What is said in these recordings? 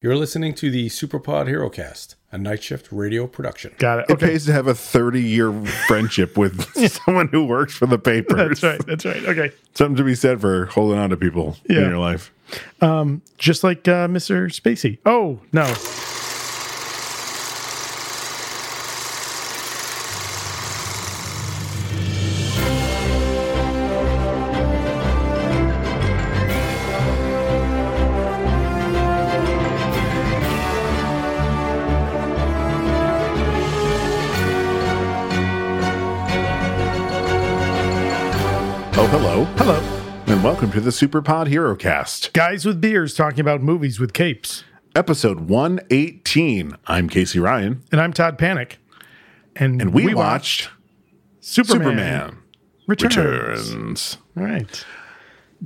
You're listening to the Superpod HeroCast, a night shift radio production. Got it. It Okay. pays to have a 30 year friendship with someone who works for the papers. That's right. That's right. Okay. Something to be said for holding on to people Yeah. in your life. Just like uh, Mr. Spacey. Oh, no. Oh, hello. Hello. And welcome to the Superpod Hero Cast, Guys with beers talking about movies with capes. episode 118. I'm Casey Ryan, And I'm Todd Panic. And, and we, watched Superman, Superman Returns. Returns. All right.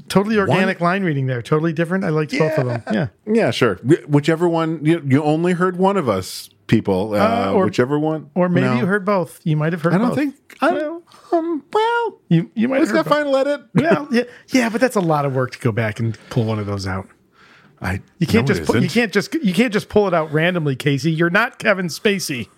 Totally organic line reading there. Totally different. I liked both of them. Yeah. Yeah, sure. Wh- Whichever one, you, you only heard one of us, people. Uh, Uh, or- whichever one. Or maybe No. you heard both. You might have heard I don't both. think. I, Well, um, well, you, you might have is heard that both. final edit? Well, yeah, yeah, but that's a lot of work to go back and pull one of those out. I, You can't just put. pull, you can't just you can't just pull it out randomly, Casey. You're not Kevin Spacey.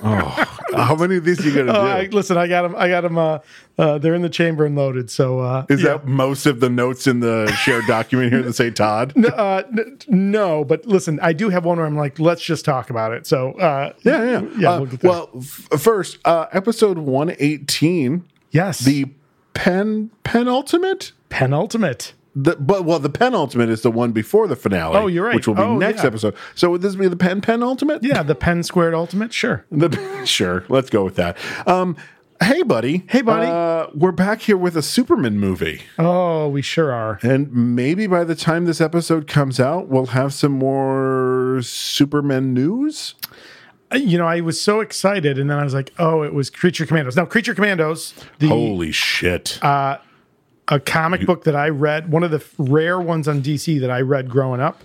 How many of these you gonna do? Oh, I, listen, I got them. I got them. Uh, uh, they're in the chamber and loaded. So uh, Is yeah. that most of the notes in the shared document here that say Todd? Uh, n- no, but listen, I do have one where I'm like, let's just talk about it. So uh, Yeah, yeah. yeah. Uh, we'll get there. well, f- first, uh, episode one eighteen, yes, the pen penultimate. penultimate. The, but well, the penultimate is the one before the finale. Oh, you're right. Which will be Oh, next yeah. episode. So would this be the pen penultimate? Yeah, the pen squared ultimate. Sure. The, sure. Let's go with that. Um, hey, buddy. Hey, buddy. Uh, we're back here with a Superman movie. Oh, we sure are. And maybe by the time this episode comes out, we'll have some more Superman news. Uh, You know, I was so excited, and then I was like, oh, it was Creature Commandos. Now, Creature Commandos, the Holy shit. a comic book that I read, one of the rare ones on DC that I read growing up.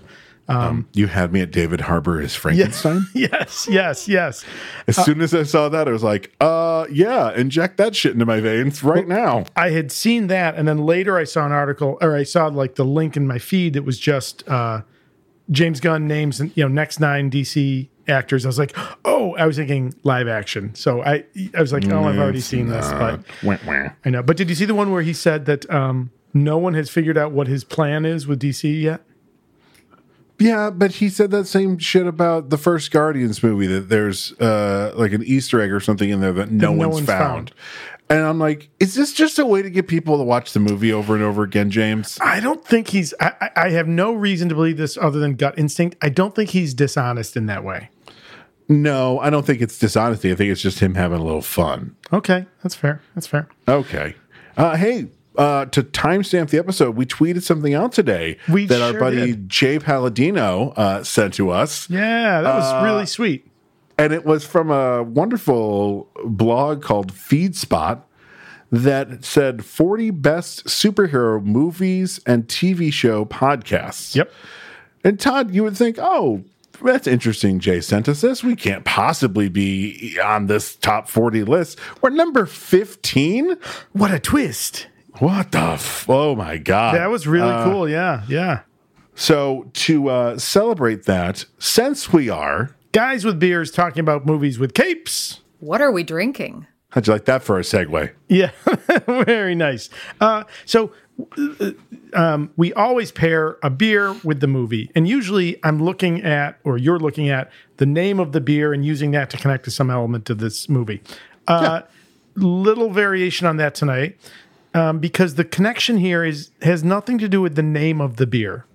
you had me at David Harbour as Frankenstein. Yes, yes, yes. As soon as I saw that, I was like, uh, yeah, inject that shit into my veins right now. I had seen that, and then later I saw an article, or I saw like the link in my feed that was just uh, James Gunn names and you know next nine DC actors. I was like, oh, I was thinking live action. So I, I was like, oh, I've already seen this, but I know. But did you see the one where he said that um, no one has figured out what his plan is with DC yet? Yeah, but he said that same shit about the first Guardians movie that there's uh, like an Easter egg or something in there that no, one's, found. And I'm like, is this just a way to get people to watch the movie over and over again, James? I don't think he's. I, I- I have no reason to believe this other than gut instinct. I don't think he's dishonest in that way. No, I don't think it's dishonesty. I think it's just him having a little fun. Okay, that's fair. That's fair. Okay. Uh, hey, uh, to timestamp the episode, we tweeted something out today We that our sure buddy did. Jay Palladino uh, sent to us. Yeah, that was really sweet. And it was from a wonderful blog called FeedSpot that said 40 best superhero movies and TV show podcasts. Yep. And Todd, you would think, oh, that's interesting. Jay sent us this. We can't possibly be on this top 40 list. We're number 15. What a twist. Uh, What the? F- oh my God. That was really cool. Yeah, yeah. So to uh, celebrate that, since we are, Guys with beers talking about movies with capes. What are we drinking? how'd you like that for a segue? Yeah, very nice. Uh, so uh, um, we always pair a beer with the movie, and usually I'm looking at, or you're looking at, the name of the beer and using that to connect to some element of this movie. Uh, Little variation on that tonight, um, because the connection here is has nothing to do with the name of the beer.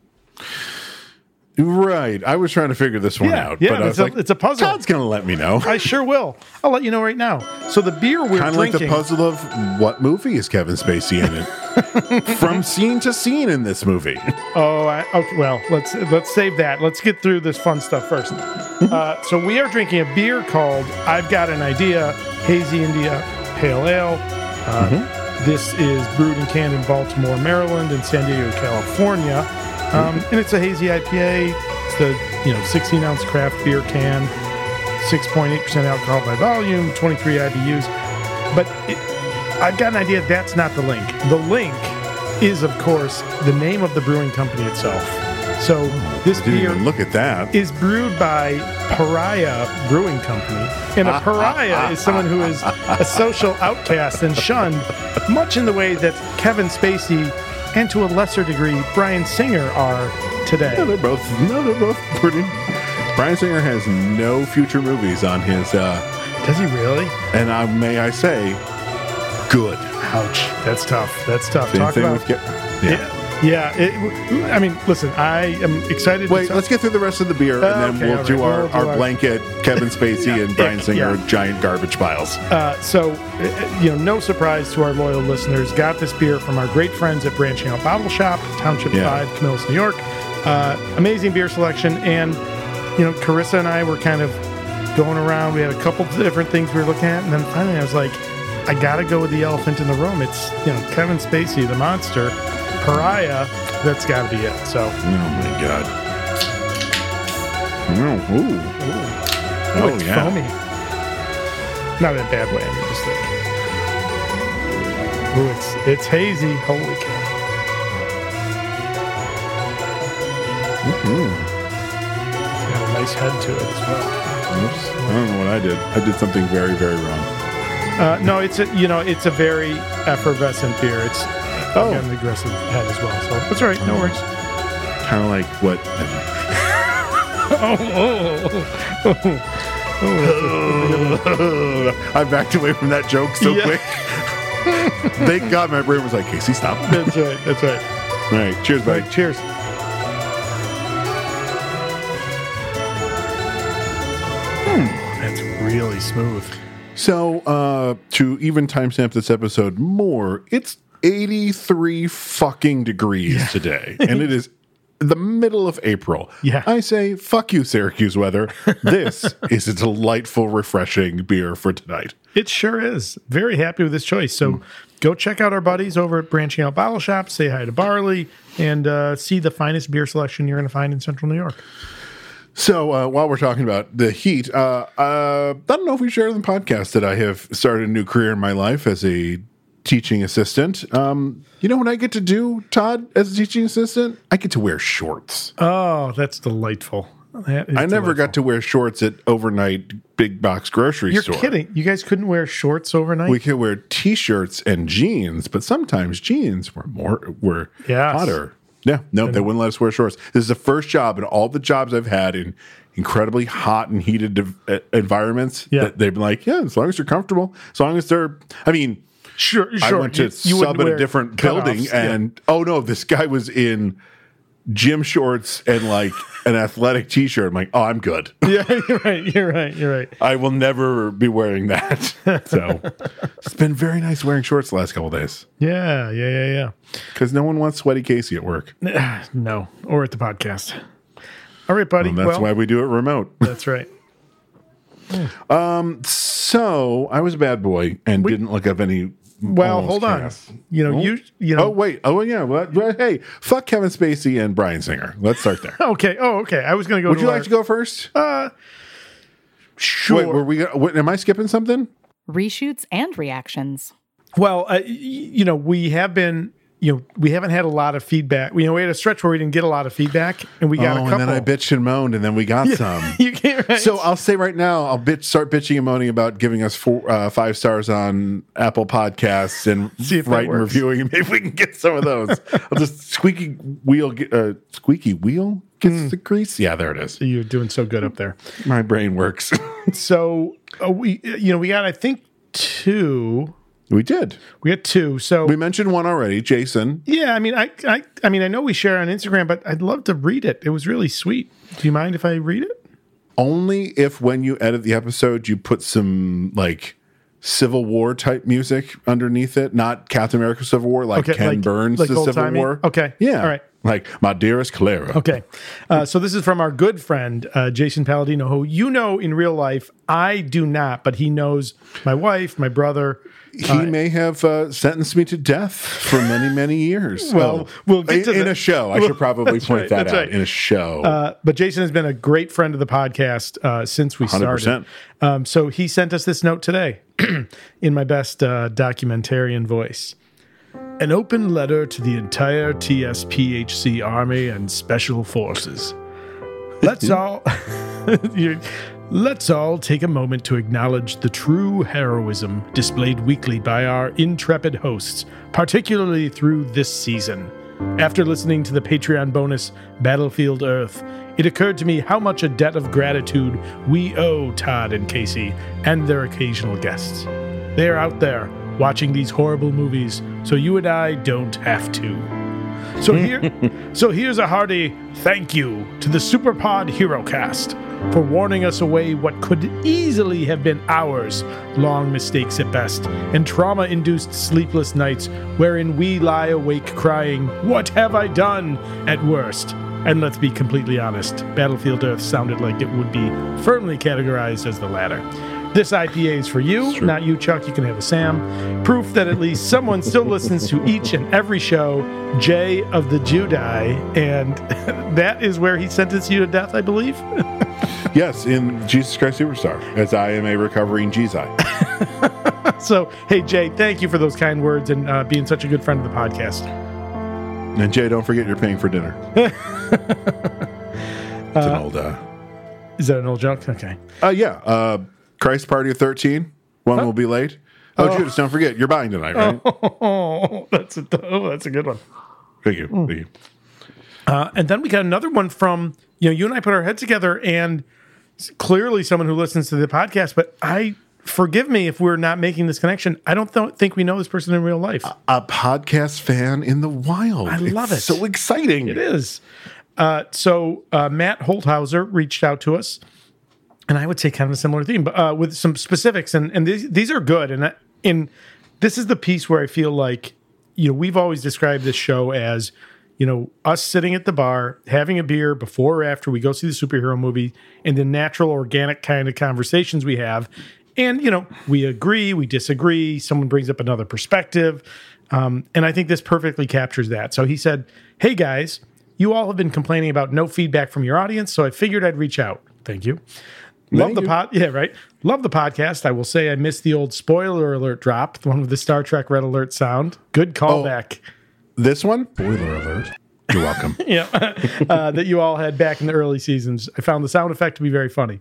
Right. I was trying to figure this one Yeah, out, yeah, but I it's was a- like, it's a puzzle. Todd's gonna let me know. I sure will. I'll let you know right now. So the beer we're Kind of like drinking. the puzzle of what movie is Kevin Spacey in it? From scene to scene in this movie. Oh, I, okay. Well, let's let's save that. Let's get through this fun stuff first. uh, so we are drinking a beer called "I've Got an Idea" Hazy India Pale Ale. Uh, This is brewed and canned in Baltimore, Maryland, and San Diego, California, um, and it's a hazy IPA. It's the you know 16 ounce craft beer can, 6.8 percent alcohol by volume, 23 IBUs. But it, I've got an idea. That's not the link. The link is, of course, the name of the brewing company itself. So this Didn't beer even look at that. is brewed by Pariah Brewing Company. And Ah, a pariah is someone who is a social outcast and shunned, much in the way that Kevin Spacey and to a lesser degree Brian Singer are No, today. they're both. No, they're both pretty. Brian Singer has no future movies on his, uh, Does he really? and I may I say, good. Ouch. That's tough. That's tough. Same Talk thing about with Ge- yeah. Yeah. Yeah. It, I mean, listen, I am excited. Wait, to talk- let's get through the rest of the beer, Uh, and okay, then we'll all do right. our, We'll do our, our- blanket Kevin Spacey and Brian ick, Singer yeah. giant garbage piles. Oh, Uh, so, uh, you know, no surprise to our loyal listeners, got this beer from our great friends at Branching Out Bottle Shop, Township Yeah. 5, Camillus, New York. Uh, amazing beer selection. And, you know, Carissa and I were kind of going around. We had a couple different things we were looking at. And then finally I was like, I got to go with the elephant in the room. It's, you know, Kevin Spacey, the monster, pariah. That's got to be it. So, Oh my god. Oh, ooh. Oh, Oh, it's yeah. foamy. Not in a bad way. I mean, just like, ooh, it's it's hazy. Holy cow! It's got a nice head to it as well. Oops. I don't know what I did. I did something very, very wrong. Uh, no, it's a you know it's a very effervescent beer. It's oh. got an aggressive head as well. So that's all right. No worries. Kind of like what? Oh, oh, oh, oh. I backed away from that joke so Yeah. quick. Thank God my brain was like, Casey, stop. All that's right. That's right. right, cheers, All buddy. right. Cheers. That's really smooth. So, uh, to even timestamp this episode more, it's 83 fucking degrees today, and it is the middle of April. Yeah. I say, fuck you, Syracuse weather. This is a delightful, refreshing beer for tonight. It sure is. Very happy with this choice. So go check out our buddies over at Branching Out Bottle Shop. Say hi to Barley and uh, see the finest beer selection you're going to find in Central New York. So, uh, while we're talking about the heat, uh, uh, I don't know if we shared in the podcast that I have started a new career in my life as a teaching assistant. Um, you know what I get to do, Todd, as a teaching assistant? I get to wear shorts. Oh, that's delightful. That is I never delightful. got to wear shorts at overnight big box grocery You're store. kidding. You guys couldn't wear shorts overnight? We could wear t-shirts and jeans, but sometimes jeans were more were Yes. hotter. Yeah, no, they wouldn't let us wear shorts. This is the first job in all the jobs I've had in incredibly hot and heated ev- eh, environments Yeah. that they've been like, yeah, as long as you're comfortable, as long as they're. I mean, sure, sure. I went to sub at a different building, and oh no, this guy was in gym shorts and like an athletic t-shirt. I'm like, oh, I'm good. yeah. yeah, you're right. You're right. You're right. I will never be wearing that. So it's been very nice wearing shorts the last couple of days Yeah, yeah, yeah, yeah. because no one wants sweaty Casey at work. And No, or at the podcast. All right, buddy. that's well, why we do it remote. that's right. So I was a bad boy and didn't look up any. Well, Almost hold cast. on. You know, you you know. Oh wait. Oh yeah. What? what- Hey, fuck Kevin Spacey and Brian Singer. Let's start there. Okay. Oh, okay. I was going to go. Would you our- like to go first? Uh, Sure. Wait, were we? Wait, am I skipping something? reshoots and reactions. well, uh, y- you know, we have been, you know, we haven't had a lot of feedback. We, you know, we had a stretch where we didn't get a lot of feedback, and we got a oh, couple. and then I bitched and moaned, and then we got some. you can't. Right? So I'll say right now, I'll bitch, start bitching and moaning about giving us four, uh, five stars on Apple Podcasts and See if that writing works. reviewing. Maybe we can get some of those. I'll just squeaky wheel, get- uh, squeaky wheel gets Hmm. the grease. Yeah, there it is. you're doing so good up there. My brain works. So uh, we, you know, we got I think two. we did. We got two. So We mentioned one already, Jason. yeah, I mean, I, I, I mean, I know we share on Instagram, but I'd love to read it. It was really sweet. Do you mind if I read it? Only if when you edit the episode, you put some like Civil War type music underneath it, not Captain America Civil War, like Okay, Ken like- Burns like the Civil old-timey? War. Okay. Yeah. All right. Like my dearest Clara. Okay. Uh, so this is from our good friend, uh, Jason Palladino, who you know in real life. I do not, but he knows my wife, my brother. He may have uh, sentenced me to death for many, many years. Oh, Well, we'll get in, to in the- a show. I Well, should probably that's point right, that that's out right. in a show. Uh, but Jason has been a great friend of the podcast uh, since we started. 100%. Um, so he sent us this note today in my best uh, documentarian voice. An open letter to the entire TSPHC Army and Special Forces. Let's all you- let's all take a moment to acknowledge the true heroism displayed weekly by our intrepid hosts, particularly through this season. After listening to the Patreon bonus Battlefield Earth, it occurred to me how much a debt of gratitude we owe Todd and Casey and their occasional guests. They are out there watching these horrible movies, so you and I don't have to. So here, so here's a hearty thank you to the Superpod HeroCast for warning us away what could easily have been hours long mistakes at best and trauma-induced sleepless nights wherein we lie awake crying, "What have I done?" at worst. And let's be completely honest, Battlefield Earth sounded like it would be firmly categorized as the latter. This IPA is for you, not you, Chuck. You can have a Sam. Proof that at least someone still listens to each and every show, Jay of the Judai. And that is where he sentenced you to death, I believe. Yes, in Jesus Christ Superstar, as I am a recovering Jesus. so, hey, Jay, thank you for those kind words and uh, being such a good friend of the podcast. And Jay, don't forget you're paying for dinner. it's an old, uh, Is that an old joke? Okay. uh, yeah, uh, Christ Party of 13. One will be late. Oh, Judas, don't forget you're buying tonight, right? Oh, that's a, oh, that's a good one. Thank you. Thank you. Uh, and then we got another one from you know you and I put our head together and s- clearly someone who listens to the podcast. But I forgive me if we're not making this connection. I don't th- think we know this person in real life. A podcast fan in the wild. I love it. So exciting. It is. Uh, so uh, Matt Holthauser reached out to us, and I would say kind of a similar theme, but uh, with some specifics. And and these these are good. And I- and this is the piece where I feel like you know we've always described this show as you know us sitting at the bar having a beer before or after we go see the superhero movie and the natural organic kind of conversations we have and you know we agree we disagree someone brings up another perspective um, and i think this perfectly captures that so he said hey guys you all have been complaining about no feedback from your audience so i figured i'd reach out thank you Love the pod, yeah, right. Love the podcast. I will say I missed the old spoiler alert drop, the one with the Star Trek red alert sound. Good callback. Oh. This one? Boiler alert. You're welcome. Yeah, uh, that you all had back in the early seasons. I found the sound effect to be very funny.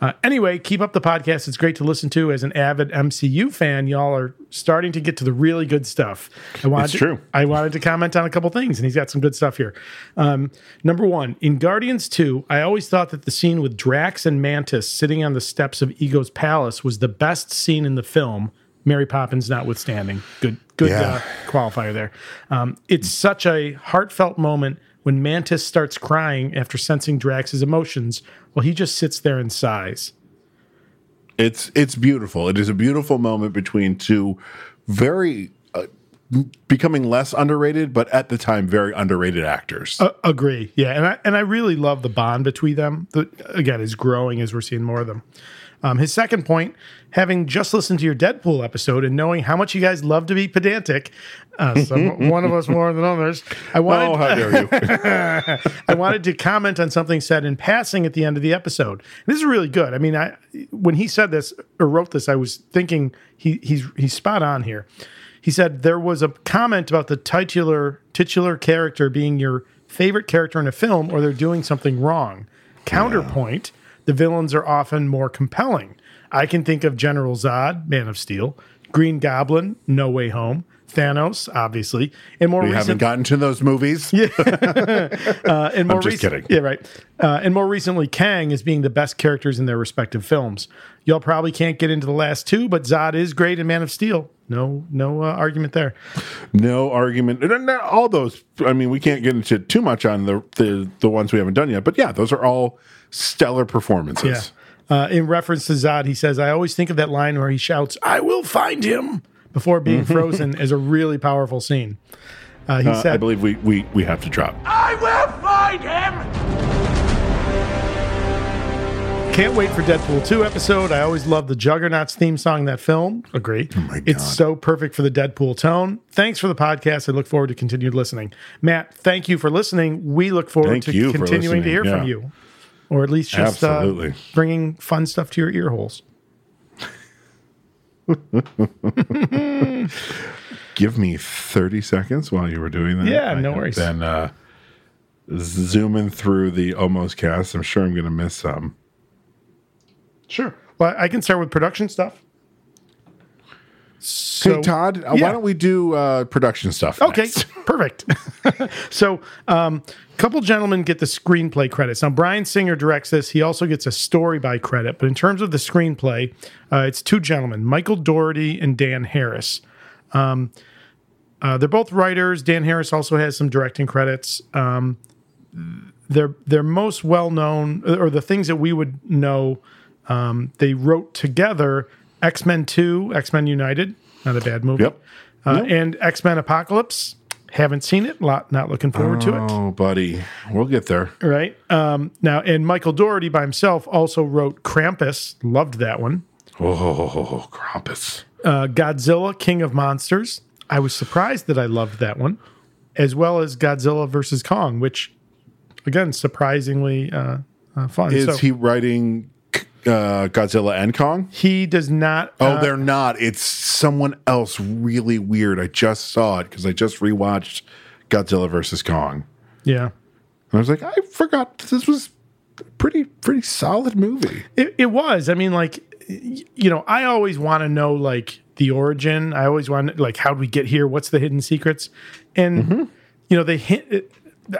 Uh, anyway, keep up the podcast. It's great to listen to. As an avid MCU fan, y'all are starting to get to the really good stuff. I wanted It's to- true. I wanted to comment on a couple things, and he's got some good stuff here. Um, number one, in Guardians 2, I always thought that the scene with Drax and Mantis sitting on the steps of Ego's palace was the best scene in the film, Mary Poppins notwithstanding. Good, good Yeah. uh, qualifier there. Um, it's such a heartfelt moment when Mantis starts crying after sensing Drax's emotions, while he just sits there and sighs. It's it's beautiful. It is a beautiful moment between two very uh, becoming less underrated, but at the time very underrated actors. Uh, agree. Yeah, and I and I really love the bond between them. That again is growing as we're seeing more of them. Um, his second point, having just listened to your Deadpool episode and knowing how much you guys love to be pedantic, uh, some, one of us more than others, I wanted oh, how dare you! I wanted to comment on something said in passing at the end of the episode. And this is really good. I mean, I when he said this or wrote this, I was thinking he he's he's spot on here. He said there was a comment about the titular titular character being your favorite character in a film or they're doing something wrong. Counterpoint, the villains are often more compelling. I can think of General Zod, Man of Steel, Green Goblin, No Way Home, Thanos, obviously, and more we haven't recent gotten to those movies. Yeah, and more just recent- kidding. Yeah, right. Uh, and more recently, Kang as being the best characters in their respective films. Y'all probably can't get into the last two, but Zod is great in Man of Steel. No, no uh, argument there. No argument. and not all those. I mean, we can't get into too much on the, the the ones we haven't done yet. But yeah, those are all stellar performances. Yeah. Uh, in reference to Zod, he says, "I always think of that line where he shouts, "I will find him." Before being frozen as a really powerful scene. Uh, he Mm-hmm. I said, believe we, we we have to drop. I will find him! Can't wait for Deadpool 2 episode. I always love the Juggernauts theme song in that film. Agree. Oh It's so perfect for the Deadpool tone. Thanks for the podcast. I look forward to continued listening. Matt, thank you for listening. We look forward Thank to you for continuing to hear listening. from Yeah. you, or at least just uh, Absolutely. bringing fun stuff to your ear holes. Give me 30 seconds while you were doing that. Yeah, I no am worries. Then uh, zooming through the almost cast. I'm sure I'm going to miss some. Sure. Well, I can start with production stuff. So, hey, Todd, uh, yeah. why don't we do uh, production stuff? Okay, next? perfect. so, um, couple gentlemen get the screenplay credits. Now, Brian Singer directs this. He also gets a story by credit. But in terms of the screenplay, uh, it's two gentlemen, Michael Doherty and Dan Harris. Um, uh, they're both writers. Dan Harris also has some directing credits. Um, they're they're most well known, or the things that we would know. Um, they wrote together X Men Two, X Men United. Not a bad movie. Yep. Uh, and X Men Apocalypse. Haven't seen it. Lot not looking forward to Oh, buddy. We'll get there. it. Right um, now, and Michael Doherty by himself also wrote Krampus. Loved that one. Oh, Krampus. Uh, Godzilla, King of Monsters. I was surprised that I loved that one, as well as Godzilla versus Kong, which again surprisingly uh, uh, fun. Is so he writing uh, Godzilla and Kong? he does not. Oh, uh, they're not. It's someone else really weird. I just saw it because I just rewatched Godzilla versus Kong. yeah. And I was like, I forgot this was a pretty pretty solid movie. It, it was. I mean, like, y- you know, I always want to know like the origin. I always want like how would we get here? What's the hidden secrets? And you know, they hint.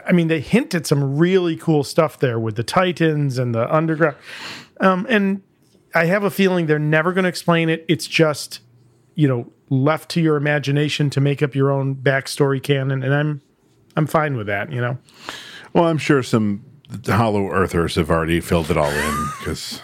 I mean, they hint at some really cool stuff there with the Titans and the underground. Um, and I have a feeling they're never going to explain it. It's just you know left to your imagination to make up your own backstory canon, and I'm I'm fine with that. You know. Well, I'm sure some Hollow Earthers have already filled it all in because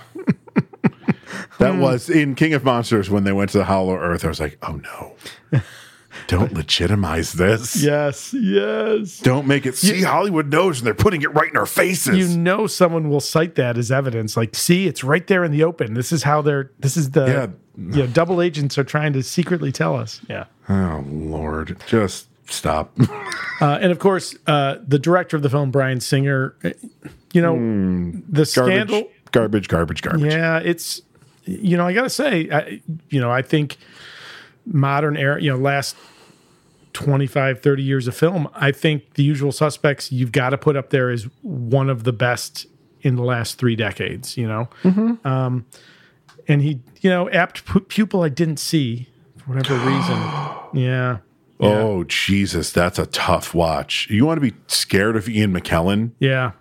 that Hmm. was in King of Monsters when they went to the Hollow Earth. I was like, oh no, don't legitimize this. Yes. Yes. Don't make it. See, Hollywood knows, and they're putting it right in our faces. you know someone will cite that as evidence like see it's right there in the open this is how they're this is the Yeah. you know, double agents are trying to secretly tell us yeah oh Lord, just stop. uh, and of course uh, the director of the film brian singer uh, you know the Hmm. garbage, scandal garbage, garbage, garbage. yeah it's you know i gotta say I, you know i think modern era you know last 25 30 years of film i think the usual suspects you've got to put up there is one of the best in the last three decades you know um, and he you know apt pu- pupil i didn't see for whatever reason yeah Oh Jesus, that's a tough watch. You want to be scared of Ian McKellen? yeah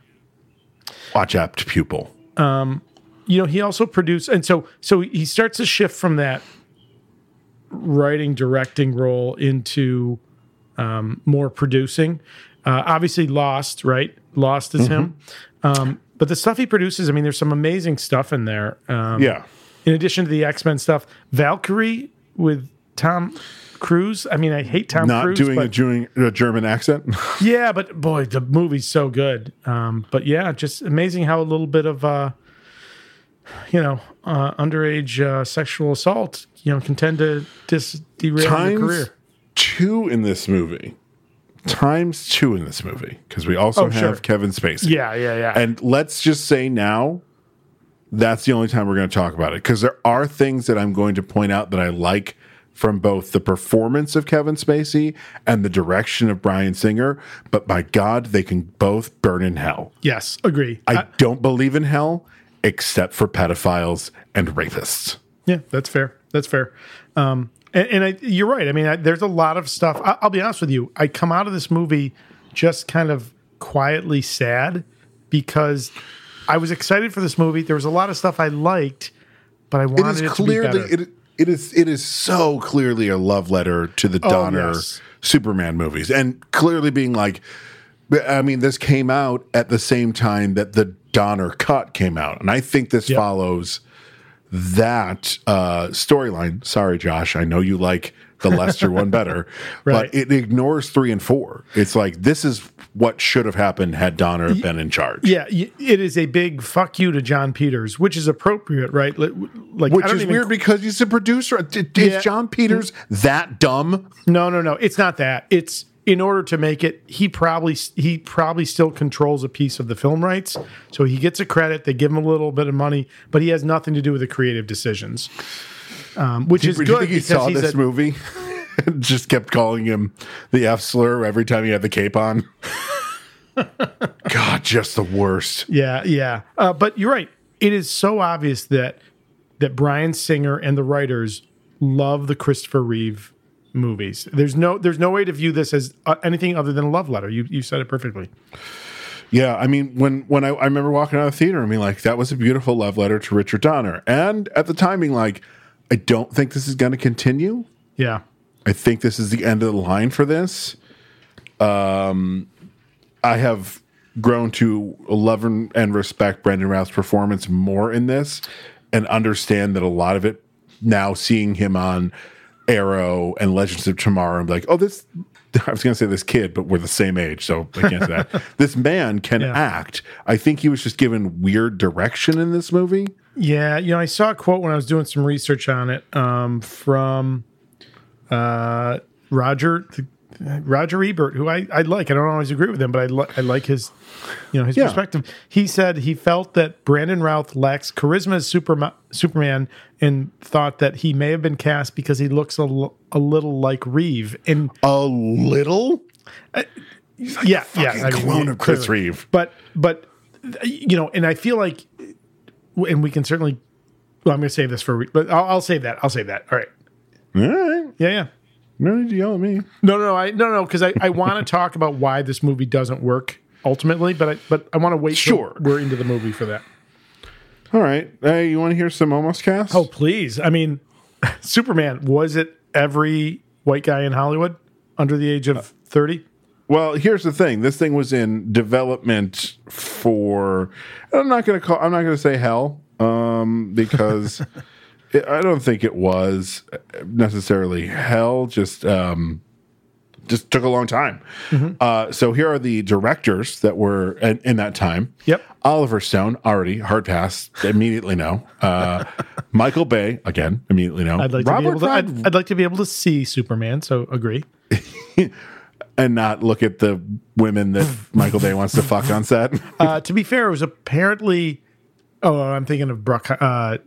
Watch Apt Pupil. you know he also produced and so so he starts to shift from that writing directing role into um, more producing uh, obviously lost right lost is him Mm-hmm. um, but the stuff he produces i mean there's some amazing stuff in there um, Yeah, in addition to the x-men stuff valkyrie with tom cruise i mean i hate tom not cruise doing but a, Jew- a German accent. yeah but boy the movie's so good um, but yeah just amazing how a little bit of uh, you know uh, underage uh, sexual assault you know can tend to dis- derail your times career two in this movie. Times two in this movie because we also Oh, have sure. Kevin Spacey. yeah yeah yeah And let's just say now, that's the only time we're going to talk about it because there are things that I'm going to point out that I like from both the performance of Kevin Spacey and the direction of Brian Singer. But by God, they can both burn in hell. yes agree I I- don't believe in hell except for pedophiles and rapists. yeah that's fair that's fair um, and, and I, you're right i mean I, there's a lot of stuff I, i'll be honest with you i come out of this movie just kind of quietly sad because i was excited for this movie there was a lot of stuff i liked but i It wanted is it, to be clearly better. it, it is it is so clearly a love letter to the Donner Oh, yes. Superman movies, and clearly being like, but, I mean, this came out at the same time that the Donner cut came out, and I think this follows that uh, storyline. Sorry, Josh, I know you like the Lester one better, Right. but it ignores three and four. It's like this is what should have happened had Donner been in charge. Yeah, y- it is a big fuck you to John Peters, which is appropriate, right? Li- Like, I Which don't is even- weird because he's a producer. D- d- Yeah. Is John Peters that dumb? No, no, no. It's not that. It's in order to make it. He probably he probably still controls a piece of the film rights, so he gets a credit. They give him a little bit of money, but he has nothing to do with the creative decisions. um, which Do you is think good he because saw he's this a- movie? and Just kept calling him the F slur every time he had the cape on. God, just the worst. Yeah, yeah. Uh, but you're right. It is so obvious that that Brian Singer and the writers love the Christopher Reeve movies. There's no there's no way to view this as uh, anything other than a love letter. You you said it perfectly. Yeah, I mean, when when I, I remember walking out of the theater and being like, that was a beautiful love letter to Richard Donner, and at the time being like, I don't think this is going to continue. Yeah. I think this is the end of the line for this. Um, I have grown to love and and respect Brendan Routh's performance more in this, and understand that a lot of it now seeing him on Arrow and Legends of Tomorrow, I'm like, oh, this. I was going to say this kid, but we're the same age, so I can't say that. This man can Yeah. act. I think he was just given weird direction in this movie. Yeah, you know, I saw a quote when I was doing some research on it um, from uh, Roger Roger Ebert, who I, I like. I don't always agree with him, but I li- I like his you know his Yeah. perspective. He said he felt that Brandon Routh lacks charisma as Superma- Superman, and thought that he may have been cast because he looks a l- a little like Reeve. And A little yeah, yeah, I mean, clone yeah, of Chris clearly. Reeve. But but you know, and I feel like, and we can certainly. Well, I'm going to save this for, re- but I'll, I'll save that. I'll save that. All right. All right, Yeah, yeah. no need to yell at me. No, no, no. I no, no, because I, I want to talk about why this movie doesn't work ultimately, but I but I want to wait. till Sure. we're into the movie for that. All right. Hey, you want to hear some almost cast? Oh please! I mean, Superman was it every white guy in Hollywood under the age of thirty? Well, here's the thing. This thing was in development for I'm not going to call I'm not going to say hell um because it, I don't think it was necessarily hell just um just took a long time. Mm-hmm. Uh, so here are the directors that were in, in that time. Yep. Oliver Stone already hard pass immediately no. Uh, Michael Bay again immediately no. I'd like to be able to. Rod- I'd, I'd like to be able to see Superman. So agree. and not look at the women that Michael Bay wants to fuck on set. Uh, to be fair, it was apparently. Oh, I'm thinking of Brock. Uh,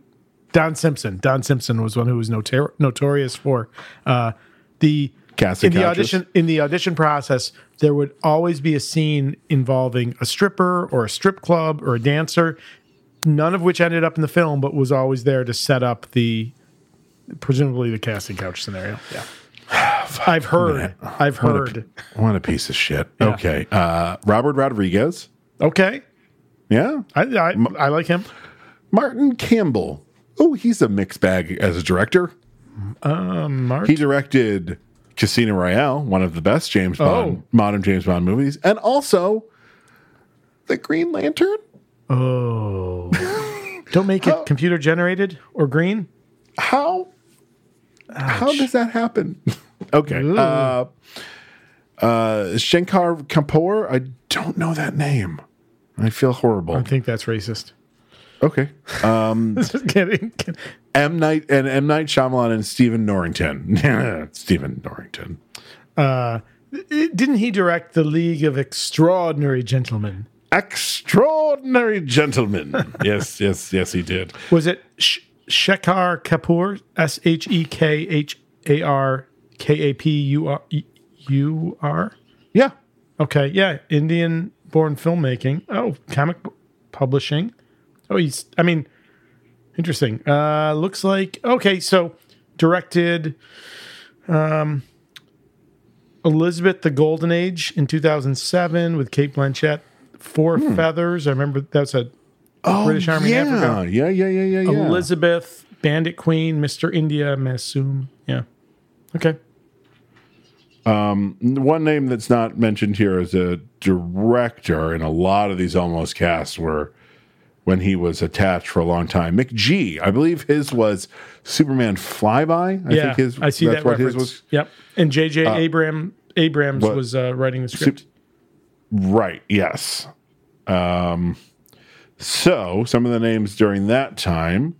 Don Simpson. Don Simpson was one who was notar- notorious for uh, the Casting in the couches. audition in the audition process. There would always be a scene involving a stripper or a strip club or a dancer, none of which ended up in the film, but was always there to set up the presumably the casting couch scenario. Yeah, I've heard. I've heard. What a piece of shit. Okay. Uh, Robert Rodriguez. Okay, Yeah. I, I I like him. Martin Campbell. Oh, he's a mixed bag as a director. Mark. He directed Casino Royale, one of the best James Bond, Oh. modern James Bond movies, and also The Green Lantern. Oh. Don't make it computer generated or green. How? How does that happen? okay. Uh, uh, Shankar Kapoor. I don't know that name. I feel horrible. I think that's racist. okay. Just kidding. M Night and M Night Shyamalan and Stephen Norrington. Stephen Norrington. Didn't he direct the League of Extraordinary Gentlemen? Extraordinary gentleman. yes, yes, yes, he did. Was it Sh- Shekhar Kapoor? S H E K H A R K A P U R U R? Yeah. Okay, yeah, Indian born filmmaking. Oh, comic book publishing. Oh, he's, I mean, interesting. Uh, looks like, okay, so directed um, Elizabeth the Golden Age in 2007 with Kate Blanchett. Four Hmm. Feathers. I remember that's a Oh, British Army in yeah. Africa. Yeah, yeah, yeah, yeah, yeah. Elizabeth, Bandit Queen, Mr. India, Massoum. Yeah. Okay. One name that's not mentioned here is a director in a lot of these almost casts were when he was attached for a long time. McG, I believe his was Superman Flyby. I yeah. think his I see that's that what reference. his was. Uh, Yep. And J.J. Abram, Abrams what- was uh, writing the script. Right. Yes. Um, so some of the names during that time.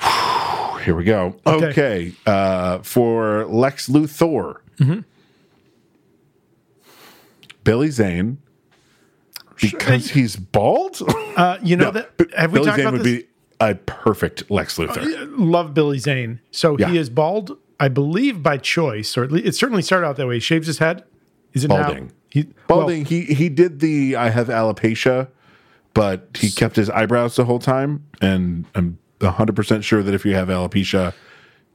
Here we go. Okay. Okay. Uh, for Lex Luthor, Mm-hmm. Billy Zane, because he's bald. Uh, you know No, that B- have we Billy talked Zane about would this? Uh, be a perfect Lex Luthor. Love Billy Zane. So Yeah. he is bald, I believe, by choice, or at least it certainly started out that way. He shaves his head. Is it now? Balding. He, Balding, he he did the I have alopecia, but he kept his eyebrows the whole time, and I'm 100 percent sure that if you have alopecia,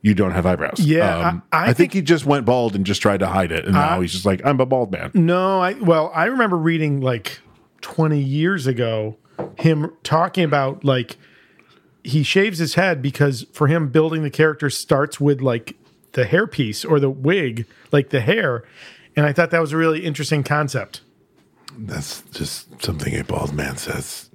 you don't have eyebrows. Um, Yeah, I- I I, think, he just went bald and just tried to hide it, and now he's just like I'm a bald man. No, I well, I remember reading like 20 years ago him talking about like he shaves his head because for him building the character starts with like the hairpiece or the wig, like the hair. And I thought that was a really interesting concept. That's just something a bald man says.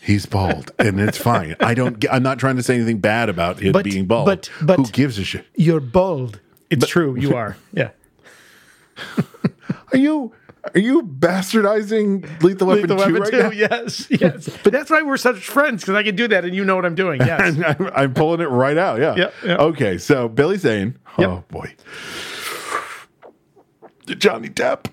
He's bald, and it's fine. I don't. I'm not trying to say anything bad about him But- being bald. but- but- who gives a shit? You're bald. It's true, you are. Yeah. Are you are you bastardizing Lethal Weapon, The 2 weapon right too, now? yes, yes. But that's why we're such friends, because I can do that and you know what I'm doing. Yes. I'm, I'm pulling it right out. Yeah. Yep, yep. Okay. So Billy Zane. Oh boy. Johnny Depp.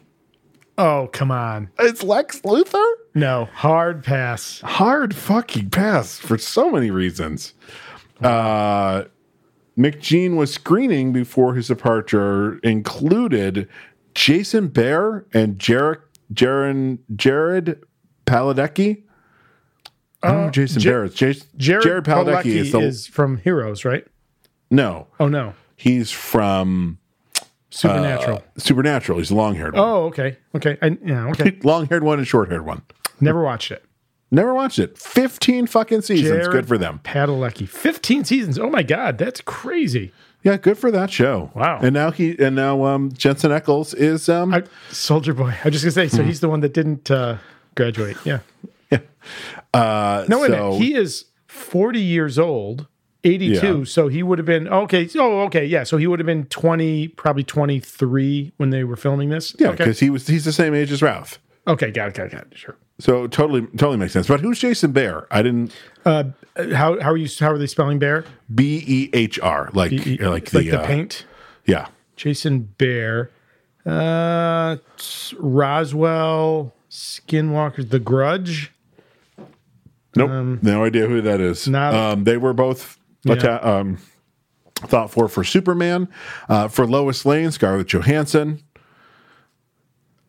oh, come on. It's Lex Luthor. No. Hard pass. Hard fucking pass for so many reasons. Uh, McGene was screening before his departure included Jason Bear and Jared Jaron Jared Paladecki. I don't know Jason Bear. It's Jas- Uh, Jared, Jared Paladecki is the is from Heroes, right? no. Oh no, He's from Supernatural. Supernatural. He's the long haired one. oh, okay, okay, I, yeah, okay. Long haired one and short haired one. Never watched it. Never watched it. 15 fucking seasons. Jared Good for them. Padalecki, fifteen seasons. Oh my god, that's crazy. Yeah, good for that show. Wow. And now he and now um Jensen Eccles is um I, Soldier Boy. I was just gonna say. So he's the one that didn't uh, graduate. Yeah. uh No, wait a so minute. He is forty years old. 82 Yeah. so he would have been okay oh okay yeah so he would have been 20 probably 23 when they were filming this yeah, okay because he was he's the same age as Ralph. okay got it got it got it sure So totally totally makes sense. But who's Jason Bear? I didn't uh how how are you how are they spelling bear B E H R like E like the, uh, paint yeah. Jason Bear, uh, s- Roswell, Skinwalker, The Grudge. Nope. no idea who that is. Um, not- um, they were both atta- um, thought for for Superman, uh, for Lois Lane, Scarlett Johansson.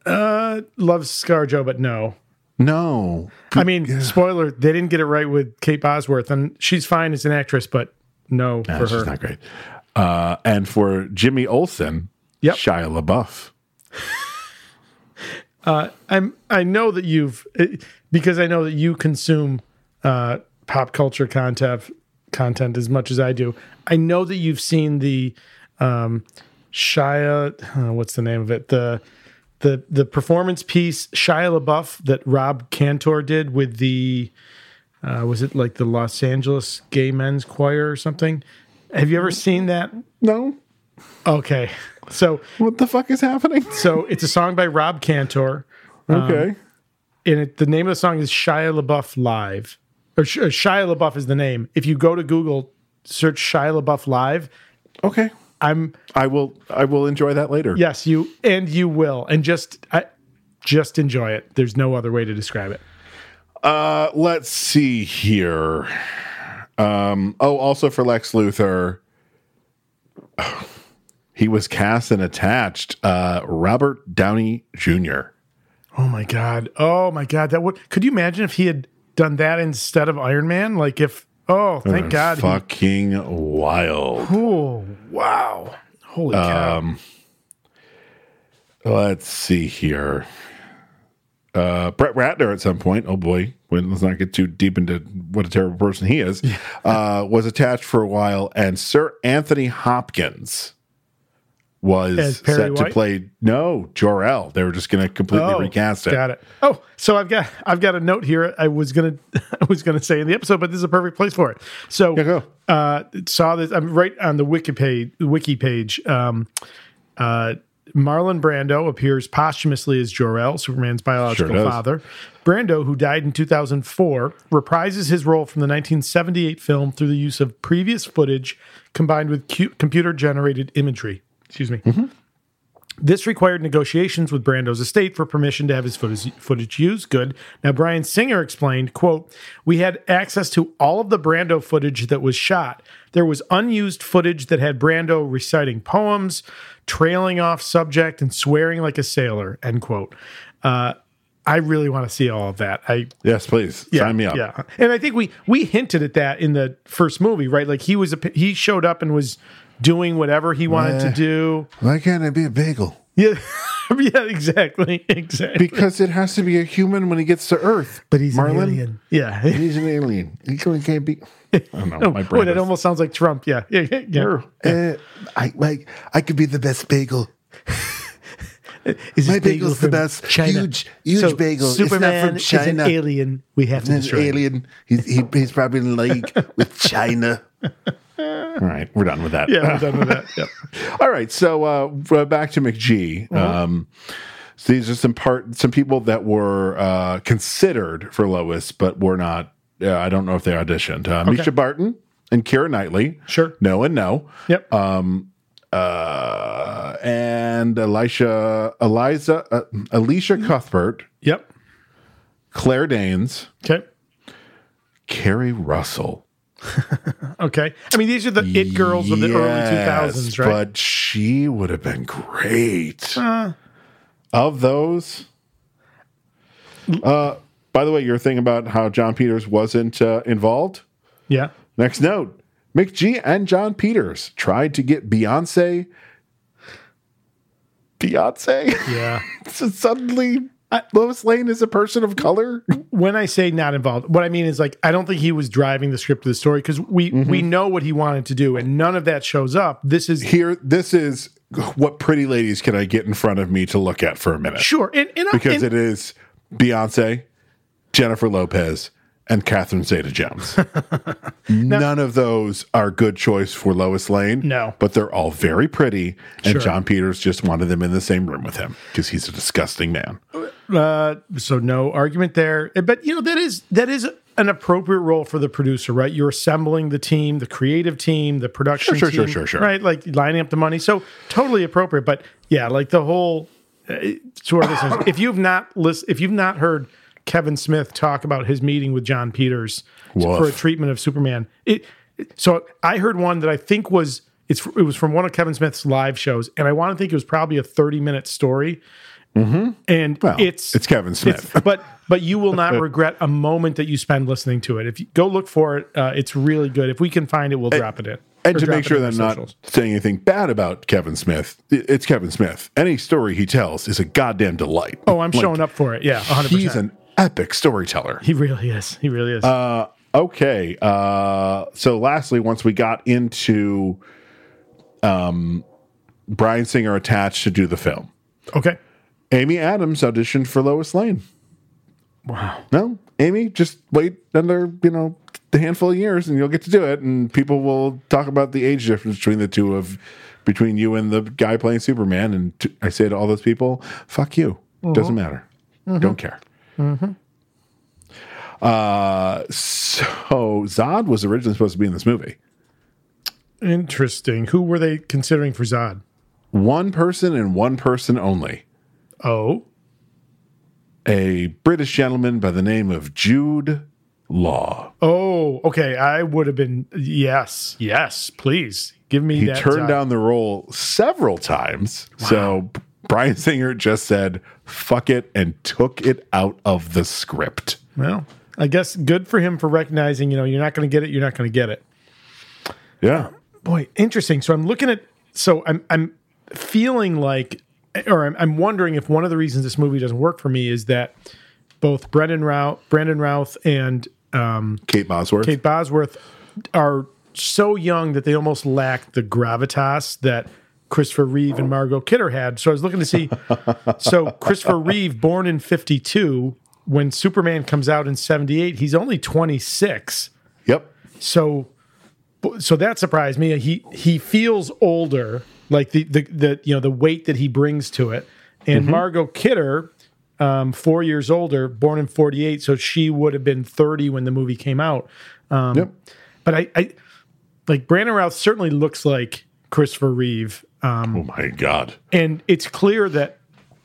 Love ScarJo, but no. No, I mean, spoiler: they didn't get it right with Kate Bosworth, and she's fine as an actress, but no for She's her. not great. Uh, and for Jimmy Olsen, Yep. Shia LaBeouf. I'm. I know that you've it, because I know that you consume uh, pop culture content content as much as I do. I know that you've seen the um, Shia. Uh, what's the name of it? The the the performance piece Shia LaBeouf that Rob Cantor did with the uh, was it like the Los Angeles Gay Men's Choir or something? Have you ever seen that? No, Okay, so what the fuck is happening? so it's a song by Rob Cantor. Um, okay, and it, the name of the song is Shia LaBeouf Live, or Sh- uh, Shia LaBeouf is the name. If you go to Google, search Shia LaBeouf Live. okay. I'm I will. I will enjoy that later. yes, you and you will, and just I, just enjoy it. There's no other way to describe it. Uh, let's see here. Um. Oh, also for Lex Luthor, he was cast and attached. Uh, Robert Downey Jr. Oh my god! Oh my god! That would could you imagine if he had done that instead of Iron Man? Like if oh Uh, thank God! he- Fucking wild. oh wow! Holy cow! Um, Let's see here. Uh, Brett Ratner at some point, oh boy, when, let's not get too deep into what a terrible person he is, uh, was attached for a while, and Sir Anthony Hopkins was As Perry set to White? play no Jor-El. They were just going to completely Oh, recast it. Got it. Oh, so I've got I've got a note here. I was gonna I was gonna say in the episode, but this is a perfect place for it. So go. uh, saw this. I'm right on the wiki page. Wiki page. Um, uh, Marlon Brando appears posthumously as Jor-El, Superman's biological Sure does. father. Brando, who died in 2004, reprises his role from the 1978 film through the use of previous footage combined with cu- computer-generated imagery. Excuse me. This required negotiations with Brando's estate for permission to have his footage, footage used. Good. Now, Brian Singer explained, quote, we had access to all of the Brando footage that was shot. There was unused footage that had Brando reciting poems, trailing off subject, and swearing like a sailor, end quote. Uh, I really want to see all of that. I Yes, please. Sign me up. yeah, and I think we we hinted at that in the first movie, right? Like he was a, he showed up and was doing whatever he wanted to Yeah. do. Why can't it be a bagel? Yeah, yeah, exactly, exactly. Because it has to be a human when he gets to Earth. But he's Marlin. an alien. Yeah. He's an alien. He can't be. I don't know. My brain. Wait, it is- almost sounds like Trump. Yeah, yeah, yeah, yeah. Uh, I like. I could be the best bagel. Is My bagel's the best. Huge- huge bagel. It's not from Superman is an China. alien. We have to He's destroy. Him. He's, he, he's probably in league with China. All right, we're done with that. Yeah, we're done with that. Yep. Mm-hmm. All right, so uh, we're back to McGee. Um, so these are some part some people that were uh, considered for Lois, but were not. Uh, I don't know if they auditioned. Uh, Misha Barton and Kira Knightley. Sure. No and no. Yep. Uh, and Elisha, Eliza, uh, Alicia Mm-hmm. Cuthbert, yep. Claire Danes, Okay. Carrie Russell. Okay. I mean, these are the it girls of the early two thousands, Yes, right? But she would have been great. of those, uh, by the way, your thing about how John Peters wasn't uh, involved. yeah. Next note: Mick G and John Peters tried to get Beyonce. Beyonce. Yeah. so suddenly, Lois Lane is a person of color. when I say not involved, what I mean is like I don't think he was driving the script of the story because we we know what he wanted to do, and none of that shows up. This is Here, this is what pretty ladies can I get in front of me to look at for a minute. sure, and, and I- because and- it is Beyonce, Jennifer Lopez, and Catherine Zeta Jones. None of those are good choice for Lois Lane. No. But they're all very pretty. And Sure. John Peters just wanted them in the same room with him because he's a disgusting man. uh, so no argument there. Eh, But you know that is that is an appropriate role for the producer, right? You're assembling the team, the creative team, the production, Sure, sure, team, sure, sure, sure. right? Like lining up the money, so totally appropriate. But yeah, like the whole uh, to our listeners, if you've not list, if you've not heard Kevin Smith talk about his meeting with John Peters Woof. for a treatment of Superman, it. So I heard one that I think was it's it was from one of Kevin Smith's live shows, and I want to think it was probably a thirty minute story. And Well, it's it's Kevin Smith. but but you will not regret a moment that you spend listening to it. If you go look for it, uh, it's really good. If we can find it, we'll drop it in. And Or to drop make it sure in that I'm our not socials. saying anything bad about Kevin Smith, i- it's Kevin Smith. Any story he tells is a goddamn delight. Oh, I'm showing up for it. Yeah, 100. He's percent an epic storyteller. He really is. He really is. Uh, okay. Uh, so lastly, once we got into um, Brian Singer attached to do the film, okay. Amy Adams auditioned for Lois Lane. Wow. No, Amy, just wait another, you know, a handful of years and you'll get to do it. And people will talk about the age difference between the two of, between you and the guy playing Superman. And t- I say to all those people, fuck you. Doesn't matter. Don't care. Uh, so Zod was originally supposed to be in this movie. Interesting. Who were they considering for Zod? One person and one person only. Oh, A British gentleman by the name of Jude Law. oh, okay. I would have been yes, yes. Please give me he that. turned Zod. down the role several times. So Brian Singer just said, fuck it, and took it out of the script. Well, I guess good for him for recognizing. You know, you're not going to get it. You're not going to get it. Yeah. boy interesting so i'm looking at so i'm i'm feeling like or I'm, I'm wondering if one of the reasons this movie doesn't work for me is that both brendan routh brandon routh and um, Kate Bosworth. kate bosworth are so young that they almost lack the gravitas that christopher reeve and margot kidder had so i was looking to see so christopher reeve born in 52 when superman comes out in 78 he's only 26 Yep. so so that surprised me he he feels older like the the, the you know the weight that he brings to it and margot kidder um, four years older born in 48 so she would have been 30 when the movie came out Um, yep. but i i like brandon routh certainly looks like christopher reeve oh my god. and it's clear that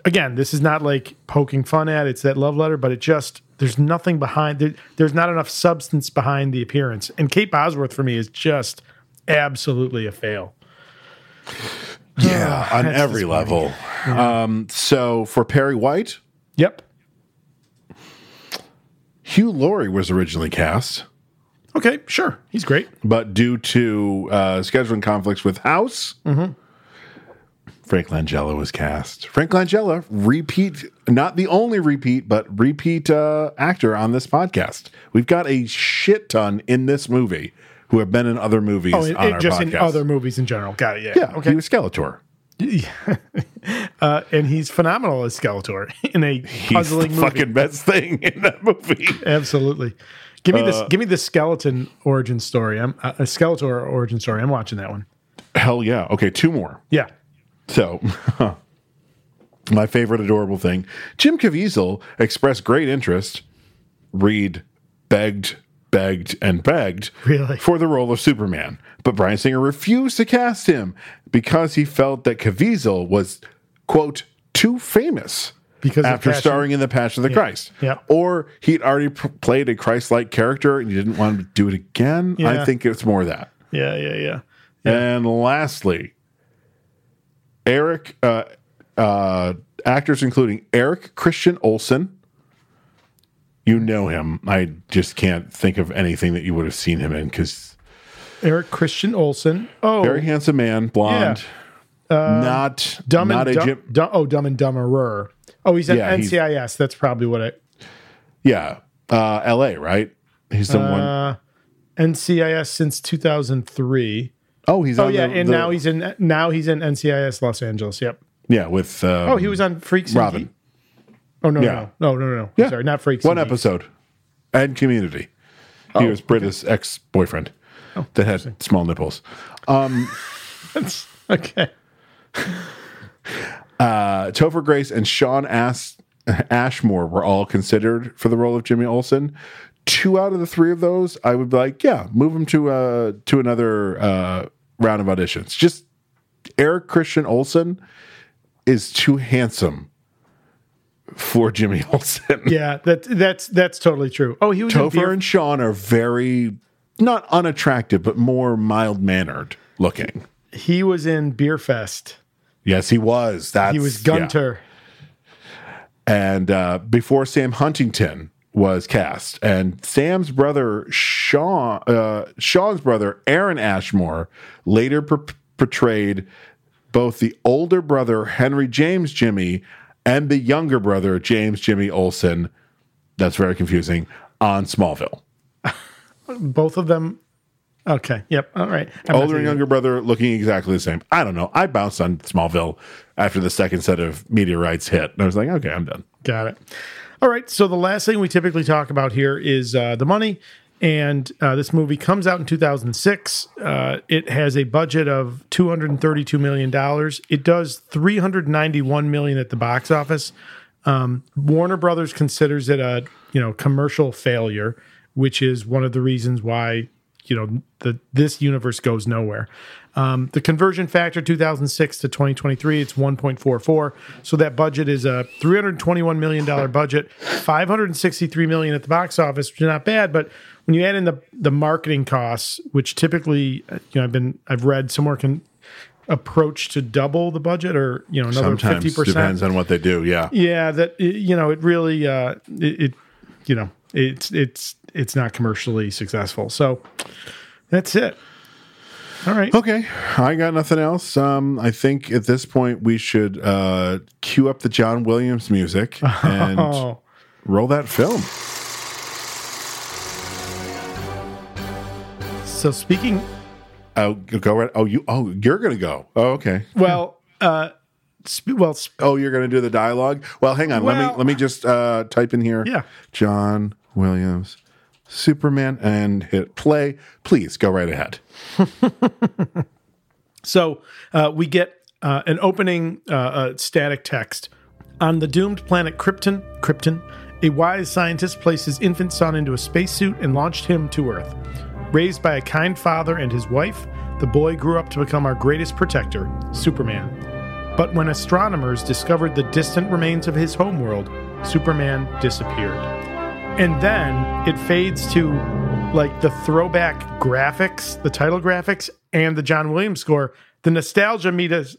again this is not like poking fun at it, it's that love letter but it just there's nothing behind there, there's not enough substance behind the appearance and kate bosworth for me is just absolutely a fail Yeah, on every level. Um, so for Perry White, yep Hugh Laurie was originally cast, okay sure he's great but due to uh, scheduling conflicts with House, Mm-hmm. Frank Langella was cast. Frank Langella, repeat, not the only repeat, but repeat uh, actor on this podcast. We've got a shit ton in this movie who have been in other movies oh it, on it- our just podcast. in other movies in general got it yeah, yeah, okay he was Skeletor. uh, and he's phenomenal as skeletor in a He's the puzzling movie fucking best thing in that movie. absolutely give me Uh, this give me the skeleton origin story i'm uh, a skeletor origin story i'm watching that one Hell yeah. Okay, two more. yeah So, my favorite adorable thing Jim Caviezel expressed great interest. Reed begged, begged, and begged Really? for the role of Superman. But Brian Singer refused to cast him because he felt that Caviezel was, quote, too famous. Because of after Passion- starring in The Passion of the Christ. Yeah. Or he'd already p- played a Christ like character and he didn't want to do it again. I Yeah. think it's more that. yeah yeah yeah And lastly, Eric, uh, uh, actors including Eric Christian Olsen. You know him. I just can't think of anything that you would have seen him in because Eric Christian Olsen. Oh, very handsome man, blonde, not Uh, Dumb not and a Dumb. Jim. Dum- oh, Dumb and Dumberer. Oh, he's at Yeah, he's- NCIS. That's probably what it. Yeah, uh, L.A. Right? He's someone. Uh, NCIS since 2003. oh, he's. Oh on yeah, the- and the- now he's in now he's in NCIS Los Angeles. Yep. yeah with. Um, Oh, he was on Freaks. and Robin. Geek- oh no, Yeah. no, no, no, no, no. Yeah. Sorry, not Freaks. One and Geek. episode, and Community. He Oh, was Britta's ex boyfriend that had small nipples. Okay. Uh, Topher Grace and Sean As- Ashmore were all considered for the role of Jimmy Olsen. Two out of the three of those, I would be like, yeah, move him to uh, to another uh, round of auditions. Just Eric Christian Olsen is too handsome for Jimmy Olsen. Yeah, that that's that's totally true. Oh, he was in Topher Beer. and Sean are very not unattractive, but more mild mannered looking. he was in Beer Fest. Yes, he was. That's He was yeah. Gunter. and uh, before Sam Huntington was cast, and Sam's brother Sean, uh, Sean's brother Aaron Ashmore, later per- portrayed both the older brother Henry James Jimmy and the younger brother James Jimmy Olsen. That's very confusing on Smallville. Both of them. Okay. Yep. All right. I'm not older and thinking- younger brother looking exactly the same. I don't know. I bounced on Smallville after the second set of meteorites hit, and I was like, okay, I'm done. Got it. All right. So the last thing we typically talk about here is uh, the money, and uh, this movie comes out in 2006. Uh, it has a budget of 232 million dollars. It does 391 million at the box office. Um, Warner Brothers considers it a you know commercial failure, which is one of the reasons why you know the this universe goes nowhere. Um, the conversion factor 2006 to 2023 it's 1.44 so that budget is a 321 million dollar budget 563 million at the box office which is not bad but when you add in the the marketing costs which typically uh, you know I've been I've read somewhere can approach to double the budget or you know another Sometimes 50% depends on what they do. Yeah. yeah that i- you know it really uh it, it you know it's it's it's not commercially successful so that's it all right Okay, I got nothing else. Um, I think at this point we should uh, cue up the John Williams music and oh roll that film. so speaking Oh, go right. Oh, you. Oh, you're gonna go. Oh, okay. well uh sp- well sp- Oh, you're gonna do the dialogue. Well, hang on. let Well- me let me just uh, type in here. Yeah. John Williams, Superman, and hit play. Please go right ahead. so uh we get uh, an opening uh, uh, static text on the doomed planet krypton krypton a wise scientist placed his infant son into a spacesuit and launched him to earth Raised by a kind father and his wife, the boy grew up to become our greatest protector, Superman. But when astronomers discovered the distant remains of his homeworld, Superman disappeared. And then it fades to like the throwback graphics, the title graphics, and the John Williams score. The nostalgia meters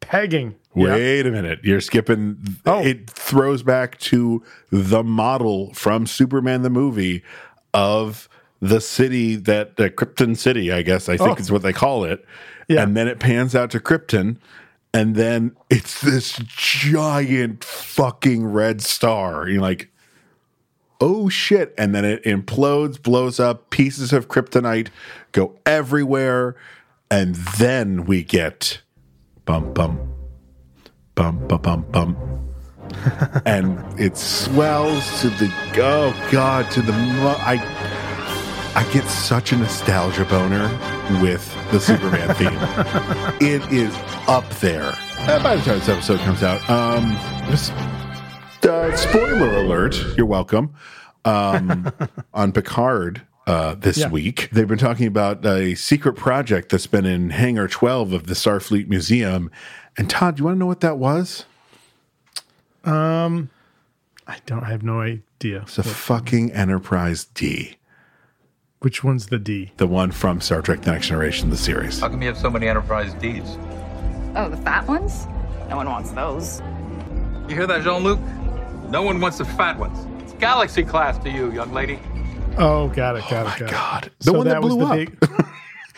pegging. Wait a minute. You're skipping. Oh. It throws back to the model from Superman the movie of the city that the Krypton City, I guess. I think Oh. is what they call it. Yeah. And then it pans out to Krypton. And then it's this giant fucking red star. You're like, oh shit. And then it implodes, blows up, pieces of kryptonite go everywhere. And then we get bum bum bum bum bum bum. and it swells to the oh god to the mo- I I get such a nostalgia boner with the Superman theme. It is up there. And Uh, by the time this episode comes out, um, s- uh, spoiler alert. You're welcome. Um, on Picard uh, this Yeah. week, they've been talking about a secret project that's been in Hangar 12 of the Starfleet Museum. And Todd, do you want to know what that was? I don't I have no idea. It's a fucking Enterprise D, Which one's the D? the one from Star Trek: The Next Generation, the series. How come you have so many Enterprise D's? Oh, the fat ones? No one wants those. You hear that, Jean Luc? No one wants the fat ones. It's galaxy class to you, young lady. Oh, got it, got it, got My it. God, the So one that, was blew the up. big-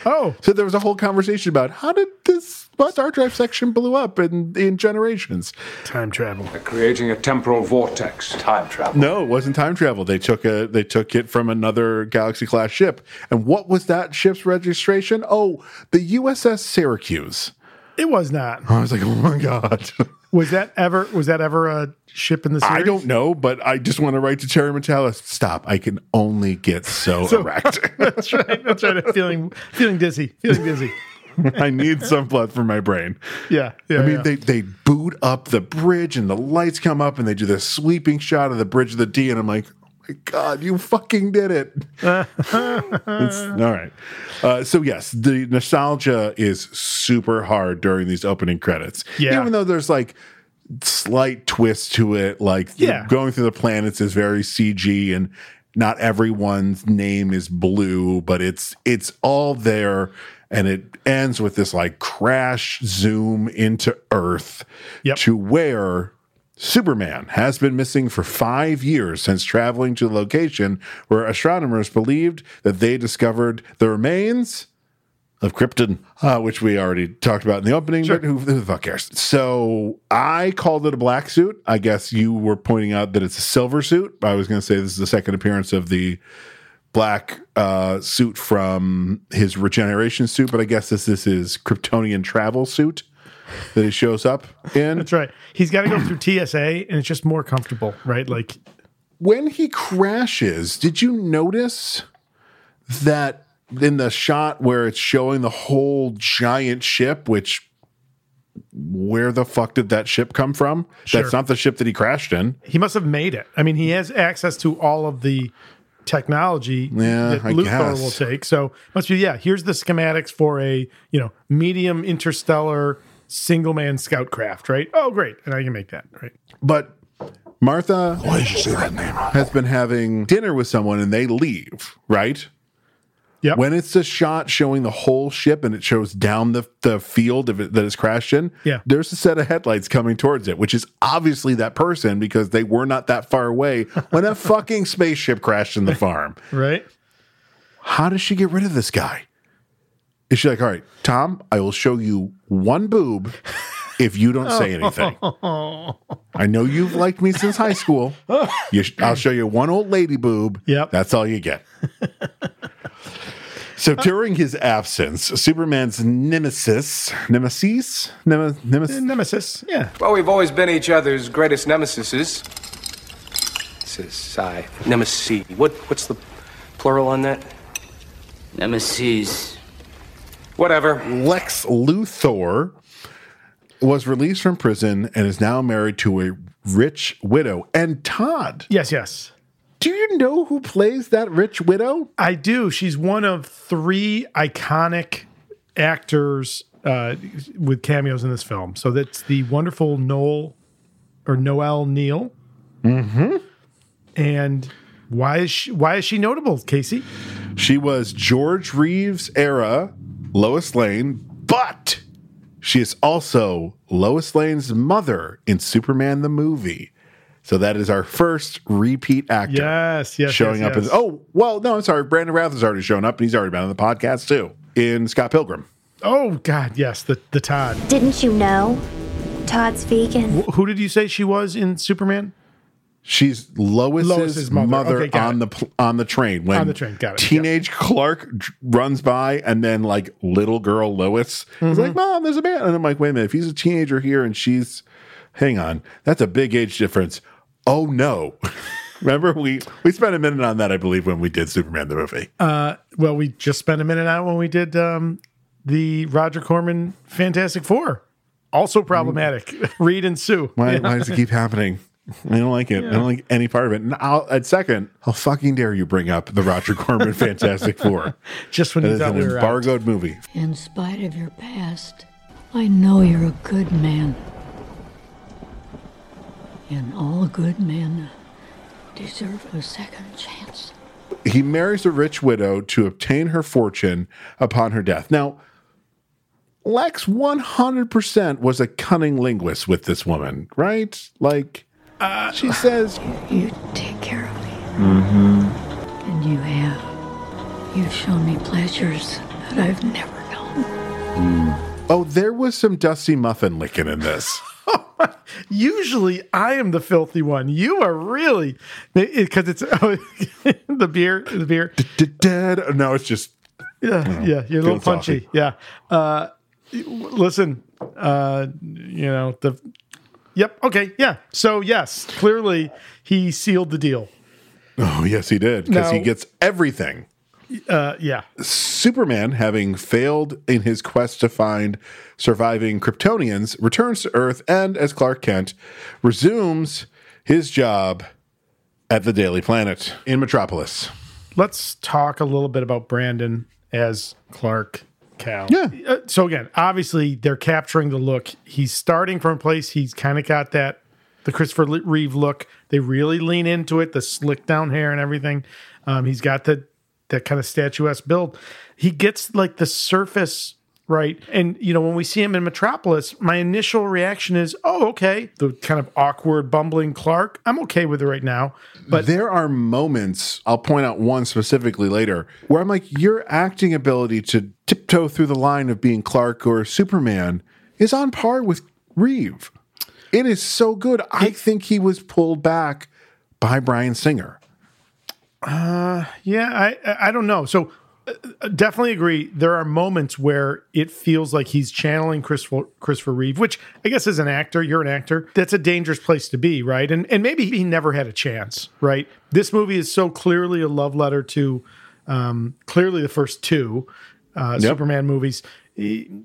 oh, So there was a whole conversation about how did this Star Drive section blew up in, in generations. time travel. creating a temporal vortex. Time travel. No, it wasn't time travel. They took a they took it from another Galaxy class ship. And what was that ship's registration? Oh, the USS Syracuse. It was not. I was like, oh my god. Was that ever was that ever a ship in the series? I don't know, but I just want to write to Terry Metalis. Stop. I can only get so, erect. That's right. That's right. I'm feeling feeling dizzy. Feeling dizzy. I need some blood for my brain. Yeah. Yeah. I mean, yeah. they, they boot up the bridge and the lights come up and they do this sweeping shot of the bridge of the D. And I'm like, oh my God, you fucking did it. It's- all right. Uh, so, yes, the nostalgia is super hard during these opening credits. Yeah. Even though there's like slight twist to it, like the- Yeah. going through the planets is very CG and not everyone's name is blue, but it's it's all there and it ends with this like crash zoom into Earth Yep. to where Superman has been missing for five years since traveling to the location where astronomers believed that they discovered the remains of Krypton, uh, which we already talked about in the opening, but who, who the fuck cares? So I called it a black suit. I guess you were pointing out that it's a silver suit. I was going to say this is the second appearance of the black uh, suit from his regeneration suit, but I guess this, this is Kryptonian travel suit that he shows up in. That's right. He's got to go through TSA, and it's just more comfortable, right? Like, when he crashes, did you notice that in the shot where it's showing the whole giant ship, which where the fuck did that ship come from? Sure. That's not the ship that he crashed in. he must have made it. I mean, he has access to all of the technology Yeah, that I Luthor guess. will take. So must be yeah. Here's the schematics for a you know medium interstellar single man scout craft, right? Oh, great, and I can make that, right? But Martha has been having dinner with someone and they leave, right? Yep. When it's a shot showing the whole ship and it shows down the, the field of it that is crashed in, Yeah. there's a set of headlights coming towards it, which is obviously that person because they were not that far away when a fucking spaceship crashed in the farm. right. How does she get rid of this guy? Is she like, all right, Tom, I will show you one boob if you don't say anything. I know you've liked me since high school. You sh- I'll show you one old lady boob. Yep. That's all you get. so during his absence, Superman's nemesis, nemesis, Nem- nemesis, Nemesis. Yeah. Well, we've always been each other's greatest nemesis. Sis, I. Nemesis. What, what's the plural on that? Nemesis. Whatever. Lex Luthor was released from prison and is now married to a rich widow. And Todd, Yes. Yes. do you know who plays that rich widow? I do. She's one of three iconic actors uh, with cameos in this film. So that's the wonderful Noel or Noel Neal. Mm-hmm. And why is she why is she notable, Casey? She was George Reeves era Lois Lane, but she is also Lois Lane's mother in Superman the movie. So that is our first repeat actor. Yes, yes, Showing yes, up yes. in oh well, no, I'm sorry, Brandon Routh has already shown up and he's already been on the podcast too. In Scott Pilgrim. Oh God, yes, the the Todd. Didn't you know? Todd's vegan. Who did you say she was in Superman? She's Lois's, Lois's mother. mother, Okay, got on it. the pl- on the train when On the train, got it, Teenage Clark dr- runs by, and then like little girl Lois is Mm-hmm. like, "Mom, there's a man," and I'm like, "Wait a minute! If he's a teenager here and she's, hang on, that's a big age difference." Oh no! Remember we we spent a minute on that, I believe, when we did Superman the movie. Uh, Well, we just spent a minute on it when we did um, the Roger Corman Fantastic Four. Also problematic. Mm. Reed and Sue. Why, why does it keep happening? I don't like it. I don't like any part of it. And I'll, at second, how fucking dare you bring up the Roger Corman Fantastic Four? Just when That you is thought an we were out. embargoed movie. In spite of your past, I know you're a good man. And all good men deserve a second chance. he marries a rich widow to obtain her fortune upon her death. Now, Lex 100% was a cunning linguist with this woman, right? Like, she says, You take care of me. Mm-hmm. And you have. You've shown me pleasures that I've never known. oh, there was some Dusty Muffin licking in this. Usually I am the filthy one. You are really because it's oh, the beer, the beer. Da-da-da. no, it's just, Yeah, yeah, you're a little feeling saucy. punchy. Yeah. Uh, y- w- listen, uh, you know the. Yep. Okay. Yeah. So yes, clearly he sealed the deal. oh, yes, he did, because he No. gets everything. Uh, yeah. Superman, having failed in his quest to find surviving Kryptonians, returns to Earth and, as Clark Kent, resumes his job at the Daily Planet in Metropolis. let's talk a little bit about Brandon as Clark Cal. Yeah. so again, obviously they're capturing the look. He's starting from a place he's kind of got that the Christopher Le- Reeve look. They really lean into it, the slick down hair and everything. Um, he's got the that kind of statuesque build. He gets like the surface right, and you know when we see him in Metropolis, my initial reaction is, "Oh, okay." The kind of awkward, bumbling Clark. I'm okay with it right now, but there are moments, I'll point out one specifically later, where I'm like, your acting ability to tiptoe through the line of being Clark or Superman is on par with Reeve. It is so good. I think he was pulled back by Brian Singer. Yeah, I I- I don't know. So uh, uh, definitely agree. There are moments where it feels like he's channeling Christopher Christopher Reeve, which I guess as an actor, you're an actor. That's a dangerous place to be, right? And and maybe he never had a chance, right? This movie is so clearly a love letter to um, clearly the first two uh, Superman movies. He-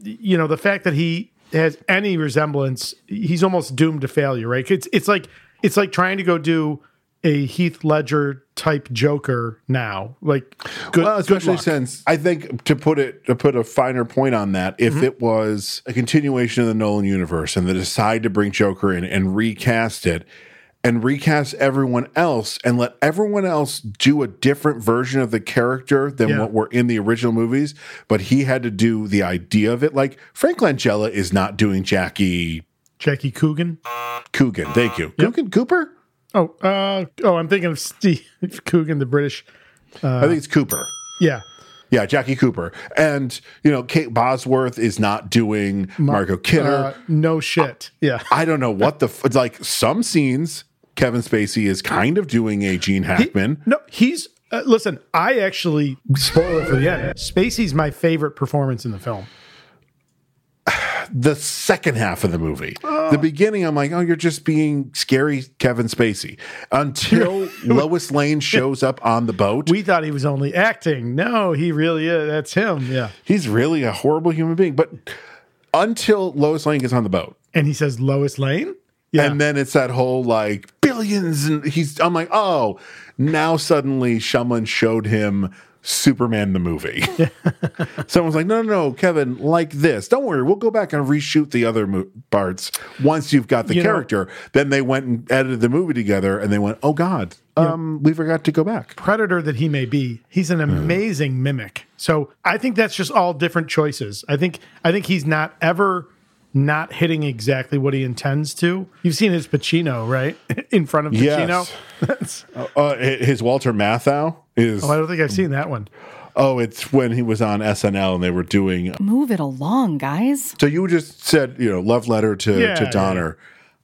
you know, the fact that he has any resemblance, he's almost doomed to failure, right? It's it's like it's like trying to go do a Heath Ledger type Joker now. Like, good, well, good especially luck. since I think to put it to put a finer point on that, Mm-hmm. if it was a continuation of the Nolan universe and they decide to bring Joker in and recast it and recast everyone else and let everyone else do a different version of the character than Yeah. what were in the original movies, but he had to do the idea of it. Like Frank Langella is not doing Jackie Jackie Coogan. Coogan. Thank you, Coogan Cooper. Oh, uh, oh, I'm thinking of Steve Coogan, the British. Uh, I think it's Cooper. Yeah, Yeah, Jackie Cooper, and you know Kate Bosworth is not doing Margot Kidder. uh, no shit. yeah, I don't know what the f- it's like. Some scenes, Kevin Spacey is kind of doing a Gene Hackman. no, he's. Uh, listen, I actually spoiler for the end. Spacey's my favorite performance in the film. the second half of the movie, the beginning, I'm like, oh, you're just being scary, Kevin Spacey, until Lois Lane shows up on the boat. We thought he was only acting. No, he really is. That's him. Yeah, He's really a horrible human being, but until Lois Lane gets on the boat. and he says Lois Lane. Yeah, And then it's that whole like billions, and he's. I'm like, oh, now suddenly someone showed him Superman the movie. Someone's like, no, no, no, Kevin, like this. Don't worry, we'll go back and reshoot the other mo- parts once you've got the You know- character. then they went and edited the movie together, and they went, oh God, um, we forgot to go back. predator that he may be, he's an amazing mimic. So I think that's just all different choices. I think I think he's not ever not hitting exactly what he intends to. You've seen his Pacino, right? In front of Pacino. Yes. Uh, his Walter Matthau is Oh, I don't think I've seen that one. oh, it's when he was on SNL and they were doing Move it along, guys. So you just said, you know, love letter to, Yeah, to yeah. Donner.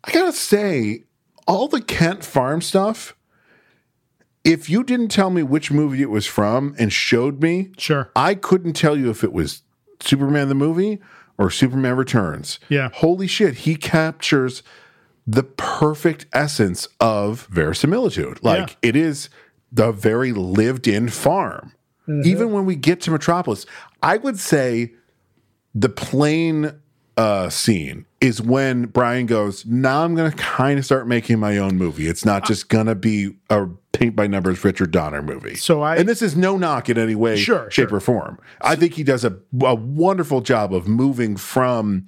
I gotta say, all the Kent Farm stuff, if you didn't tell me which movie it was from and showed me, Sure. I couldn't tell you if it was Superman the movie or Superman Returns. Yeah. Holy shit, he captures the perfect essence of verisimilitude. Like it is the very lived in farm. Mm-hmm. Even when we get to Metropolis, I would say the plane uh, scene is when Brian goes, Now I'm going to kind of start making my own movie. It's not just going to be a paint by numbers Richard Donner movie. So I- and this is no knock in any way, Sure, shape, sure. or form. I think he does a, a wonderful job of moving from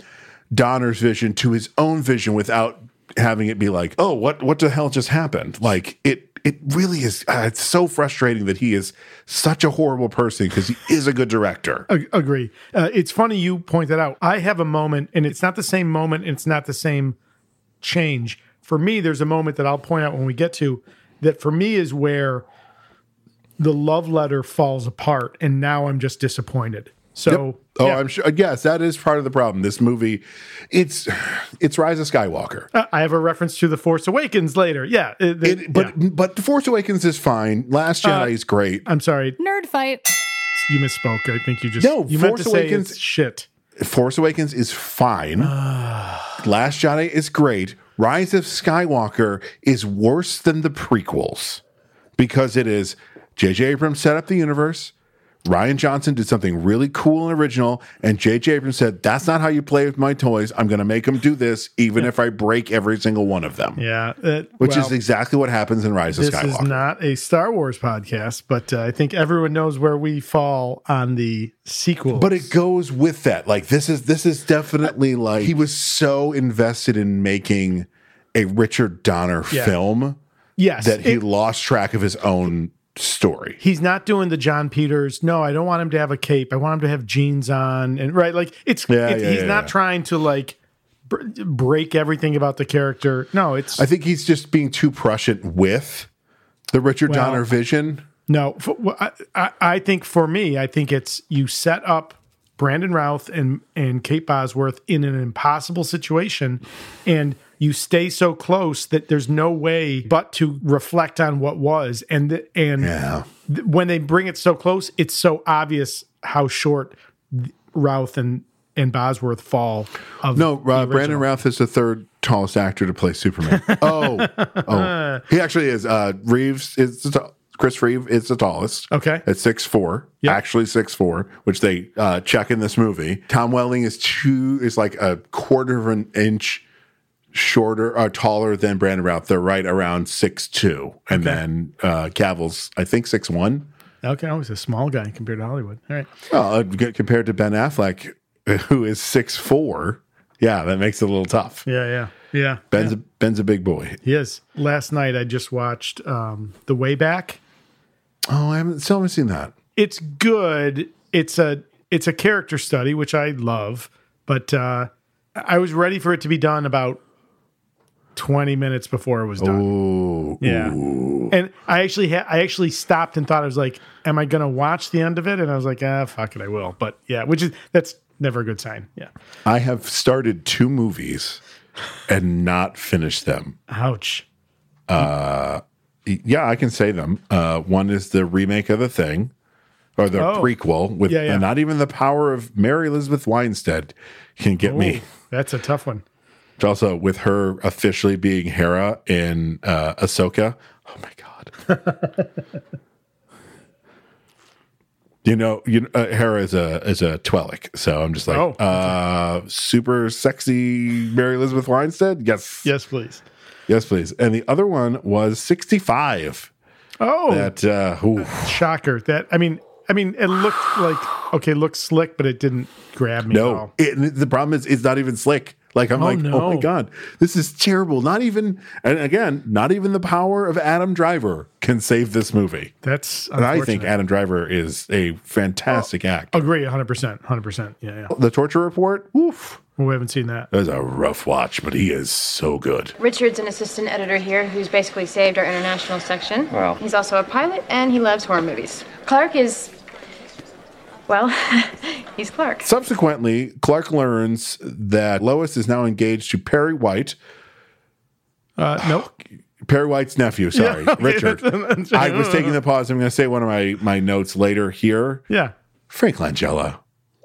Donner's vision to his own vision without having it be like, oh, what what the hell just happened? Like it it really is. Uh, it's so frustrating that he is such a horrible person because he is a good director. Ag- agree. Uh, it's funny you point that out. I have a moment, and it's not the same moment, and it's not the same change. For me, there's a moment that I'll point out when we get to that for me is where the love letter falls apart, and now I'm just disappointed. So, Oh, yeah, I'm sure. Yes, that is part of the problem. This movie, it's it's Rise of Skywalker. uh, I have a reference to The Force Awakens later. Yeah. uh, the- It, but yeah. Uh, but The Force Awakens is fine. Last Jedi is great. I'm sorry, Nerd fight. you misspoke. I think you just No, you meant Force to say Awakens- it's shit. Force Awakens is fine. Last Jedi is great. Rise of Skywalker is worse than the prequels because it is J.J. Abrams set up the universe. Ryan Johnson did something really cool and original, and J.J. Abrams said, "That's not how you play with my toys. I'm going to make them do this, even if I break every single one of them." Yeah, uh, Which well- is exactly what happens in Rise of this Skywalker. is not a Star Wars podcast, but uh, I think everyone knows where we fall on the sequel. but it goes with that. Like this is this is definitely like he was so invested in making a Richard Donner Yeah. film yes, that he it- lost track of his own story. he's not doing the John Peters. No, I don't want him to have a cape. I want him to have jeans on, and right, like it's. Yeah, it's yeah, he's yeah, not yeah. trying to like br- break everything about the character. No, it's I think he's just being too prescient with the Richard Well, Donner vision. No, for, well, I, I, I think for me, I think it's you set up Brandon Routh and and Kate Bosworth in an impossible situation, and you stay so close that there's no way but to reflect on what was, and th- and th- when they bring it so close, it's so obvious how short th- Routh and and Bosworth fall. Of No, the uh, Brandon original. Routh is the third tallest actor to play Superman. oh, oh, he actually is. Uh, Reeves is the tall- Chris Reeve is the tallest. Okay. at six four, actually six four, which they uh, check in this movie. Tom Welling is two is like a quarter of an inch shorter or taller than Brandon Routh. They're right around six two, and then uh, Cavill's I think six one. Okay, I was a small guy compared to Hollywood. All right. Well, uh, g- compared to Ben Affleck, uh, who is six four. Yeah, that makes it a little tough. Yeah, yeah, yeah. Ben's a, Ben's a big boy. He is. Last night I just watched um, The Way Back. Oh, I haven't still haven't seen that. It's good. It's a it's a character study, which I love, but uh, I was ready for it to be done about twenty minutes before it was done. Ooh, Yeah. And I actually ha- I actually stopped and thought I was like, am I gonna watch the end of it? And I was like, ah, fuck it, I will. But yeah, which is that's never a good sign. Yeah. I have started two movies and not finished them. Ouch. Yeah, I can say them. Uh, one is the remake of The Thing, or the Oh. prequel with Yeah, yeah. uh, not even the power of Mary Elizabeth Winstead can get me. That's a tough one. Also, with her officially being Hera in uh, Ahsoka. Oh my god. You know, you uh, Hera is a is a Twellic, so I'm just like, Oh, okay. uh, super sexy Mary Elizabeth Winstead. Yes, Yes, please. yes, please. And the other one was 65. Oh That uh, ooh. shocker. That I mean, I mean, it looked like okay, looked slick, but it didn't grab me. at No, all. it, the problem is it's not even slick. Like I'm Oh, like, oh my no. god, this is terrible. Not even, and again, not even the power of Adam Driver can save this movie. that's. And I think unfortunate. Oh. Adam Driver is a fantastic actor. agree, hundred percent, hundred percent. Yeah, yeah. The torture report, woof, We haven't seen that. that was a rough watch, but he is so good. Richard's an assistant editor here who's basically saved our international section. Wow. He's also a pilot and he loves horror movies. Clark is. Well, he's Clark. Subsequently, Clark learns that Lois is now engaged to Perry White, Uh, nope. Perry White's nephew. Sorry, Yeah, okay, Richard. that's- I was taking the pause. I'm going to say one of my my notes later here. Yeah. Frank Langella,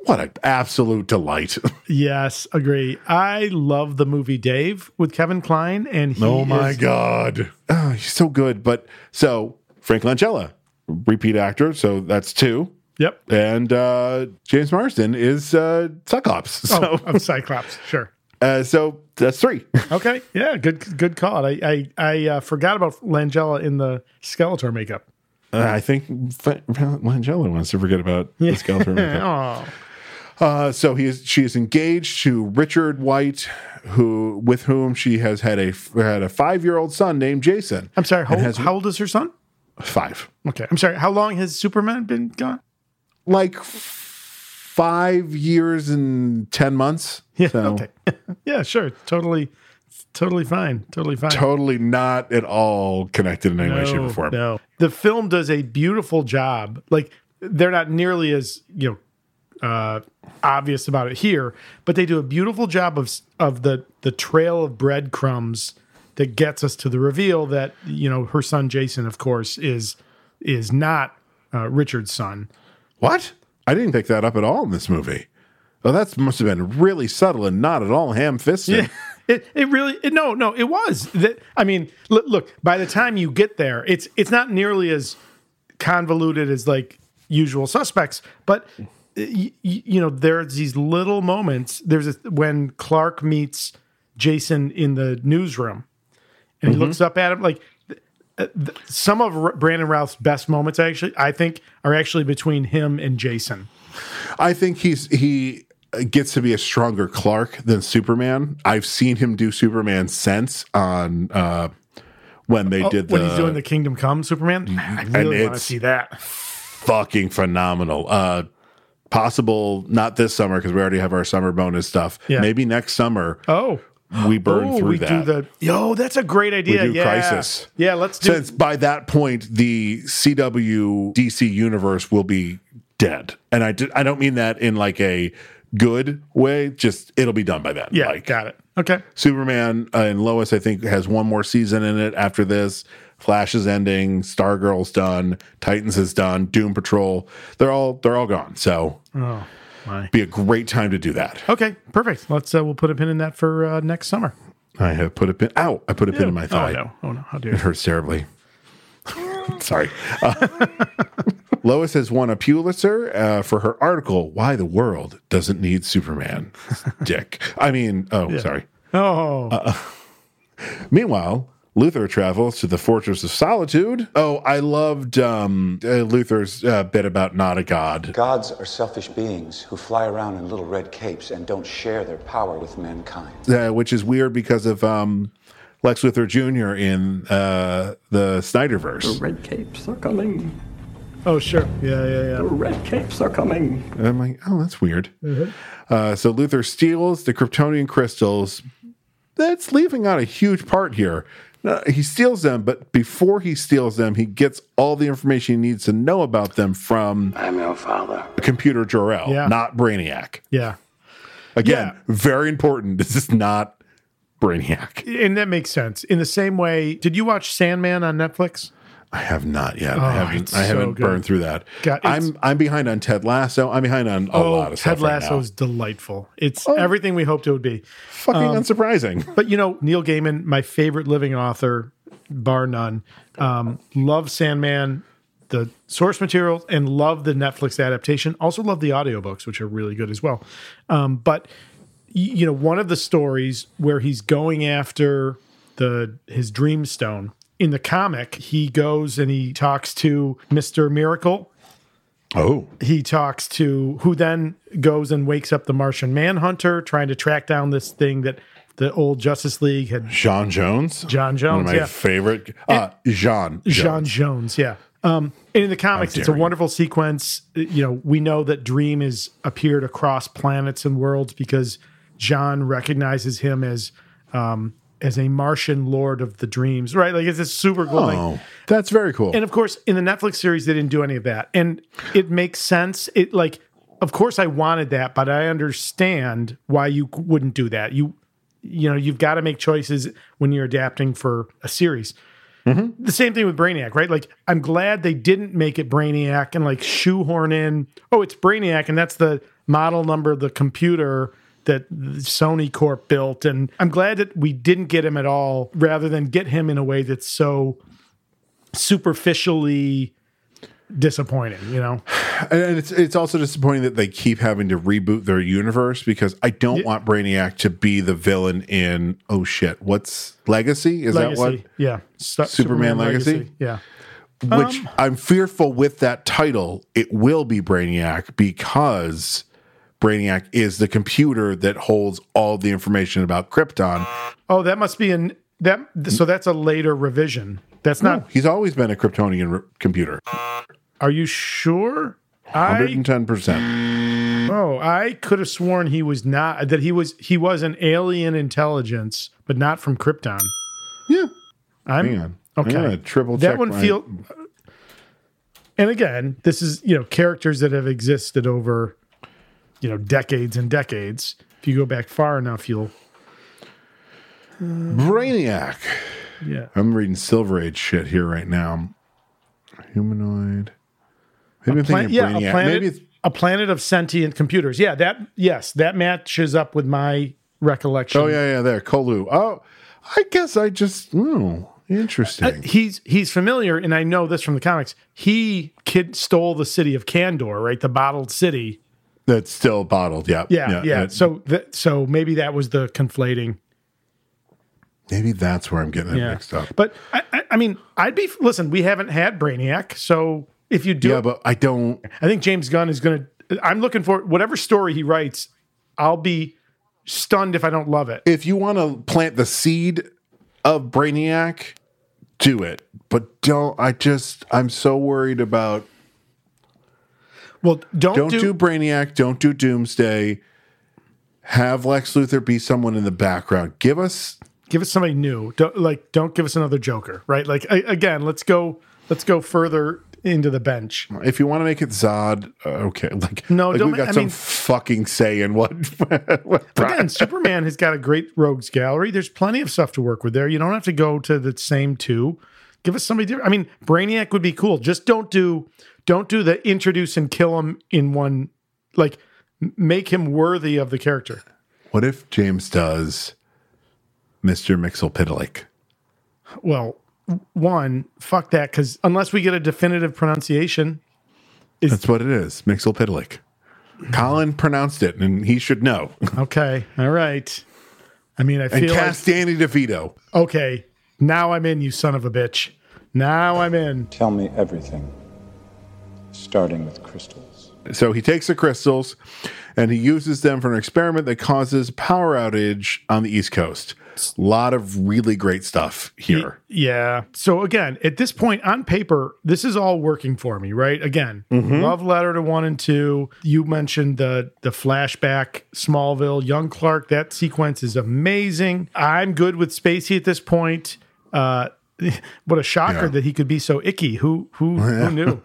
what an absolute delight. Yes, agree. I love the movie Dave with Kevin Klein, and he oh my is- god, oh, he's so good. But so Frank Langella, repeat actor, so that's two. Yep. And uh, James Marsden is uh, Cyclops, so Oh, of Cyclops, sure. uh, so that's three. Okay, yeah, good, good call. I, I, I uh, forgot about Langella in the Skeletor makeup. Uh, I think Fa- Langella wants to forget about the skeleton. Oh, Uh, so he is she is engaged to Richard White, who with whom she has had a had a five year old son named Jason. I'm sorry. How, And has- how old is her son? five, Okay, I'm sorry. How long has Superman been gone? like f- five years and ten months. Yeah. So Okay. yeah. Sure. Totally. Totally fine. Totally fine. totally not at all connected in any way, shape, or form. No. The film does a beautiful job. Like they're not nearly as, you know, uh obvious about it here, but they do a beautiful job of of the the trail of breadcrumbs that gets us to the reveal that, you know, her son Jason of course is is not uh, Richard's son. What? I didn't pick that up at all in this movie. Oh, that must have been really subtle and not at all ham fisted. It, it really it, no no it was that I mean l- look by the time you get there it's it's not nearly as convoluted as like usual suspects but y- y- you know there's these little moments there's a, when Clark meets Jason in the newsroom and Mm-hmm. he looks up at him like th- th- some of R- Brandon Routh's best moments actually I think are actually between him and Jason I think he's he gets to be a stronger Clark than Superman. I've seen him do Superman since on uh, when they did Oh, the, Mm-hmm. when he's doing the Kingdom Come Superman I really want to it's- see that fucking phenomenal. Uh, possible not this summer because we already have our summer bonus stuff. Yeah. Maybe next summer oh we burn Oh, through we that. do the yo. That's a great idea. do yeah. Crisis. Yeah, let's do. Since by that point the CW DC universe will be dead, and I d- I don't mean that in like a good way. Just it'll be done by then. yeah, like, got it. Okay. Superman uh, and Lois, I think, has one more season in it after this. Flash is ending, Stargirl's done, Titans is done, Doom Patrol. They're all they're all gone. So Oh, my. be a great time to do that. Okay. Perfect. Let's. Uh, we'll put a pin in that for uh, next summer. I have put a pin ow, I put a pin in my Oh thigh. no. Oh no. How dare It you? hurts terribly. Sorry. Uh, Lois has won a Pulitzer uh, for her article, Why the World Doesn't Need Superman. Dick. I mean, oh, sorry. Oh. Meanwhile, Luther travels to the Fortress of Solitude. Oh, I loved um, uh, Luther's uh, bit about not a god. Gods are selfish beings who fly around in little red capes and don't share their power with mankind. Uh, which is weird because of um, Lex Luthor Jr. in uh, the Snyderverse. Red capes are coming. oh sure. Yeah. Yeah. Yeah. Red capes are coming. And I'm like, oh, that's weird. Uh, so Luther steals the Kryptonian crystals. That's leaving out a huge part here. Uh, he steals them, but before he steals them, he gets all the information he needs to know about them from I'm your father. computer Jor-El, Yeah. not Brainiac. Yeah. Again, Yeah. very important. This is not Brainiac. And that makes sense. In the same way, did you watch Sandman on Netflix? I have not yet. Oh, I haven't. it's I haven't so good. burned through that. God, it's- I'm I'm behind on Ted Lasso. I'm behind on a lot of Oh, Ted stuff. right now. Oh. Lasso is delightful. It's everything we hoped it would be. fucking um, unsurprising. But you know, Neil Gaiman, my favorite living author, bar none, um, love Sandman, the source material, and love the Netflix adaptation. Also love the audiobooks, which are really good as well. Um, but y- you know, one of the stories where he's going after the his dream stone in the comic, he goes and he talks to Mister Miracle Oh. He talks to who then goes and wakes up the Martian Manhunter, trying to track down this thing that the old Justice League had. John Jones. John Jones. One of my yeah. favorite. Uh, Jean. Jones. John Jones. Yeah. Um, and in the comics, it's a dare you. wonderful sequence. Uh, You know, we know that Dream has appeared across planets and worlds because John recognizes him as um, as a Martian Lord of the Dreams, right? Like it's this super cool thing. Oh, that's very cool. And of course, in the Netflix series, they didn't do any of that, and it makes sense. It like, of course, I wanted that, but I understand why you wouldn't do that. You, you know, you've got to make choices when you're adapting for a series. The same thing with Brainiac, right? Like, I'm glad they didn't make it Brainiac and like shoehorn in, oh, it's Brainiac, and that's the model number of the computer that Sony Corp built. And I'm glad that we didn't get him at all rather than get him in a way that's so superficially disappointing, you know? And- and it's it's also disappointing that they keep having to reboot their universe because I don't want Brainiac to be the villain in oh shit what's Legacy is Legacy. that Yeah. Su- Superman Legacy? Yeah. what which Um, I'm fearful with that title it will be Brainiac because Brainiac is the computer that holds all the information about Krypton. Oh, that must be in that. So that's a later revision. That's not. He's always been a Kryptonian r- computer. Are you sure? I 110%. oh, I could have sworn he was not that he was he was an alien intelligence, but not from Krypton. Yeah. I'm Hang on. Mm. okay. I'm gonna triple that check one my- feel. And again, this is you know characters that have existed over you know decades and decades. If you go back far enough, you'll Brainiac. yeah. I'm reading Silver Age shit here right now. Humanoid. Maybe I'm Pla- thinking yeah, of Brainiac. a planet, Maybe it's a planet of sentient computers. Yeah, that yes, that matches up with my recollection. Oh yeah, yeah, there. Kolu. Oh, I guess I just oh, interesting. Uh, he's he's familiar, and I know this from the comics. He kid stole the city of Kandor, right? The bottled city. That's still bottled. Yeah, Yeah, yeah. that- so that so maybe that was the conflating. maybe that's where I'm getting it Yeah. mixed up. But I, I, I mean, I'd be listen. We haven't had Brainiac, so if you do, yeah, but I don't. I think James Gunn is going to. I'm looking for whatever story he writes. I'll be stunned if I don't love it. If you want to plant the seed of Brainiac, do it. But don't. I just. I'm so worried about. Well, don't, Don't do Brainiac. Don't do Doomsday. Have Lex Luthor be someone in the background. Give us give us somebody new. Don't like don't give us another Joker, right? Like a- again, let's go let's go further into the bench. If you want to make it Zod, uh, okay. Like No, like don't ma- we got I some mean- fucking say in what. what Again, Superman has got a great rogues gallery. There's plenty of stuff to work with there. You don't have to go to the same two. Give us somebody different. I mean, Brainiac would be cool. Just don't do don't do the introduce and kill him in one like m- make him worthy of the character. what if James does Mr. Mixelpidlick? Well, w- one, fuck that cuz unless we get a definitive pronunciation, That's what it is, Mixelpidlick. Colin pronounced it, and he should know. okay. All right. I mean, I feel And like- cast Danny DeVito. Okay, now I'm in, you son of a bitch. Now I'm in. Tell me everything, starting with crystals. So he takes the crystals, and he uses them for an experiment that causes power outage on the East Coast. A lot of really great stuff here. Yeah. So again, at this point on paper, this is all working for me, right? Again, love letter to one and two. You mentioned the the flashback, Smallville, young Clark. That sequence is amazing. I'm good with Spacey at this point. Uh, what a shocker that he could be so icky. Who who who knew?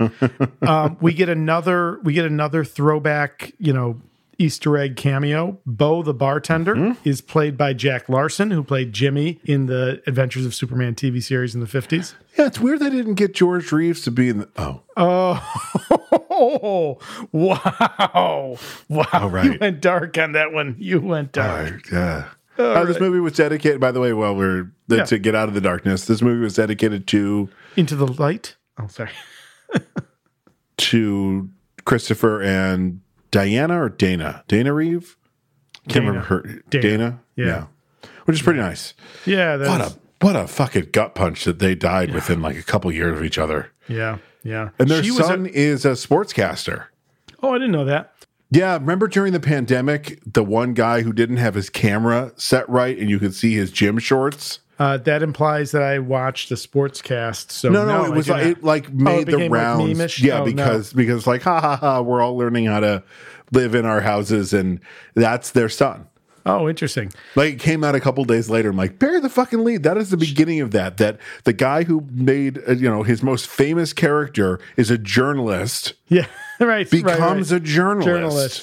um, we get another we get another throwback you know easter egg cameo bo the bartender Mm-hmm. is played by jack larson who played jimmy in the adventures of superman tv series in the 50s Yeah, it's weird they didn't get George Reeves to be in the. Oh, oh wow wow you right. went dark on that one you went dark Alright, Yeah. Uh, this movie was dedicated, by the way, while we're the, Yeah. to get out of the darkness. This movie was dedicated to into the light oh sorry to Christopher and Diana or Dana, Dana Reeve. Can't remember her. Dana. Dana. Yeah. which is pretty nice. yeah What that's a what a fucking gut punch that they died within like a couple years of each other. yeah Yeah. And their She was son is a sportscaster. Oh, I didn't know that. Yeah, remember during the pandemic, the one guy who didn't have his camera set right and you could see his gym shorts? Uh, that implies that I watched a sports cast. So no, no, it Oh, I was did not. like it like Oh, it made the became, like, rounds. meme-ish? yeah, Oh, no. because because like ha ha ha, we're all learning how to live in our houses, and that's their son. Oh, interesting. Like it came out a couple days later. I'm like, bear the fucking lead. That is the beginning of that. That the guy who made uh, you know his most famous character is a journalist. Yeah, right. right, Becomes right. a journalist.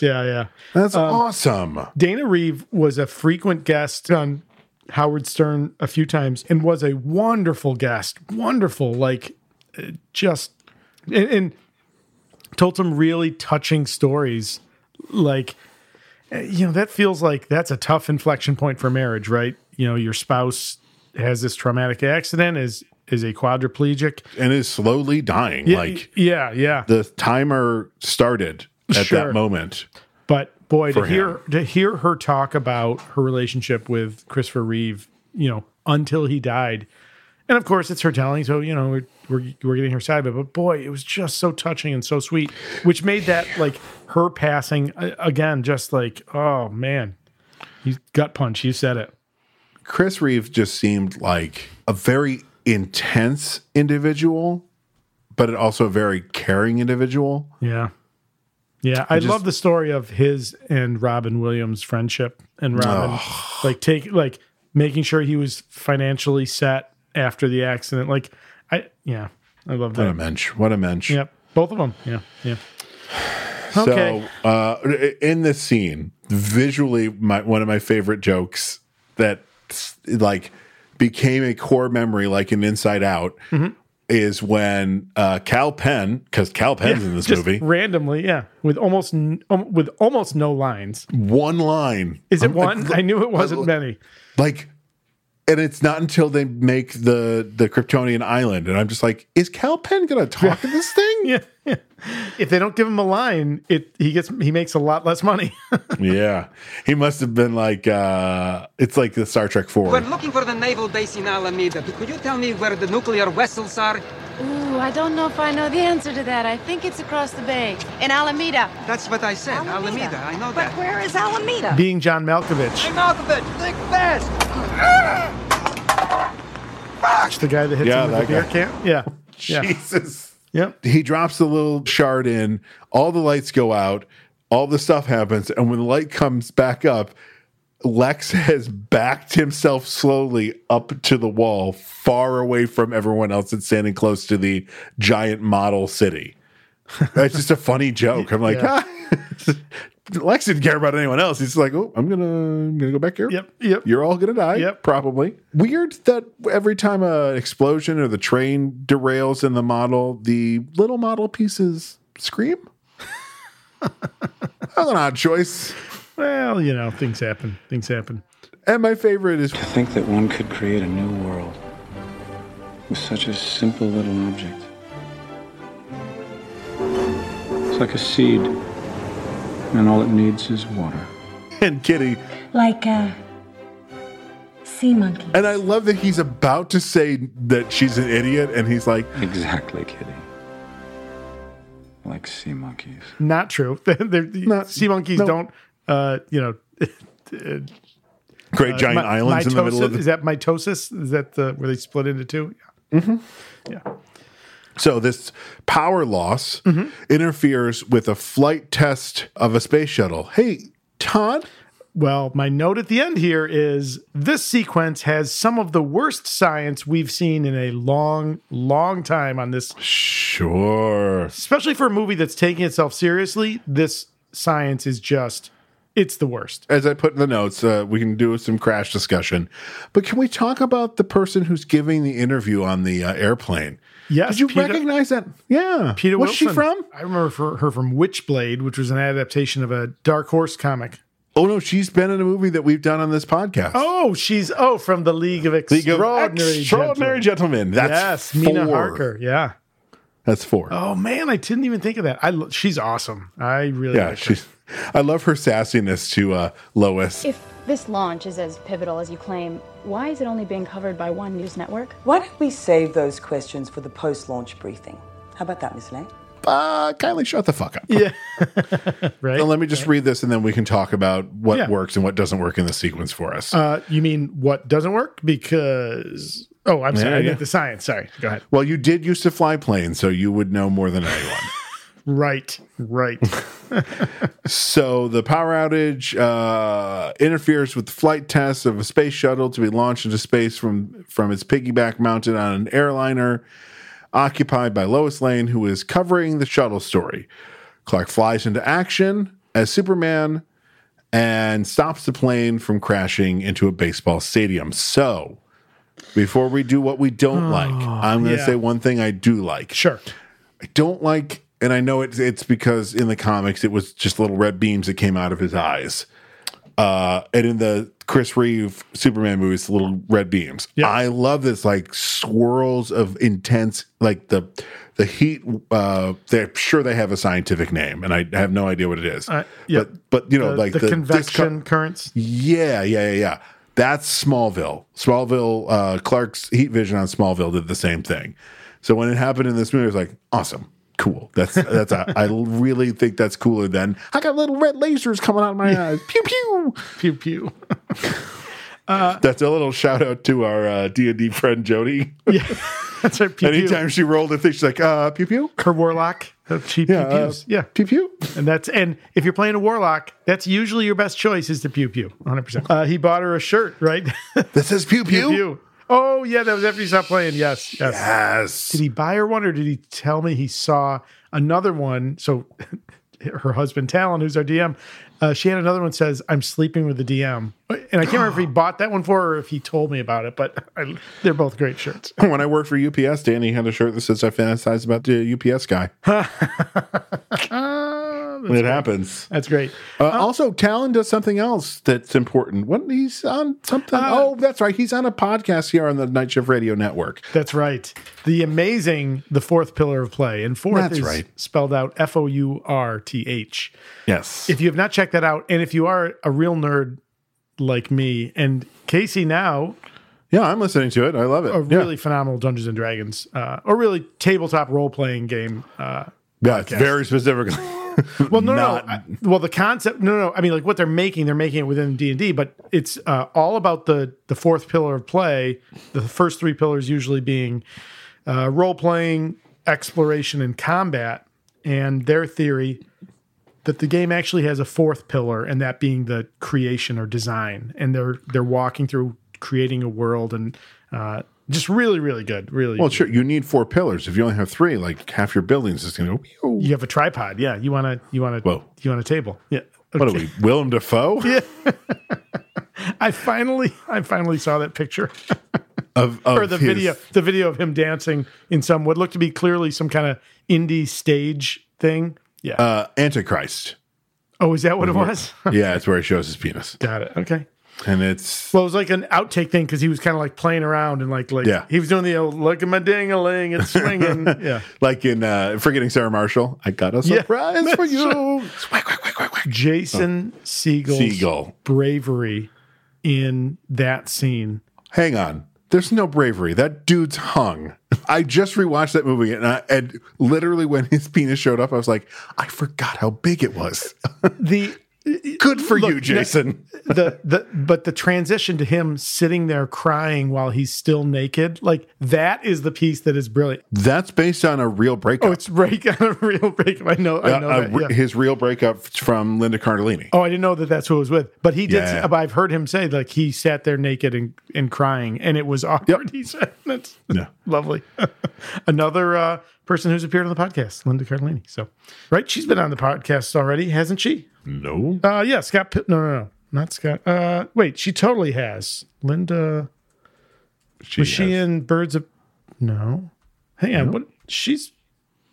Journalist, Um, yeah, yeah. That's awesome. Dana Reeve was a frequent guest on Howard Stern a few times and was a wonderful guest. Wonderful, like uh, just and, and told some really touching stories. Like uh, you know, that feels like that's a tough inflection point for marriage, right? You know, your spouse has this traumatic accident, is is a quadriplegic. and is slowly dying. Yeah, like yeah, yeah. the timer started at Sure. that moment. But boy, to for hear to hear her talk about her relationship with Christopher Reeve, you know, until he died, and of course it's her telling, so you know we're we're, we're getting her side of it. But boy, it was just so touching and so sweet, which made that like her passing uh, again, just like oh man, you gut punch. You said it. Chris Reeve just seemed like a very intense individual, but also a very caring individual. Yeah. Yeah, I just- love the story of his and Robin Williams' friendship and Robin like take like making sure he was financially set after the accident. Like I yeah, I love What a that. mensch! What a mensch! Yep. Both of them. Yeah. Yeah. Okay. So, uh, in this scene, visually, my, one of my favorite jokes that like became a core memory, like an Inside Out, Mm-hmm. is when uh, Cal Penn, because Cal Penn's in this Just movie, randomly, yeah, with almost n- um, with almost no lines. one line. Is it I'm- one? I knew it wasn't many. like and it's not until they make the the kryptonian island and i'm just like is cal penn gonna talk in this thing Yeah. If they don't give him a line, it he gets he makes a lot less money. yeah he must have been like uh it's like the star trek 4 We're looking for the naval base in Alameda. Could you tell me where the nuclear vessels are? Ooh, I don't know if I know the answer to that. I think it's across the bay in Alameda. That's what I said. Alameda. I know that. Where is Alameda? Being John Malkovich, I'm out of it. Think fast. the guy that hits Yeah, him with the that beer guy. can. Yeah. Yeah. jesus Yep. he drops the little shard in all the lights go out all the stuff happens and when the light comes back up lex has backed himself slowly up to the wall far away from everyone else and standing close to the giant model city that's just a funny joke i'm like Yeah. "Ah." lex didn't care about anyone else he's like oh i'm gonna i'm gonna go back here Yep, yep. you're all gonna die Yep. probably weird that every time a explosion or the train derails in the model the little model pieces scream that's an odd choice Well, you know, things happen. Things happen. and my favorite is To think that one could create a new world with such a simple little object. It's like a seed, and all it needs is water. and kitty Like a sea monkey. and i love that he's about to say that she's an idiot and he's like Exactly, Kitty. Like sea monkeys. Not true. They're, sea monkeys no. don't, uh, you know. great giant mi- islands in the middle of Uh, mitosis- the Is that mitosis? Is that the, where they split into two? So this power loss Mm-hmm. interferes with a flight test of a space shuttle. Hey, Todd, Well, my note at the end here is this sequence has some of the worst science we've seen in a long, long time on this, sure. especially for a movie that's taking itself seriously. This science is just, it's the worst. As I put in the notes, uh, we can do some crash discussion, but can we talk about the person who's giving the interview on the uh, airplane? Yes, Did you Peter- recognize that? Yeah, Peter What's she Wilson. from? I remember for her from Witchblade, which was an adaptation of a Dark Horse comic. Oh no, she's been in a movie that we've done on this podcast. Oh, she's oh from the League of League of Extraordinary, Extraordinary Gentlemen. yes, That's Mina four. Harker. Yeah. That's four. Oh man, I didn't even think of that. I lo- she's awesome. I really yeah, like her. she's. I love her sassiness to uh, Lois. If this launch is as pivotal as you claim, why is it only being covered by one news network? Why don't we save those questions for the post launch briefing? How about that, Miss Lang? Uh, kindly shut the fuck up. Yeah. right. Now let me just read this and then we can talk about what Yeah. works and what doesn't work in the sequence for us. Uh, you mean what doesn't work? Because oh, I'm sorry, Yeah, I yeah. did the science. Sorry, go ahead. well, you did used to fly planes, so you would know more than anyone. Right, right. so the power outage uh, interferes with the flight test of a space shuttle to be launched into space from from its piggyback mounted on an airliner occupied by Lois Lane, who is covering the shuttle story. Clark flies into action as Superman and stops the plane from crashing into a baseball stadium. So, before we do what we don't like, I'm going to yeah. say one thing I do like. Sure. I don't like, and I know it's it's because in the comics it was just little red beams that came out of his eyes. Uh, and in the Chris Reeve Superman movies, the little red beams. I love this like swirls of intense, like the the heat. Uh, they're sure they have a scientific name, and I have no idea what it is. Uh, yeah. But but you know, The- like the this convection currents. yeah, yeah, yeah, yeah. That's Smallville. Smallville, uh, Clark's heat vision on Smallville did the same thing. So when it happened in this movie, it was like, awesome, cool. That's that's I I really think that's cooler than I got little red lasers coming out of my eyes. Pew pew pew pew. that's a little shout out to our uh, D and D friend Jody. That's right. Pew, Anytime pew. she rolled a thing, she's like, uh, pew pew. her warlock, her cheap Yeah, pew uh, pews. yeah, pew pew. And that's and if you're playing a warlock, that's usually your best choice is to pew pew. 100. percent uh, He bought her a shirt, right? that says pew pew. Oh yeah, that was after he stopped playing. Yes, yes. Yes. Did he buy her one, or did he tell me he saw another one? So her husband Talon, who's our DM, uh, she had another one says, "I'm sleeping with the DM," and I can't remember if he bought that one for her or if he told me about it. But I, they're both great shirts. When I worked for UPS, Danny had a shirt that says I fantasize about the UPS guy. Uh, it happens. that's great. Uh, also, Talon does something else that's important. What he's on something? Uh, oh, that's right. He's on a podcast here on the Night Shift Radio Network. That's right. The amazing, the fourth pillar of play, and fourth That's is right. spelled out F O U R T H. Yes. If you have not checked that out, and if you are a real nerd like me and Casey now, yeah, I'm listening to it. I love it. a yeah. really phenomenal Dungeons and Dragons, uh, or really tabletop role playing game. Uh, yeah, it's very specifically. well, no, Not- no, I- well, the concept, no, no, I mean, like what they're making, they're making it within D and D, but it's uh, all about the the fourth pillar of play. The first three pillars usually being uh, role playing, exploration, and combat. And their theory that the game actually has a fourth pillar, and that being the creation or design. And they're they're walking through creating a world, and uh, just really, really good, really. Well, sure. You need four pillars. If you only have three, like half your buildings is going to go. You have a tripod, yeah. You want to, you want to, Whoa. you want a table, yeah. What are we, Willem Dafoe? Yeah. I finally, I finally saw that picture Of, of or the his- video, the video of him dancing in some what looked to be clearly some kind of indie stage thing. Yeah. Uh, Antichrist. Oh, is that what it was? yeah, it's where he shows his penis. Got it. Okay. And it's. Well, it was like an outtake thing because he was kind of like playing around and like, like Yeah. he was doing the old look at my ding a ling, it's swinging. yeah. Like in uh, forgetting Sarah Marshall, I got a Yeah. surprise for That's you. Jason Siegel's Uh, Siegel. bravery in that scene. Hang on. There's no bravery. That dude's hung. I just rewatched that movie and, I, and literally when his penis showed up, I was like, I forgot how big it was. The Good for Look, you, that- Jason. the the but the transition to him sitting there crying while he's still naked, like that is the piece that is brilliant. That's based on a real breakup. Oh, it's break on a real break. I know, Oh, I know Uh, uh, that. yeah. His real breakup from Linda Cardellini. Oh, I didn't know that that's who it was with. But he did. Yeah. but I've heard him say like he sat there naked and, and crying, and it was awkward. He said, "That's Yeah. lovely." Another uh, person who's appeared on the podcast, Linda Cardellini. So, right, she's been on the podcast already, hasn't she? No. Uh, yeah, Scott. Pitt- no, no, no, not Scott. Uh, wait, she totally has. Linda was she has- in Birds of? No, hang on. What she's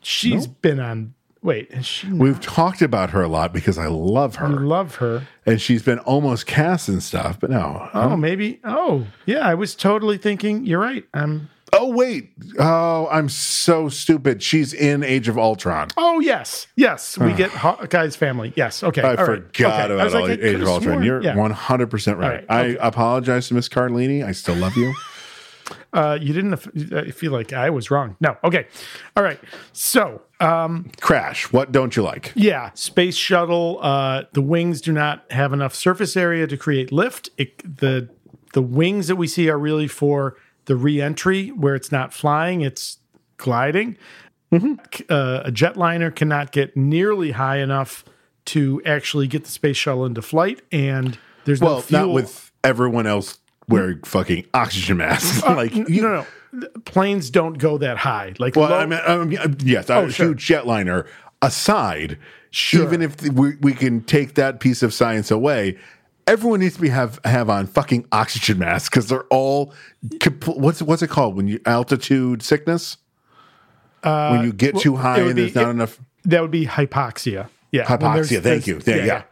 she's been on. Wait, is she? We've talked about her a lot because I love I her. love her. and she's been almost cast and stuff, but no. Oh, maybe. Oh, yeah. I was totally thinking. You're right. Um. Oh, wait. Oh, I'm so stupid. She's in Age of Ultron. Oh yes, yes. We get Hawkeye's family. Yes. Okay. I all right. forgot Okay. I about was like, all I Age of could've Ultron. sworn- You're yeah. 100% right. All right, I apologize to Miss Cardellini. I still love you. Uh, you didn't af- uh, feel like I was wrong. No. Okay. All right. So, um, Crash, what don't you like? Yeah. Space shuttle, uh, the wings do not have enough surface area to create lift. It, the, the wings that we see are really for the reentry where it's not flying, it's gliding. Mm-hmm. Uh, a jetliner cannot get nearly high enough to actually get the space shuttle into flight, and there's well, no fuel. not with everyone else wearing fucking oxygen masks. Uh, like, n- you no, no, no. planes don't go that high. Like, well, low- I mean, I mean, yes, a Oh, sure. huge jetliner aside, Sure. even if we, we can take that piece of science away. Everyone needs to be have have on fucking oxygen masks because they're all compl- what's what's it called when you altitude sickness uh, when you get well, too high it would and be- there's not it- enough That would be hypoxia. Yeah. when there's- hypoxia. Thank there's- you. There- yeah,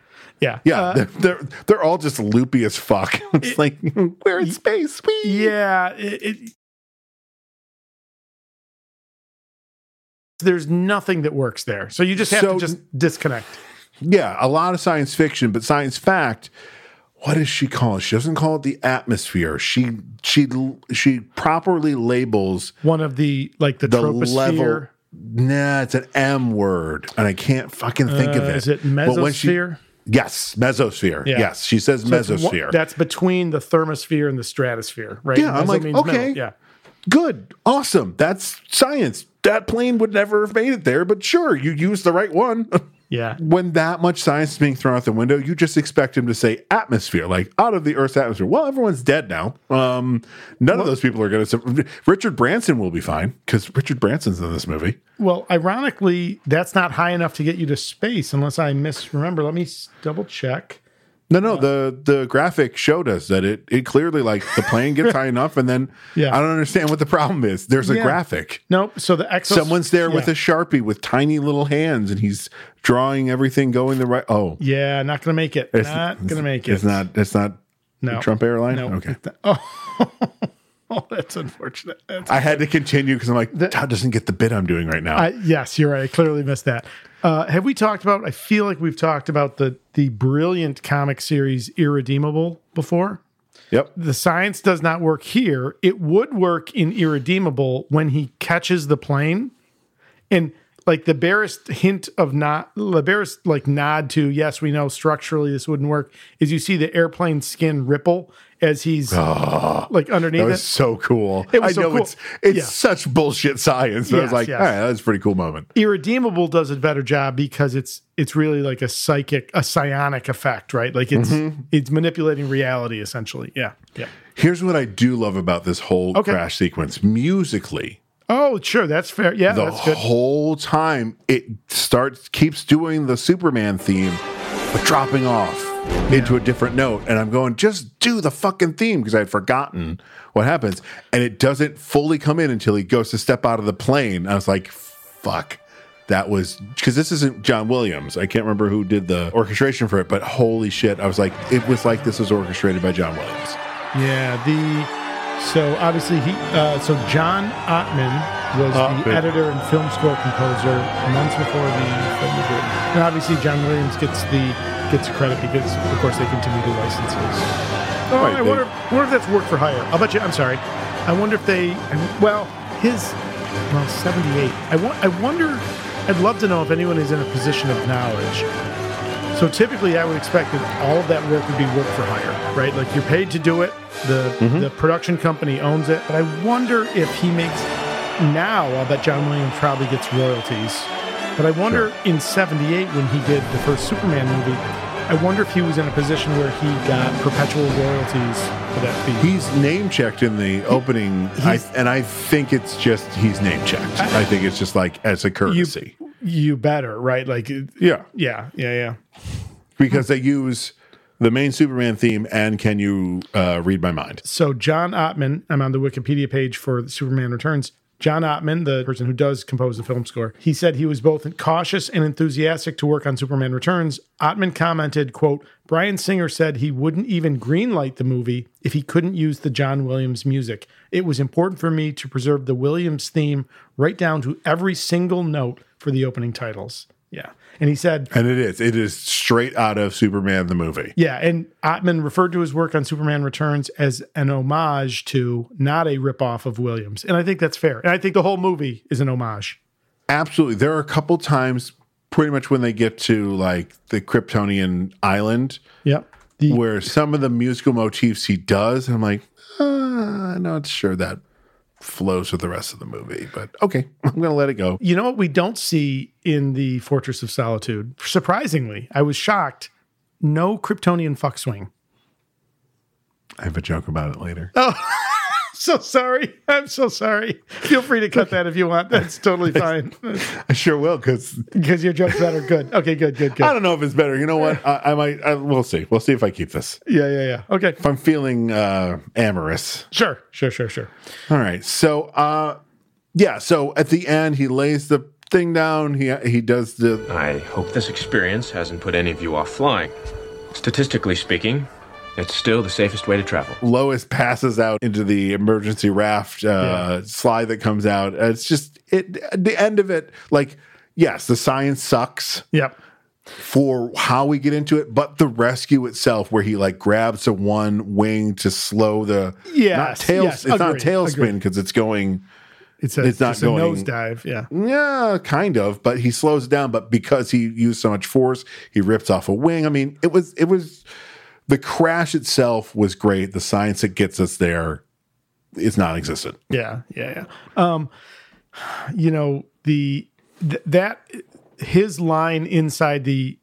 yeah, Yeah. Uh, they're, they're they're all just loopy as fuck. it's like we're in space. We yeah. It, it, there's nothing that works there. So you just have So- to just disconnect. yeah, a lot of science fiction, but science fact. What does she call it? She doesn't call it the atmosphere. She she she properly labels One of the like the, the troposphere. level. Nah, it's an M word, and I can't fucking think of Uh, it. is it But when she- mesosphere? yes, mesosphere. Yeah. Yes, she says So it's one- mesosphere. that's between the thermosphere and the stratosphere, right? Yeah, I'm Meso like, means middle, okay. Yeah. Good, awesome. That's science. That plane would never have made it there, but sure, you used the right one. Yeah. when that much science is being thrown out the window, you just expect him to say atmosphere, like out of the Earth's atmosphere. Well, everyone's dead now. Um, none of those people are going to. Sur- Richard Branson will be fine because Richard Branson's in this movie. Well, ironically, that's not high enough to get you to space unless I misremember. Let me s- double check. No, no, the the graphic showed us that it it clearly like the plane gets high enough, and then Yeah. I don't understand what the problem is. There's a Yeah. graphic. Nope. So the exos- Someone's there with a yeah. sharpie with tiny little hands, and he's drawing everything going the right. Oh, Yeah, not gonna make it. It's- not gonna make it. it's not. It's not. No. Trump airline. No. Okay. Oh, that's unfortunate. That's, I had to continue because I'm like, Todd doesn't get the bit I'm doing right now. I, Uh, yes, you're right. I clearly missed that. Uh, have we talked about? I feel like we've talked about the the brilliant comic series Irredeemable before. yep. the science does not work here. It would work in Irredeemable when he catches the plane and like the barest hint of not the barest like nod to yes we know structurally this wouldn't work is you see the airplane skin ripple as he's like underneath Ah. That was it so cool. It was I so know cool. it's it's Yeah. such bullshit science, but I was Yes, like, yes. all right, that's a pretty cool moment. irredeemable does a better job because it's it's really like a psychic a psionic effect right like it's it's manipulating reality essentially yeah yeah Here's what I do love about this whole Okay. crash sequence musically. oh sure that's fair yeah the that's good whole time it starts keeps doing the Superman theme, but dropping off into a different note. And I'm going, just do the fucking theme because I had forgotten what happens. And it doesn't fully come in until he goes to step out of the plane. I was like, fuck. That was because this isn't John Williams. I can't remember who did the orchestration for it, but holy shit. I was like, it was like this was orchestrated by John Williams. Yeah, the so obviously he uh, so John Ottman was the Ottman. editor and film score composer months before the film was written. And obviously John Williams gets the gets credit because of course they continue to license his. Oh, Right, I they- wonder, wonder if that's work for hire. I'll bet you. I'm sorry. I wonder if they. Well, his well 78. I wa- I wonder. I'd love to know if anyone is in a position of knowledge so typically, I would expect that all of that work would be work for hire, right? Like you're paid to do it. The the production company owns it. But I wonder if he makes now. I'll bet John Williams probably gets royalties. But I wonder in '78 when he did the first Superman movie, I wonder if he was in a position where he got perpetual royalties for that fee. He's name checked in the opening, I, and I think it's just he's name checked. I, think it's just like as a courtesy. you better, right? Like it- yeah, yeah, yeah, yeah. because they use the main Superman theme and Can You uh, Read My Mind? So John Ottman, I'm on the Wikipedia page for Superman Returns. John Ottman, the person who does compose the film score, he said he was both cautious and enthusiastic to work on Superman Returns. Ottman commented, quote, Brian Singer said he wouldn't even greenlight the movie if he couldn't use the John Williams music. It was important for me to preserve the Williams theme right down to every single note for the opening titles. Yeah. And he said, and it is, it is straight out of Superman the movie. Yeah, and Ottman referred to his work on Superman Returns as an homage to, not a ripoff of Williams. And I think that's fair. And I think the whole movie is an homage. Absolutely. There are a couple times, pretty much when they get to like the Kryptonian island, Yep. where some of the musical motifs he does, and I'm like, uh, not sure that flows with the rest of the movie, but okay, I'm going to let it go. You know what we don't see in the Fortress of Solitude? Surprisingly, I was shocked. No Kryptonian fuck swing. I have a joke about it later. Oh, so sorry. I'm so sorry. Feel free to cut that if you want. That's totally fine. I sure will because Because your joke's better. Good. Okay, good, good, good. I don't know if it's better. You know what? I, I might. I, we'll see. We'll see if I keep this. Yeah, yeah, yeah. Okay. If I'm feeling uh, amorous. Sure, sure, sure, sure. All right. So, uh, yeah. So at the end, he lays the thing down. He he does the. I hope this experience hasn't put any of you off flying. Statistically speaking, it's still the safest way to travel. Lois passes out into the emergency raft uh, slide that comes out. It's just it. The end of it, like yes, the science sucks. Yep. for how we get into it, but the rescue itself, where he like grabs the one wing to slow the Yes, not tail, yes, it's not agreed, tailspin agreed. because it's going It's a, It's it's not not a going- nosedive. Yeah. yeah, kind of, but he slows it down. But because he used so much force, he rips off a wing. I mean, it was it was the crash itself was great. The science that gets us there is non-existent. Yeah, yeah, yeah. Um, you know the th- that his line inside the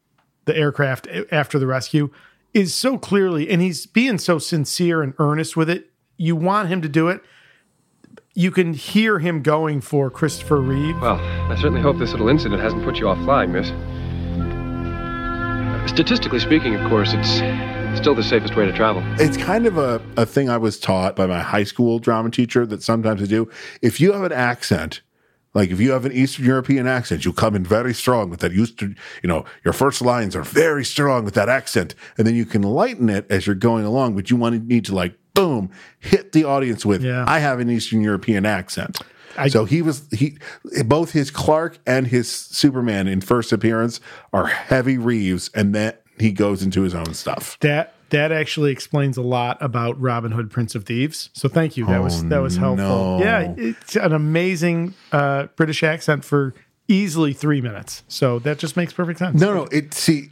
the aircraft a- after the rescue is so clearly, and he's being so sincere and earnest with it. You want him to do it. You can hear him going for Christopher Reeve. Well, I certainly hope this little incident hasn't put you off flying, miss. Statistically speaking, of course, it's still the safest way to travel. It's kind of a, a thing I was taught by my high school drama teacher that sometimes I do. If you have an accent, like if you have an Eastern European accent, you come in very strong with that. Used to, you know, your first lines are very strong with that accent, and then you can lighten it as you're going along. But you want to need to like boom hit the audience with I have an Eastern European accent. so he was he both his Clark and his Superman in first appearance are heavy Reeves, and then he goes into his own stuff. That that actually explains a lot about Robin Hood, Prince of Thieves. So thank you. That was Oh, that was helpful. no. Yeah, it's an amazing uh, British accent for easily three minutes. So that just makes perfect sense. No, no. It see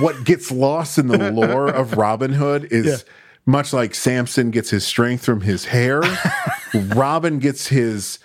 what gets lost in the lore of Robin Hood is Yeah. much like Samson gets his strength from his hair. Robin gets his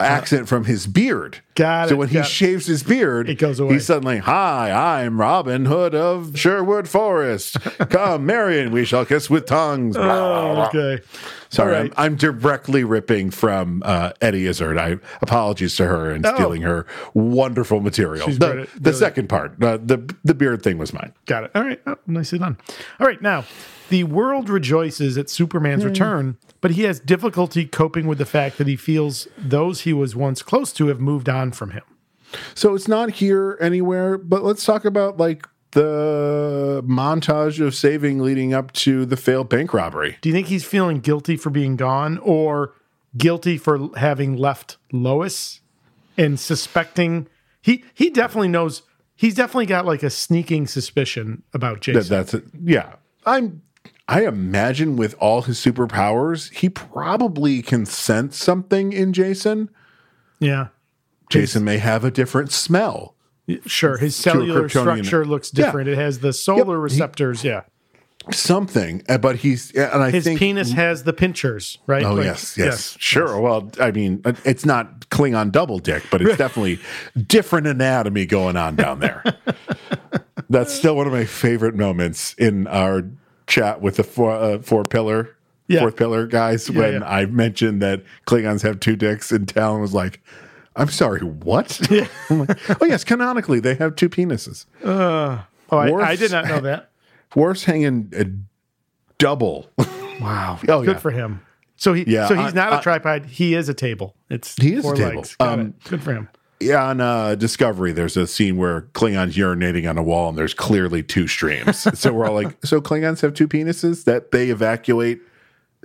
accent from his beard. Got So it, when he got it. shaves his beard, It goes away. He's suddenly, "Hi, I'm Robin Hood of Sherwood Forest. Come, Marion, we shall kiss with tongues." Oh, okay. Sorry, All I'm, I'm directly ripping from uh, Eddie Izzard. I apologies to her and Oh. stealing her wonderful material. She's the brilliant, the brilliant. second part, uh, the the beard thing was mine. Got it. All right. Oh, nicely done. All right. Now, the world rejoices at Superman's Yay. return, but he has difficulty coping with the fact that he feels those he was once close to have moved on from him. So it's not here anywhere. But let's talk about like the montage of saving leading up to the failed bank robbery. Do you think he's feeling guilty for being gone or guilty for having left Lois and suspecting he he definitely knows he's definitely got like a sneaking suspicion about Jason. That, that's it. Yeah, I'm. I imagine with all his superpowers, he probably can sense something in Jason. yeah. Jason may have a different smell. Sure. His To a cellular Kryptonian. structure looks Yeah. different. It has the solar receptors, yeah. something, uh, but he's and I His think penis has the pinchers, right? Oh Like, yes, yes, sure. Well, I mean, it- it's not Klingon double dick, but it's definitely different anatomy going on down there. That's still one of my favorite moments in our chat with the four, uh, four pillar, Yeah. fourth pillar guys Yeah, when yeah. I mentioned that Klingons have two dicks, and Talon was like. I'm sorry, what? I'm like, oh, yes, canonically, they have two penises. Uh, oh, I, I Worf's- did not know that. Worf's hanging a double. Wow. Oh, Good yeah. for him. So he Yeah, so he's I- not a I- tripod. He is a table. It's He is a table. legs. Got Um, it. Good for him. Yeah, on uh, Discovery, there's a scene where Klingons urinating on a wall, and there's clearly two streams. so we're all like, "So Klingons have two penises that they evacuate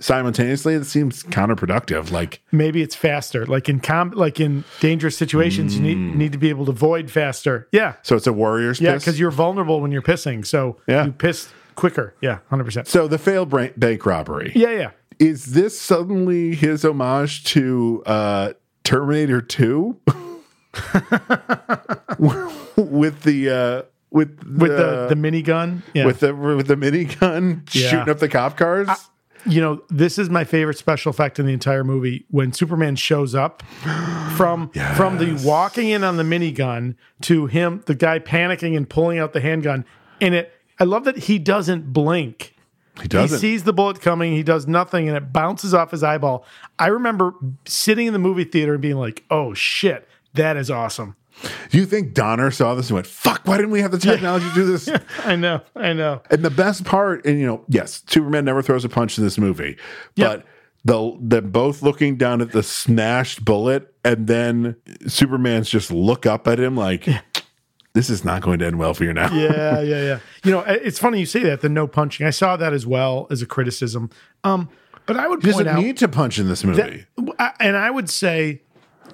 simultaneously, it seems counterproductive. Like Maybe it's faster. Like in com- like in dangerous situations, you need need to be able to void faster. Yeah. so, it's a warrior's Yeah, Mm. piss? because you're vulnerable when you're pissing. So Yeah. you piss quicker. Yeah, 100%. So the failed bra- bank robbery. Yeah, yeah. Is this suddenly his homage to uh, Terminator Two? with the uh, with With the, the minigun. Yeah. Uh, with the with the minigun Yeah. shooting up the cop cars. you know, this is my favorite special effect in the entire movie when Superman shows up from from the walking in on the minigun to him the guy panicking and pulling out the handgun and it I love that he doesn't blink. he doesn't. He sees the bullet coming, he does nothing and it bounces off his eyeball. I remember sitting in the movie theater and being like, "Oh shit, that is awesome." you think Donner saw this and went, "Fuck! Why didn't we have the technology to do this?" I know. I know. And the best part, and you know, yes, Superman never throws a punch in this movie, but the the both looking down at the smashed bullet, and then Superman's just look up at him like, "This is not going to end well for you now." yeah, yeah, yeah. You know, it's funny you say that the no punching. I saw that as well as a criticism. Um, but I would He doesn't point out need to punch in this movie I- and I would say,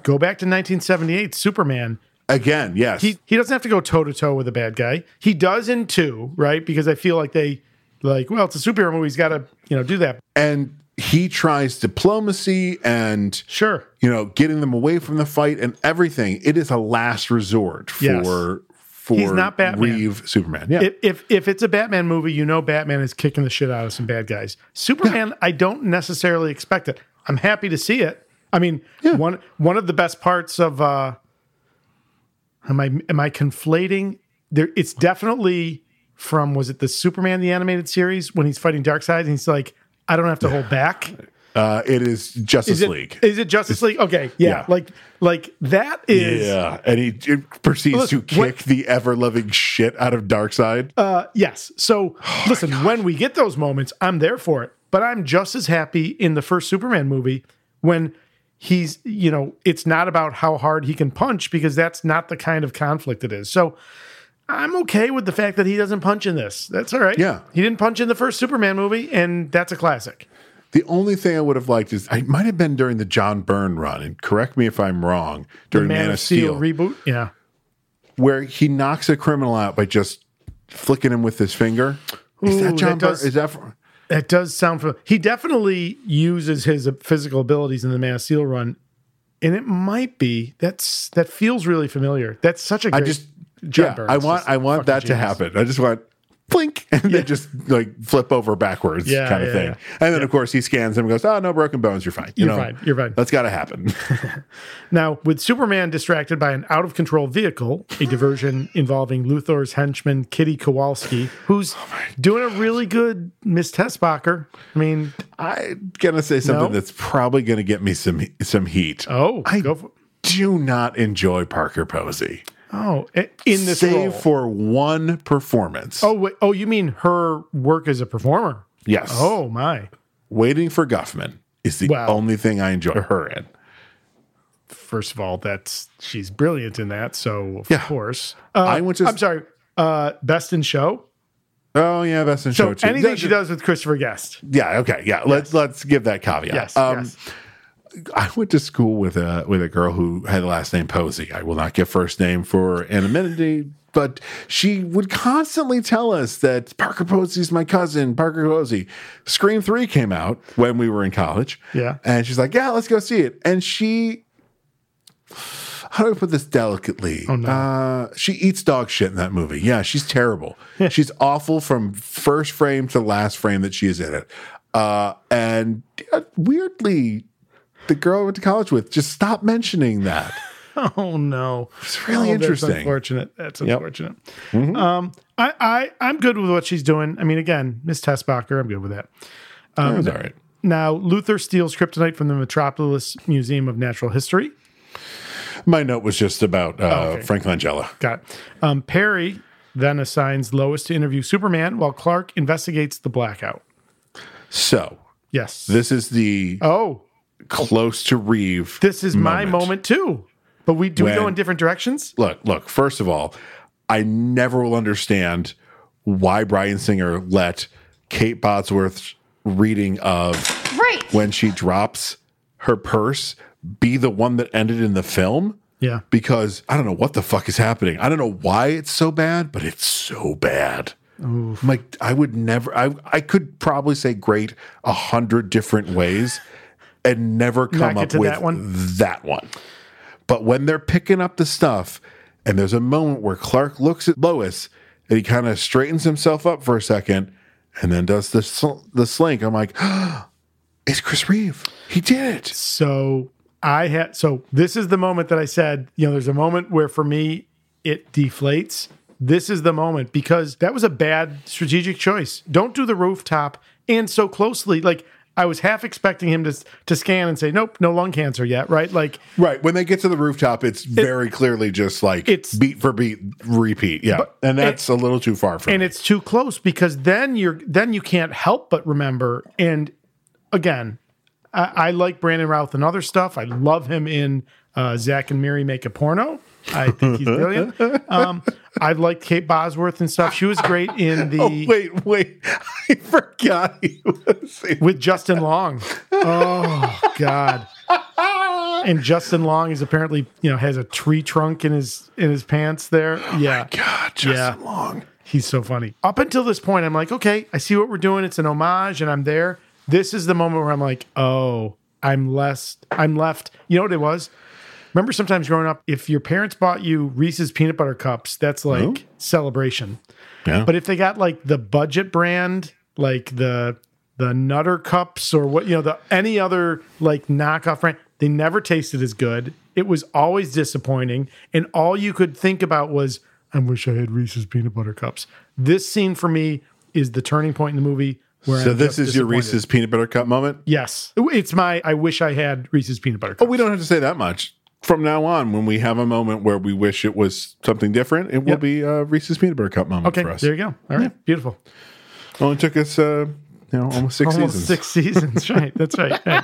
go back to 1978 Superman. again. Yes, He he doesn't have to go toe to toe with a bad guy. He does in two, right? Because I feel like they like, well, it's a superhero movie. He's got to you know do that. and he tries diplomacy and sure, you know, getting them away from the fight and everything. It is a last resort for Yes. for He's not Batman. Reeve Superman. Yeah, If, if if it's a Batman movie, you know Batman is kicking the shit out of some bad guys. Superman, I don't necessarily expect it. I'm happy to see it. I mean, one one of the best parts of uh am I am I conflating there it's definitely from was it the Superman the animated series when he's fighting Darkseid and he's like I don't have to hold back. uh, it is Justice Is it, League. is it Justice League? Okay, yeah, Yeah. like like that is yeah, and he, he proceeds Look, to what- kick the ever loving shit out of Darkseid. Uh, yes. So Oh listen, when we get those moments, I'm there for it. But I'm just as happy in the first Superman movie when he's, you know, it's not about how hard he can punch because that's not the kind of conflict it is. So I'm okay with the fact that he doesn't punch in this. That's all right. Yeah. He didn't punch in the first Superman movie, and that's a classic. The only thing I would have liked is I might have been during the John Byrne run, and correct me if I'm wrong, during Man, of Steel, reboot. Yeah. where he knocks a criminal out by just flicking him with his finger. is Ooh, that that John Byrne? does- Is that from, That does sound familiar. He definitely uses his physical abilities in the Man of Steel run, and it might be that's that feels really familiar. That's such a I great just John yeah, Byrne's I want just I want fucking that to genius. happen. I just want blink and then just like flip over backwards Yeah, kind of yeah, thing. yeah. And then of course he scans him and goes, "Oh, no broken bones, you're fine." You You're know, fine, you're fine. That's got to happen. Now, with Superman distracted by an out of control vehicle, a diversion involving Luthor's henchman Kitty Kowalski, who's Oh doing a really good Miss Tessbacher. I mean, I'm gonna say something No? that's probably gonna get me some some heat. oh, I go for, do not enjoy Parker Posey. oh, i- in this role. save for one performance. oh, wait, oh, you mean her work as a performer? yes. Oh my, Waiting for Guffman is the Wow. only thing I enjoy her in. first of all, that's she's brilliant in that. So of Yeah. course, I went to- I'm sorry, uh, best in show. Oh yeah, best in So show too. anything That- she does with Christopher Guest, Yeah. Okay. Yeah. Let's let's give that caveat. Um, yes, yes. I went to school with a with a girl who had the last name Posey. I will not give first name for anonymity, but she would constantly tell us that Parker Posey's my cousin, Parker Posey. Scream 3 came out when we were in college. Yeah. And she's like, "Yeah, let's go see it." And she how do I put this delicately? Oh, no. uh, she eats dog shit in that movie. Yeah, she's terrible. she's awful from first frame to last frame that she is in it. Uh, and uh, weirdly, the girl I went to college with just stopped mentioning that. Oh no, it's really interesting. Mm-hmm. That's unfortunate. That's unfortunate. Um, I, I I'm good with what she's doing. I mean, again, Miss Tessbacher, I'm good with that. That was Oh, all right. Now, Luther steals kryptonite from the Metropolis Museum of Natural History. My note was just about uh, okay. Frank Langella. Got it. Um, Perry then assigns Lois to interview Superman while Clark investigates the blackout. So Yes. this is the oh, close to Reeve. this is my moment too. But we do we go When- in different directions. look, look, first of all, I never will understand why Brian Singer let Kate Bosworth's reading of Great. when she drops her purse be the one that ended in the film. Yeah. Because I don't know what the fuck is happening. I don't know why it's so bad, but it's so bad. Oof. I'm like, I would never, I, I could probably say great a hundred different ways and never Not come get up to with that one? that one. But when they're picking up the stuff, and there's a moment where Clark looks at Lois and he kind of straightens himself up for a second and then does the, sl- the slink. I'm like, it's Chris Reeve. He did it. So I had so this is the moment that I said, you know, there's a moment where for me it deflates. This is the moment because that was a bad strategic choice. Don't do the rooftop and so closely. Like I was half expecting him to s- to scan and say, "Nope, no lung cancer yet." Right? Like Right. When they get to the rooftop, it's very clearly just like It's- beat for beat repeat. Yeah. and that's a little too far for and it's too close because then you're then you can't help but remember and again i, I like brandon routh and other stuff i love him in uh, zach and mary make a porno i think he's brilliant um, i liked kate bosworth and stuff she was great in the Oh, wait, wait. I forgot he was in- with justin long oh god and justin long is apparently you know has a tree trunk in his in his pants there yeah God, Justin Long. He's so funny. Up until this point, I'm like, okay, I see what we're doing. It's an homage, and I'm there. This is the moment where I'm like, oh, I'm less, I'm left. You know what it was? Remember, sometimes growing up, if your parents bought you Reese's peanut butter cups, that's like celebration. Oh. Yeah. But if they got like the budget brand, like the the Nutter cups or what you know, the any other like knockoff brand, they never tasted as good. It was always disappointing, and all you could think about was, "I wish I had Reese's peanut butter cups." This scene for me is the turning point in the movie. Where So I'm this just is your disappointed. Reese's peanut butter cup moment? Yes, it's my. I wish I had Reese's peanut butter. Oh, Cups. we don't have to say that much. From now on, when we have a moment where we wish it was something different, it will Yep. be a Reese's peanut butter cup moment okay, Oh, for us. there you go. All right, beautiful. Only took us, uh, you know, almost six almost seasons. six seasons, right? That's right. right.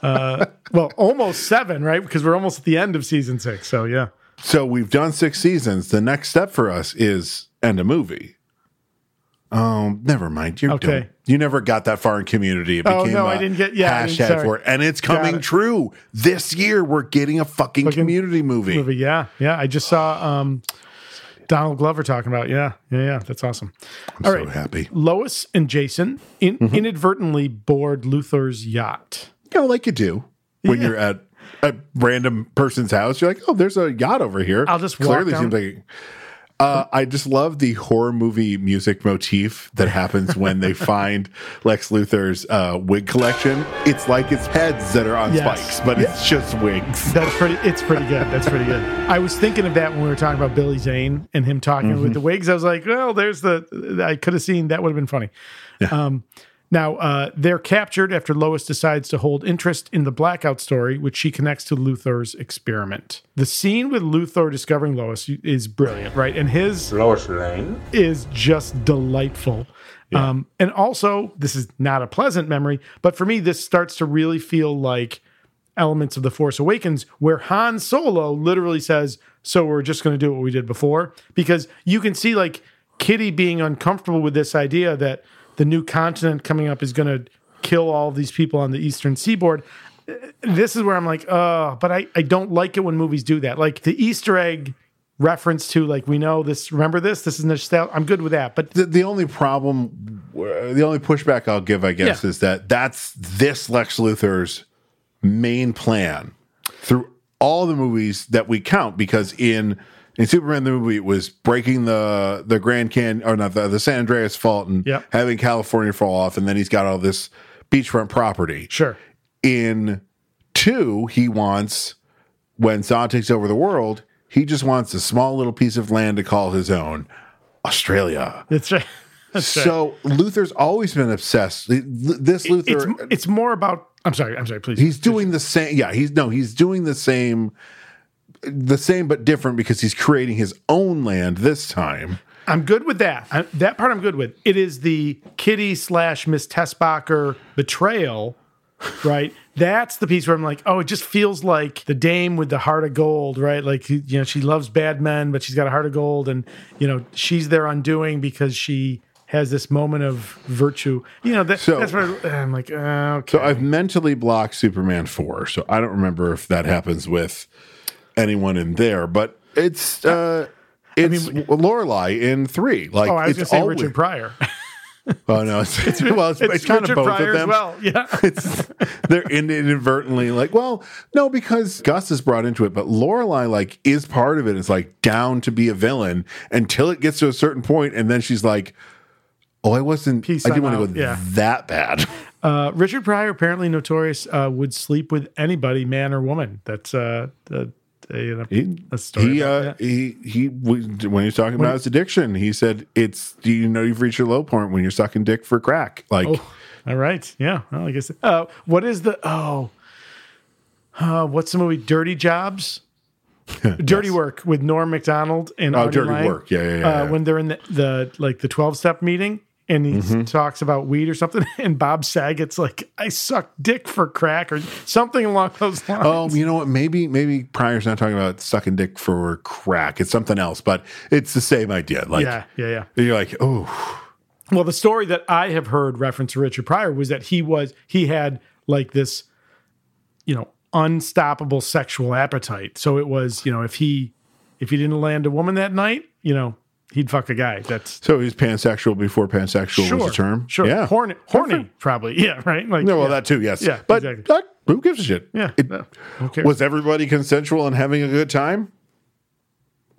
Uh, well, almost seven, right? Because we're almost at the end of season six. So yeah. So we've done six seasons. The next step for us is end a movie. Um, never mind. You're Okay. dumb. You never got that far in community. It Oh, became no, a I didn't get- yeah, I didn't- hashtag sorry. for it, and it's Got coming it. true. This year, we're getting a fucking, community movie. movie. Yeah, yeah. I just saw um, Donald Glover talking about. it. Yeah, yeah, yeah. That's awesome. I'm All so right, happy. Lois and Jason in, inadvertently board Luther's yacht. You know, like you do when you're at a random person's house. You're like, oh, there's a yacht over here. I'll just walk clearly down- seems like. Uh, I just love the horror movie music motif that happens when they find Lex Luthor's uh, wig collection. It's like it's heads that are on Yes. spikes, but it's just wigs. That's pretty. It's pretty good. That's pretty good. I was thinking of that when we were talking about Billy Zane and him talking with the wigs. I was like, well, there's the. I could have seen that would have been funny. Um, now uh, they're captured after Lois decides to hold interest in the blackout story, which she connects to Luthor's experiment. The scene with Luthor discovering Lois is brilliant, right? And his Lois Lane. is just delightful. Um, and also, this is not a pleasant memory, but for me, this starts to really feel like elements of The Force Awakens, where Han Solo literally says, So we're just going to do what we did before. Because you can see like Kitty being uncomfortable with this idea that the new continent coming up is going to kill all of these people on the eastern seaboard. Uh, This is where I'm like, oh, but I, I don't like it when movies do that. Like the Easter egg reference to like we know this remember this this is nostalgia i'm good with that but The, the only problem, uh, the only pushback I'll give, I guess, Yeah. is that that's this Lex Luthor's main plan through all the movies that we count. Because in in Superman the movie, it was breaking the the Grand Canyon or not the, the San Andreas Fault and Yep. having California fall off, and then he's got all this beachfront property. sure In two, he wants when Zod takes over the world, he just wants a small little piece of land to call his own, Australia. that's right That's right. So Luther's always been obsessed. Th- This it's Luther, it's more about i'm sorry i'm sorry please he's doing the same. Yeah, he's no, he's doing the same, the same but different because he's creating his own land this time. I'm good with that. I, that part I'm good with. It is the Kitty slash Miss Tessbacher betrayal, right? That's the piece where I'm like, oh, it just feels like the dame with the heart of gold, right? Like you know, she loves bad men, but she's got a heart of gold, and you know, she's their undoing because she has this moment of virtue. You know, that, that's what I, am like. Uh, okay. So I've mentally blocked Superman four, so I don't remember if that happens with anyone in there, but it's uh, it's mean- Lorelai in three. Like oh, I was it's going to say always- Richard Pryor. Oh no, it's, well, it's, it's it's kind Richard of both Pryor of as them. well, yeah. it's, they're in, inadvertently like, well, no, because Gus is brought into it, but Lorelai like is part of it. It's like down to be a villain until it gets to a certain point, and then she's like, oh, I wasn't. Peace, I didn't I'm want to out, go yeah. that bad. Uh, Richard Pryor, apparently notorious, uh, would sleep with anybody, man or woman. That's uh, the, the, you know, He, a story. he, about uh, that. he, he, when he was talking about his addiction, he said, it's, do you know you've reached your low point when you're sucking dick for crack? Like, Oh, all right. Yeah. Well, I guess. Uh, what is the oh? Uh, what's the movie? Dirty Jobs. Dirty Work with Norm Macdonald and Oh, Artie Dirty Lang. Work. Yeah, yeah, yeah, uh, yeah. When they're in the, the like the twelve step meeting. And he Mm-hmm. talks about weed or something, and Bob Saget's like, "I suck dick for crack" or something along those lines. Oh, you know what? Maybe maybe Pryor's not talking about sucking dick for crack. It's something else, but it's the same idea. Like yeah, yeah, yeah. you're like, oh, Well, the story that I have heard reference to Richard Pryor was that he was he had like this, you know, unstoppable sexual appetite. So it was, you know, if he if he didn't land a woman that night, you know, he'd fuck a guy. That's so he's pansexual before pansexual sure was a term. Sure, yeah. horny, horny, probably. Yeah, right. Like, no, well, yeah. that too. Yes, Yeah, but exactly. that- who gives a shit? Yeah, It- Who cares? was everybody consensual and having a good time?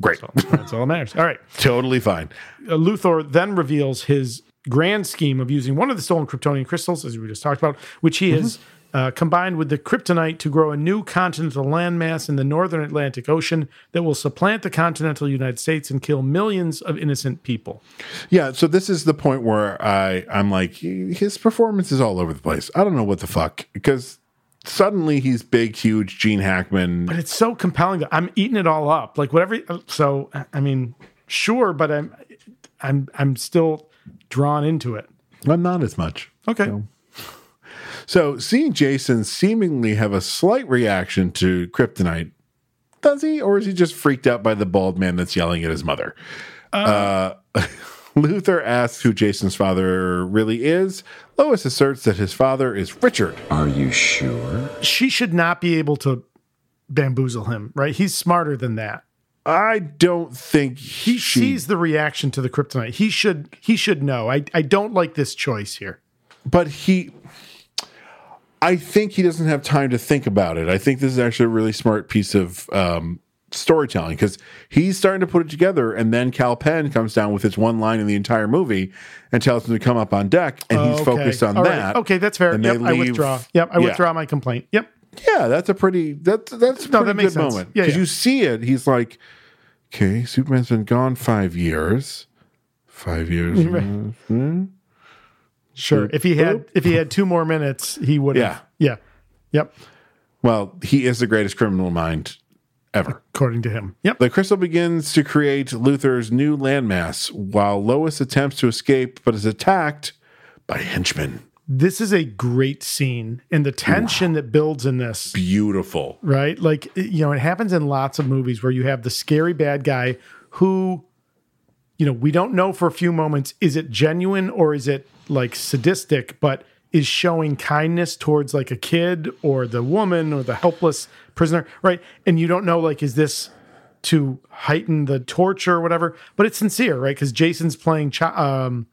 Great, That's all that matters. All right. totally fine. uh, Luthor then reveals his grand scheme of using one of the stolen Kryptonian crystals, as we just talked about, which he has uh, combined with the kryptonite to grow a new continental landmass in the northern Atlantic Ocean that will supplant the continental United States and kill millions of innocent people. Yeah, so this is the point where I I'm like his performance is all over the place. I don't know what the fuck because suddenly he's big, huge Gene Hackman. But it's so compelling that I'm eating it all up. Like whatever. uh, So I mean, sure, but I'm I'm I'm still drawn into it. I'm not as much. Okay. So seeing Jason seemingly have a slight reaction to kryptonite, does he, or is he just freaked out by the bald man that's yelling at his mother? Uh, Luther asks who Jason's father really is. Lois asserts that his father is Richard. Are you sure? She should not be able to bamboozle him, right? He's smarter than that. I don't think he he sees the reaction to the kryptonite. He should he should know. I, I don't like this choice here. but he i think he doesn't have time to think about it i think this is actually a really smart piece of um, storytelling because he's starting to put it together and then cal penn comes down with his one line in the entire movie and tells him to come up on deck and he's Okay. focused on All right. that Okay, that's fair. And Yep, they I leave- withdraw. Yep, I Yeah. withdraw my complaint. Yep. yeah that's a pretty that's that's a No, pretty that makes good sense. moment Yeah, because yeah. you see it he's like okay superman's been gone five years five years Right. Hmm? Sure. If he had if he had two more minutes, he would yeah have. Yeah. Yep. well he is the greatest criminal mind ever According to him. Yep. The crystal begins to create Luther's new landmass while Lois attempts to escape but is attacked by henchmen. This is a great scene. And the tension that builds in this Beautiful. right? Like it- you know, it happens in lots of movies where you have the scary bad guy who, you know, we don't know for a few moments is it genuine or is it like sadistic, but is showing kindness towards like a kid or the woman or the helpless prisoner, right? And you don't know like is this to heighten the torture or whatever, but it's sincere, right? Because Jason's playing cho- um,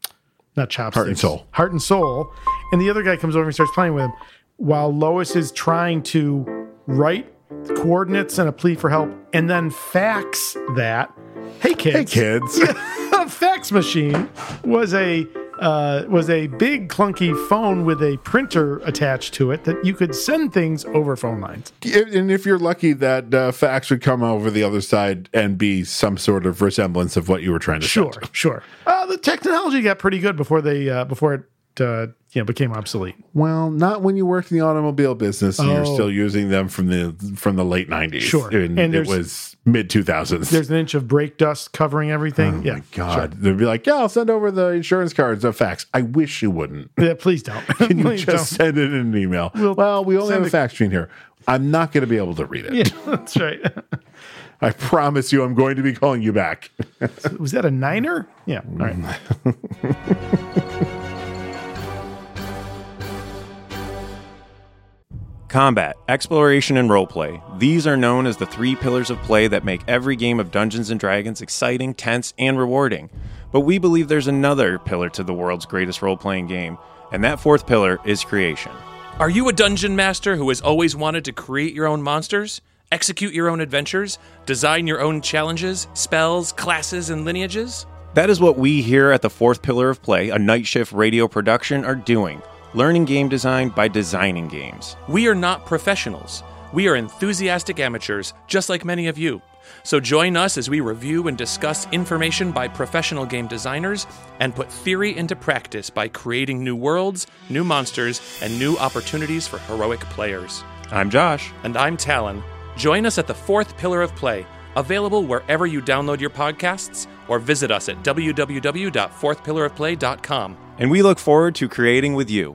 not chopsticks, Heart and soul. heart and soul, and the other guy comes over and starts playing with him, while Lois is trying to write coordinates and a plea for help, and then fax that. Hey kids, Hey kids. a fax machine was a uh, was a big clunky phone with a printer attached to it that you could send things over phone lines. and if you're lucky, that uh, fax would come over the other side and be some sort of resemblance of what you were trying to Sure, send. sure. Uh, the technology got pretty good before they uh, before it uh, you know became obsolete. Well, not when you worked in the automobile business and you're Oh. still using them from the from the late 90s. Sure. And And, it there's- was mid 2000s. There's an inch of brake dust covering everything. yeah, God, they'd be like, "Yeah, I'll send over the insurance cards of fax." I wish you wouldn't. sure. yeah. Please don't. Can you Please just send it in an email? We'll well, we only send have a a- fax machine here. I'm not going to be able to read it. don't. Yeah, that's right. I promise you, I'm going to be calling you back. Was that a niner? Yeah. All Mm. right. Combat, exploration, and roleplay. These are known as the three pillars of play that make every game of Dungeons and Dragons exciting, tense, and rewarding. But we believe there's another pillar to the world's greatest role playing game, and that fourth pillar is creation. Are you a dungeon master who has always wanted to create your own monsters, execute your own adventures, design your own challenges, spells, classes, and lineages? That is what we here at the Fourth Pillar of Play, a night shift radio production, are doing learning game design by designing games. We are not professionals. We are enthusiastic amateurs, just like many of you. So join us as we review and discuss information by professional game designers and put theory into practice by creating new worlds, new monsters, and new opportunities for heroic players. I'm Josh. And I'm Talon. Join us at the fourth pillar of play, available wherever you download your podcasts or visit us at www.fourthpillarofplay.com. And we look forward to creating with you.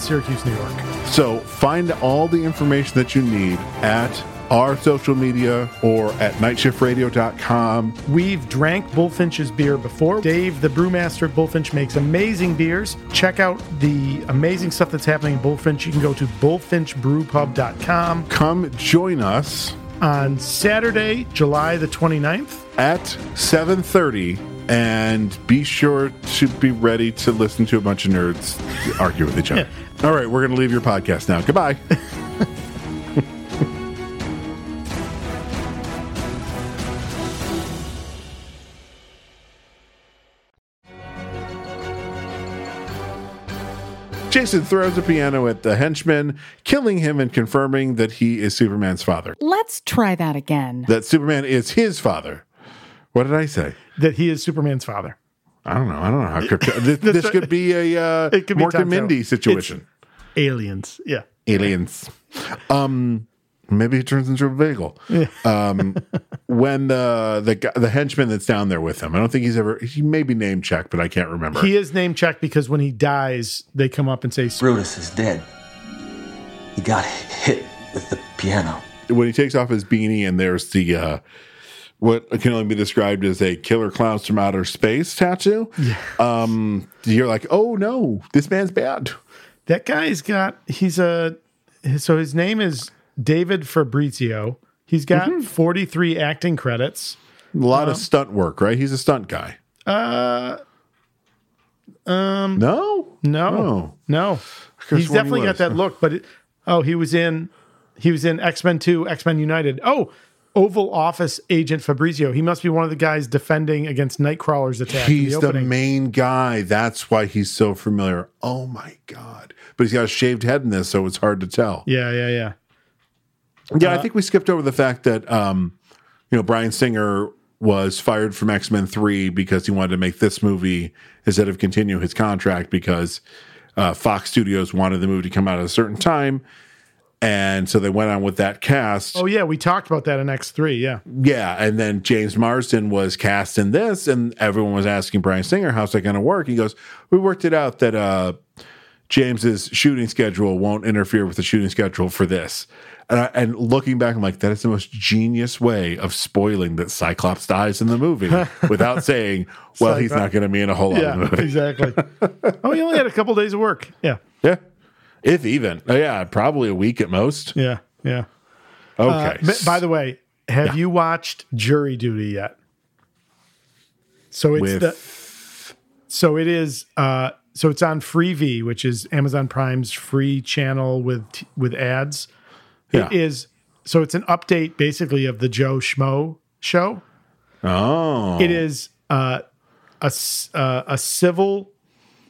Syracuse, New York. So find all the information that you need at our social media or at nightshiftradio.com. We've drank Bullfinch's beer before. Dave, the brewmaster at Bullfinch, makes amazing beers. Check out the amazing stuff that's happening at Bullfinch. You can go to bullfinchbrewpub.com Come join us on Saturday, July the 29th. at 7:30 and be sure to be ready to listen to a bunch of nerds argue with each other. All right, we're going to leave your podcast now. Goodbye. Jason throws a piano at the henchman, killing him and confirming that he is Superman's father. Let's try that again. That Superman is his father. What did I say? That he is Superman's father. I don't know. I don't know how crypto. This, this could be a uh, It could be Mork and Tom Mindy Selleck. situation. Aliens. Yeah. Aliens. Um, maybe it turns into a bagel. Um, when the the guy- the henchman that's down there with him, I don't think he's ever. He may be name checked, but I can't remember. He is name checked because when he dies, they come up and say, Brutus is dead. He got hit with the piano. when he takes off his beanie, and there's the uh, what can only be described as a killer clowns from outer space tattoo. Um, you're like, oh no, this man's bad. That guy's got he's a so his name is David Fabrizio. He's got Mm-hmm. 43 acting credits. A lot Um, of stunt work, right? He's a stunt guy. Uh um No, no. Oh. No. could've He's sworn he definitely got was. that look, but it, oh, he was in he was in X-Men 2, X-Men United. Oh, Oval Office agent Fabrizio. He must be one of the guys defending against Nightcrawler's attack in He's the the, opening. main guy. That's why he's so familiar. Oh my god! But he's got a shaved head in this, so it's hard to tell. yeah, yeah, yeah. Yeah, Uh, I think we skipped over the fact that um, you know Brian Singer was fired from X Men Three because he wanted to make this movie instead of continue his contract because uh, Fox Studios wanted the movie to come out at a certain time, and so they went on with that cast. Oh yeah, we talked about that in X3, yeah. Yeah, and then James Marsden was cast in this, and everyone was asking Brian Singer, "How's that going to work?" He goes, "We worked it out that uh, James's shooting schedule won't interfere with the shooting schedule for this." And, I, and looking back, I'm like, that is the most genius way of spoiling that Cyclops dies in the movie without saying, "Well, he's Cyclops. not going to be in a whole lot yeah, of the movie." exactly. oh, he only had a couple days of work. Yeah, Yeah, if even, Oh, yeah, probably a week at most. yeah, yeah. Okay. Uh, but by the way, have you watched Jury Duty yet? So it's With- the so it is uh so it's on Freevee, which is Amazon Prime's free channel with t- with ads. Yeah. It is so it's an update basically of the Joe Schmo show. oh, It is uh, a s- uh, a civil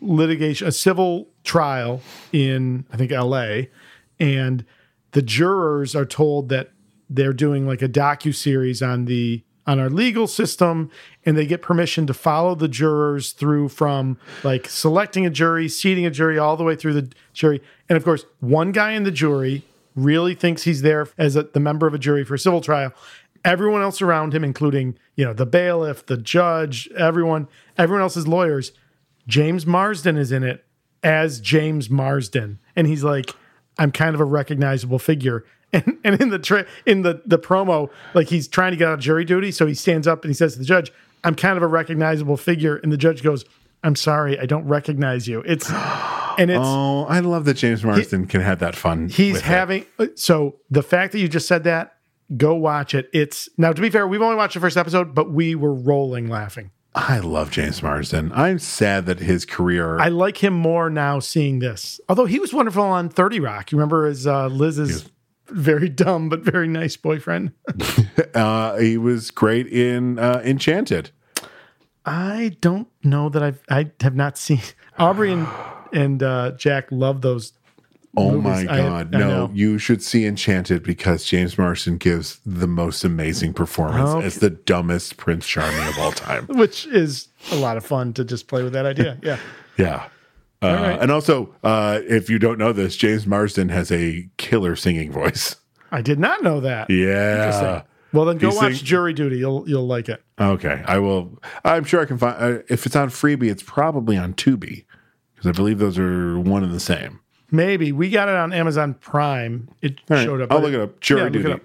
litigation, a civil trial in I think L.A. and the jurors are told that they're doing like a docu series on the on our legal system and they get permission to follow the jurors through from like selecting a jury, seating a jury all the way through the jury. And of course, one guy in the jury really thinks he's there as a, the member of a jury for a civil trial. Everyone else around him including, you know, the bailiff, the judge, everyone, everyone else's lawyers, James Marsden is in it as James Marsden and he's like I'm kind of a recognizable figure. And and in the tra- in the the promo, like he's trying to get out of jury duty, so he stands up and he says to the judge, "I'm kind of a recognizable figure." And the judge goes, "I'm sorry, I don't recognize you." It's and it's oh, I love that James Marsden he, can have that fun. He's having it. so the fact that you just said that, go watch it. It's now to be fair, we've only watched the first episode, but we were rolling laughing. I love James Marsden. I'm sad that his career. I like him more now seeing this. Although he was wonderful on 30 Rock. You remember as uh, Liz's was... very dumb but very nice boyfriend? uh, he was great in uh, Enchanted. I don't know that I've, I have not seen. Aubrey and, and uh, Jack love those. Oh movies. my God. I, I no, know. you should see Enchanted because James Marsden gives the most amazing performance okay. as the dumbest Prince Charming of all time. Which is a lot of fun to just play with that idea. Yeah. yeah. Uh, right. And also, uh, if you don't know this, James Marsden has a killer singing voice. I did not know that. Yeah. Well, then go He's watch sing- Jury Duty. You'll you'll like it. Okay, I will. I'm sure I can find. Uh, if it's on Freebie, it's probably on Tubi because I believe those are one and the same. Maybe we got it on Amazon Prime. It right. showed up. I'll look it up. Jury yeah, duty. Up.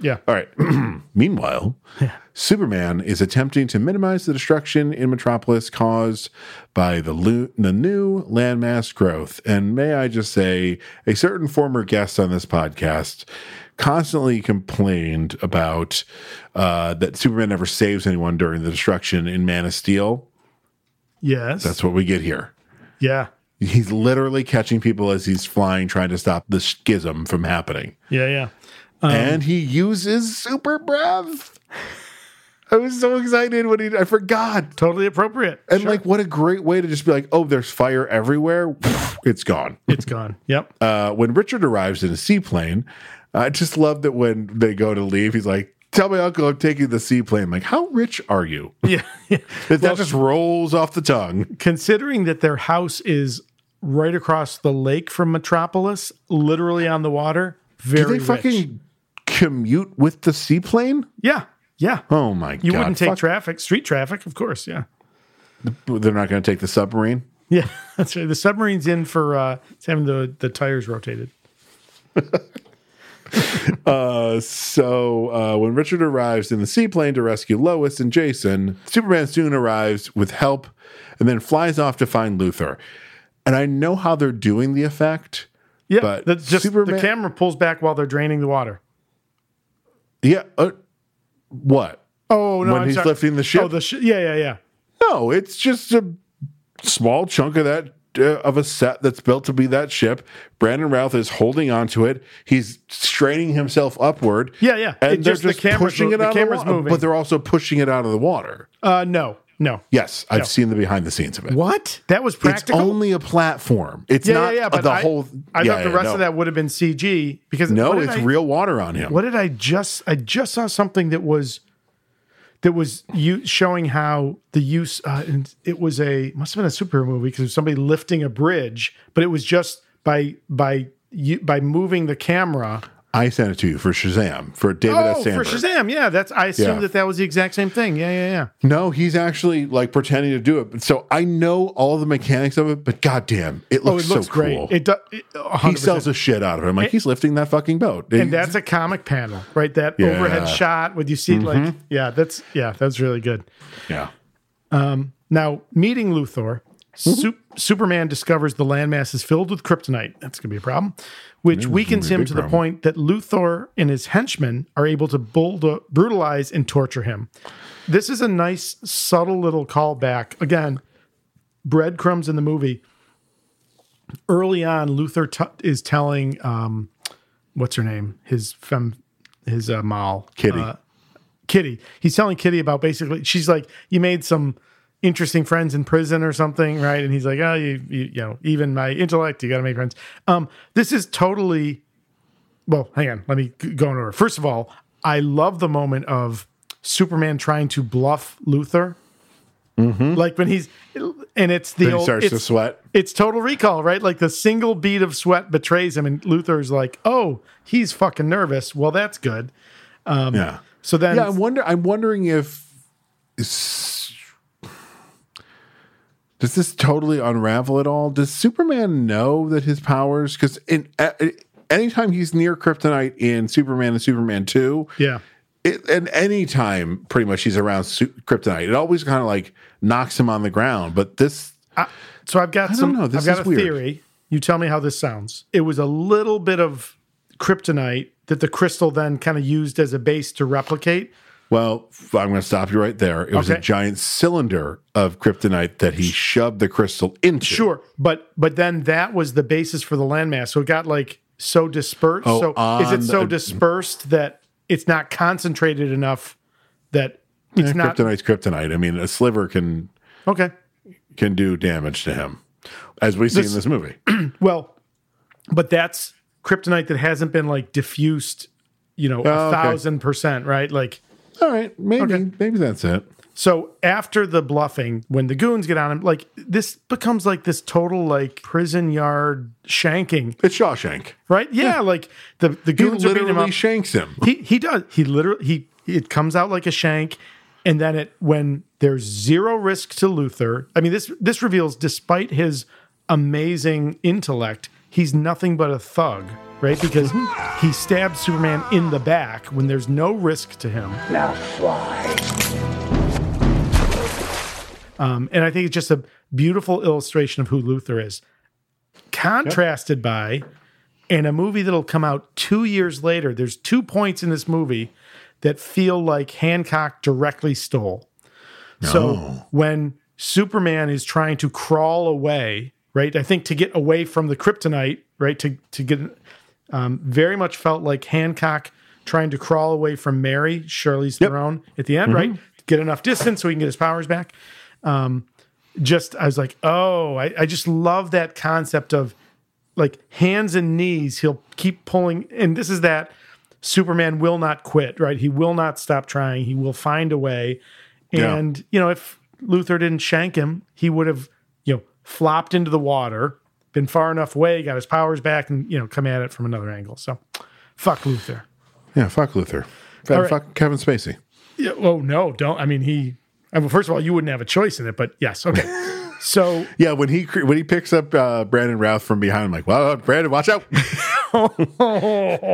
Yeah. All right. Meanwhile, yeah. Superman is attempting to minimize the destruction in Metropolis caused by the, lo- the new landmass growth. And may I just say, a certain former guest on this podcast constantly complained about uh, that Superman never saves anyone during the destruction in Man of Steel. Yes. That's what we get here. Yeah. He's literally catching people as he's flying, trying to stop the schism from happening. Yeah, yeah. Um, and he uses super breath. I was so excited when he, I forgot. Totally appropriate. And sure. like, what a great way to just be like, oh, there's fire everywhere. it's gone. It's gone. Yep. Uh, when Richard arrives in a seaplane, I just love that when they go to leave, he's like, tell my uncle I'm taking the seaplane. Like, how rich are you? Yeah. yeah. that, well, just rolls off the tongue. Considering that their house is right across the lake from Metropolis, literally on the water. Very Do they rich. fucking commute with the seaplane? Yeah. Yeah. Oh my you god. wouldn't take Fuck. traffic, street traffic, of course, yeah. They're not going to take the submarine? Yeah, that's right. The submarine's in for uh, it's having the, the tires rotated. uh, so uh, when Richard arrives in the seaplane to rescue Lois and Jason, Superman soon arrives with help and then flies off to find Luthor. And I know how they're doing the effect. Yeah, but that's just Superman... the camera pulls back while they're draining the water. Yeah. Uh, what? Oh no! When I'm he's sorry. lifting the ship. Oh, the sh- yeah, yeah, yeah. No, it's just a small chunk of that uh, of a set that's built to be that ship. Brandon Routh is holding onto it. He's straining himself upward. Yeah, yeah. And it they're just, just the pushing it out the camera's of the water, moving. but they're also pushing it out of the water. Uh, no, no. Yes, I've no. seen the behind the scenes of it. What? That was practical. It's only a platform. It's yeah, not yeah, yeah, but the I, whole. I yeah, thought the rest no. of that would have been CG because No, what did it's I- real water on him. What did I just? I just saw something that was that was you showing how the use uh, and it was a must have been a superhero movie because it was somebody lifting a bridge but it was just by by you by moving the camera I sent it to you for Shazam for David oh, S. Sandberg. for Shazam, yeah, that's. I assumed Yeah. that that was the exact same thing. Yeah, yeah, yeah. No, he's actually like pretending to do it. So I know all the mechanics of it, but goddamn, it Oh, looks it looks so great. cool. It does. It, he 100%. sells the shit out of him. Like And- he's lifting that fucking boat. and that's a comic panel, right? That Yeah. Mm-hmm. overhead shot with you see, like, yeah, that's yeah, that's really good. yeah. Um, now, meeting Luthor, Mm-hmm. Sup- Superman discovers the landmass is filled with kryptonite. That's going to be a problem, which gonna be weakens a him big to the problem. point that Luthor and his henchmen are able to bulldo- brutalize and torture him. This is a nice, subtle little callback. Again, breadcrumbs in the movie. Early on, Luthor t- is telling, um, what's her name? His fem, his uh, Mal. Kitty. Uh, Kitty. He's telling Kitty about basically. She's like, you made some interesting friends in prison or something, right? And he's like, oh, you, you, you know, even my intellect, you got to make friends. Um, this is totally. Well, hang on. Let me g- go in order. First of all, I love the moment of Superman trying to bluff Luthor. Mm-hmm. Like when he's, and it's the Then he old, starts to it's- sweat. It's total recall, right? Like the single bead of sweat betrays him, and Luthor's like, "Oh, he's fucking nervous." Well, that's good. Um, Yeah. So then, yeah, I wonder. I'm wondering if is- does this totally unravel at all? Does Superman know that his powers? Because in a- a- anytime he's near Kryptonite in Superman and Superman Two, yeah, it, and any time pretty much he's around su- Kryptonite, it always kind of like knocks him on the ground. But this, so I've got I don't some. know, this I've got is a weird. theory. You tell me how this sounds. It was a little bit of kryptonite that the crystal then kind of used as a base to replicate. well, f- I'm going to stop you right there. It was a Okay. giant cylinder of Kryptonite that he shoved the crystal into. Sure, but but then that was the basis for the landmass. So it got like so dispersed. Oh, so is on it so the- dispersed that it's not concentrated enough that it's Eh, not kryptonite's kryptonite. I mean, a sliver can okay? can do damage to him, as we see This- in this movie. Well, but that's kryptonite that hasn't been like diffused, you know, Oh, a okay. thousand percent, right? Like, all right, maybe maybe that's it. So after the bluffing, when the goons get on him, like this becomes like this total like prison yard shanking, It's Shawshank. right? Yeah, like the the He goons are beating him literally up. shanks him. He he does. He literally he it comes out like a shank, and then it when there's zero risk to Luther. I mean this this reveals despite his amazing intellect, he's nothing but a thug, right? Because he stabbed Superman in the back when there's no risk to him. Now fly. Um, and I think it's just a beautiful illustration of who Luther is, contrasted by in a movie that'll come out two years later. There's two points in this movie that feel like Hancock directly stole. So when Superman is trying to crawl away, right? I think to get away from the kryptonite, right? To to get um, very much felt like Hancock trying to crawl away from Mary Shirley's throne at the end, right? Get enough distance so he can get his powers back. Um, just I was like, oh, I, I just love that concept of like hands and knees. He'll keep pulling, and this is that Superman will not quit, right? He will not stop trying. He will find a way. Yeah. And you know, if Luther didn't shank him, he would have you know flopped into the water, been far enough away, got his powers back, and you know come at it from another angle. So, fuck Luther. Yeah, fuck Luther. All Fuck, right. fuck Kevin Spacey. Yeah, oh no, don't. I mean, he. I mean, first of all, you wouldn't have a choice in it, but yes, okay. So Yeah, when he cr- when he picks up uh, Brandon Routh from behind, I'm like, "Well, Brandon, watch out!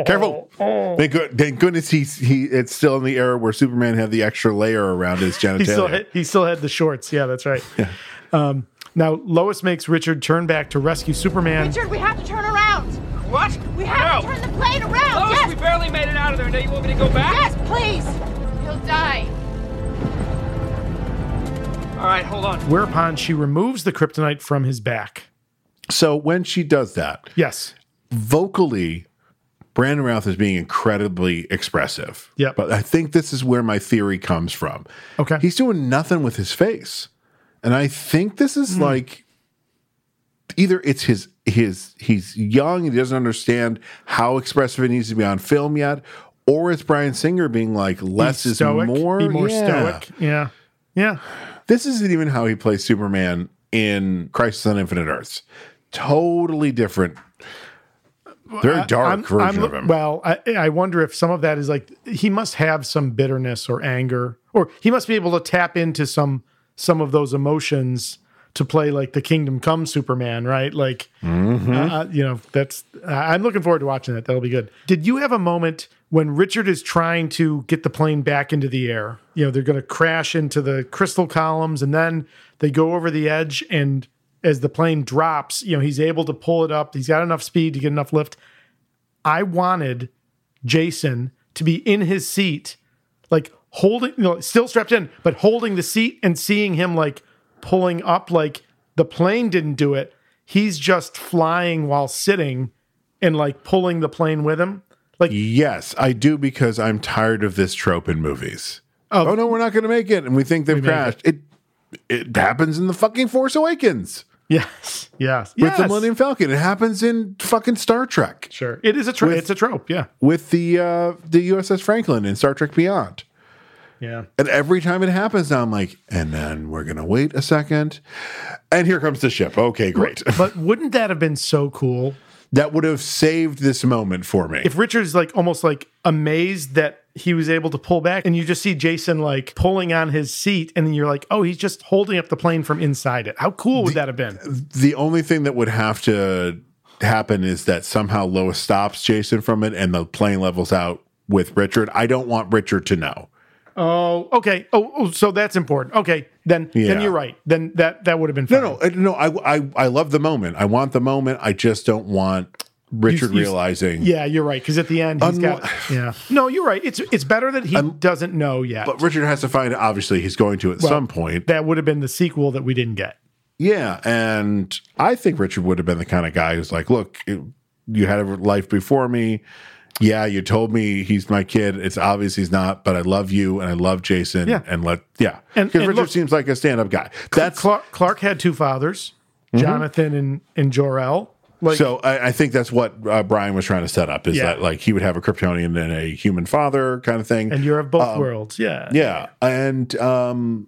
Careful!" Thank, go- thank goodness he's he. It's still in the era where Superman had the extra layer around his genitalia. he still had, he still had the shorts. Yeah, that's right. Um, now Lois makes Richard turn back to rescue Superman. Richard, we have to turn around. What? We have to turn the plane around. Lois, we barely made it out of there. Now you want me to go back? Yes, please. He'll die. All right, hold on. Whereupon she removes the kryptonite from his back. So when she does that, Yes. vocally, Brandon Routh is being incredibly expressive. Yep. But I think this is where my theory comes from. Okay. He's doing nothing with his face. And I think this Hmm. is like either it's his his he's young and he doesn't understand how expressive it needs to be on film yet, or it's Brian Singer being like less Be is stoic, more. Be more Yeah. stoic. Yeah. Yeah. This isn't even how he plays Superman in Crisis on Infinite Earths. Totally different. Very dark I'm- version I'm- of him. Well, I, I wonder if some of that is like he must have some bitterness or anger, or he must be able to tap into some some of those emotions to play like the Kingdom Come Superman, right? Like, Mm-hmm. uh, you know, that's I- I'm looking forward to watching that. That'll be good. Did you have a moment when Richard is trying to get the plane back into the air? You know, they're going to crash into the crystal columns, and then they go over the edge and. As the plane drops, you know, he's able to pull it up. He's got enough speed to get enough lift. I wanted Jason to be in his seat, like holding, you know, still strapped in, but holding the seat and seeing him like pulling up, like the plane didn't do it. He's just flying while sitting and like pulling the plane with him. Like, Yes, I do because I'm tired of this trope in movies. oh no, we're not going to make it, and we think they've crashed. It. it happens in the fucking Force Awakens. Yes. Yes. With yes. the Millennium Falcon. It happens in fucking Star Trek. Sure. It is a trope. With- It's a trope. Yeah. With the uh the USS Franklin in Star Trek Beyond. Yeah. And every time it happens, I'm like, and then we're gonna wait a second. And here comes the ship. Okay, great. But wouldn't that have been so cool that would have saved this moment for me. if Richard's like almost like amazed that he was able to pull back and you just see Jason like pulling on his seat and then you're like, oh, he's just holding up the plane from inside it. How cool would that have been? the only thing that would have to happen is that somehow Lois stops Jason from it and the plane levels out with Richard. I don't want Richard to know. Oh, okay. Oh, oh so that's important. Okay. Then Yeah. then you're right. Then that that would have been fun. No, I- no, I, I, I love the moment. I want the moment. I just don't want Richard you- realizing. Yeah, you're right. Because at the end he's got Yeah. No, you're right. It's it's better that he doesn't know yet. But Richard has to find it. Obviously, he's going to at Well, some point. that would have been the sequel that we didn't get. Yeah, and I think Richard would have been the kind of guy who's like, "Look, it- you had a life before me. Yeah, you told me he's my kid. It's obvious he's not, but I love you and I love Jason. Yeah. and let yeah, And- because and Richard look- seems like a stand-up guy. That's Clark Clark had two fathers, Mhm. Jonathan and, and Jor-El. Like so. I, I think that's what uh, Brian was trying to set up is Yeah. that like he would have a Kryptonian and a human father kind of thing. and you're of both Um, worlds. Yeah. yeah, and um,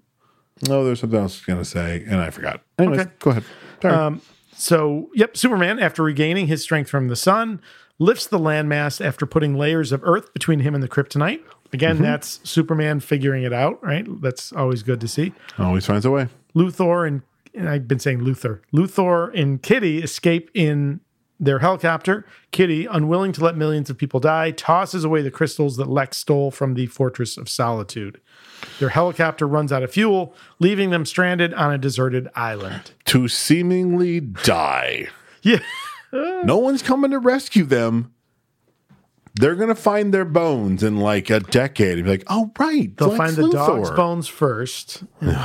no, there's something else I was gonna say, and I forgot. Anyways, Okay. go ahead. Sorry. Um, so, yep, Superman, after regaining his strength from the sun, lifts the landmass after putting layers of earth between him and the kryptonite. Again, that's Superman figuring it out, right? That's always good to see. Always finds a way. Luthor and, and I've been saying Luthor. Luthor and Kitty escape in their helicopter. Kitty, unwilling to let millions of people die, tosses away the crystals that Lex stole from the Fortress of Solitude. Their helicopter runs out of fuel, leaving them stranded on a deserted island. to seemingly die. Yeah. no one's coming to rescue them. They're gonna find their bones in like a decade and be like, "Oh right, They'll Lex find the dog's Luthor." bones first. And, then-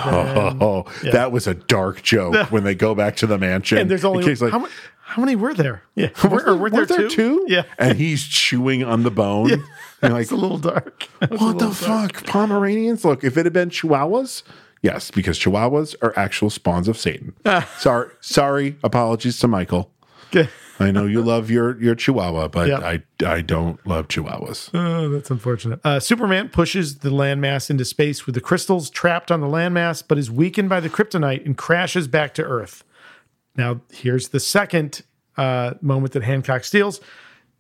Oh, Yeah. that was a dark joke when they go back to the mansion. and there's only in case, like, how, ma- how many were there? Yeah, "Weren't Were, there- were there, weren't there two? two? Yeah, and he's chewing on the bone. And you're like, it's a little dark. what the fuck, Pomeranians? Look, if it had been Chihuahuas, yes, because Chihuahuas are actual spawns of Satan. sorry, sorry, apologies to Michael. Ah. Okay. I know you love your your Chihuahua, but Yeah. I I don't love Chihuahuas. Oh, that's unfortunate. Uh, Superman pushes the landmass into space with the crystals trapped on the landmass, but is weakened by the kryptonite and crashes back to Earth. Now, here's the second uh, moment that Hancock steals.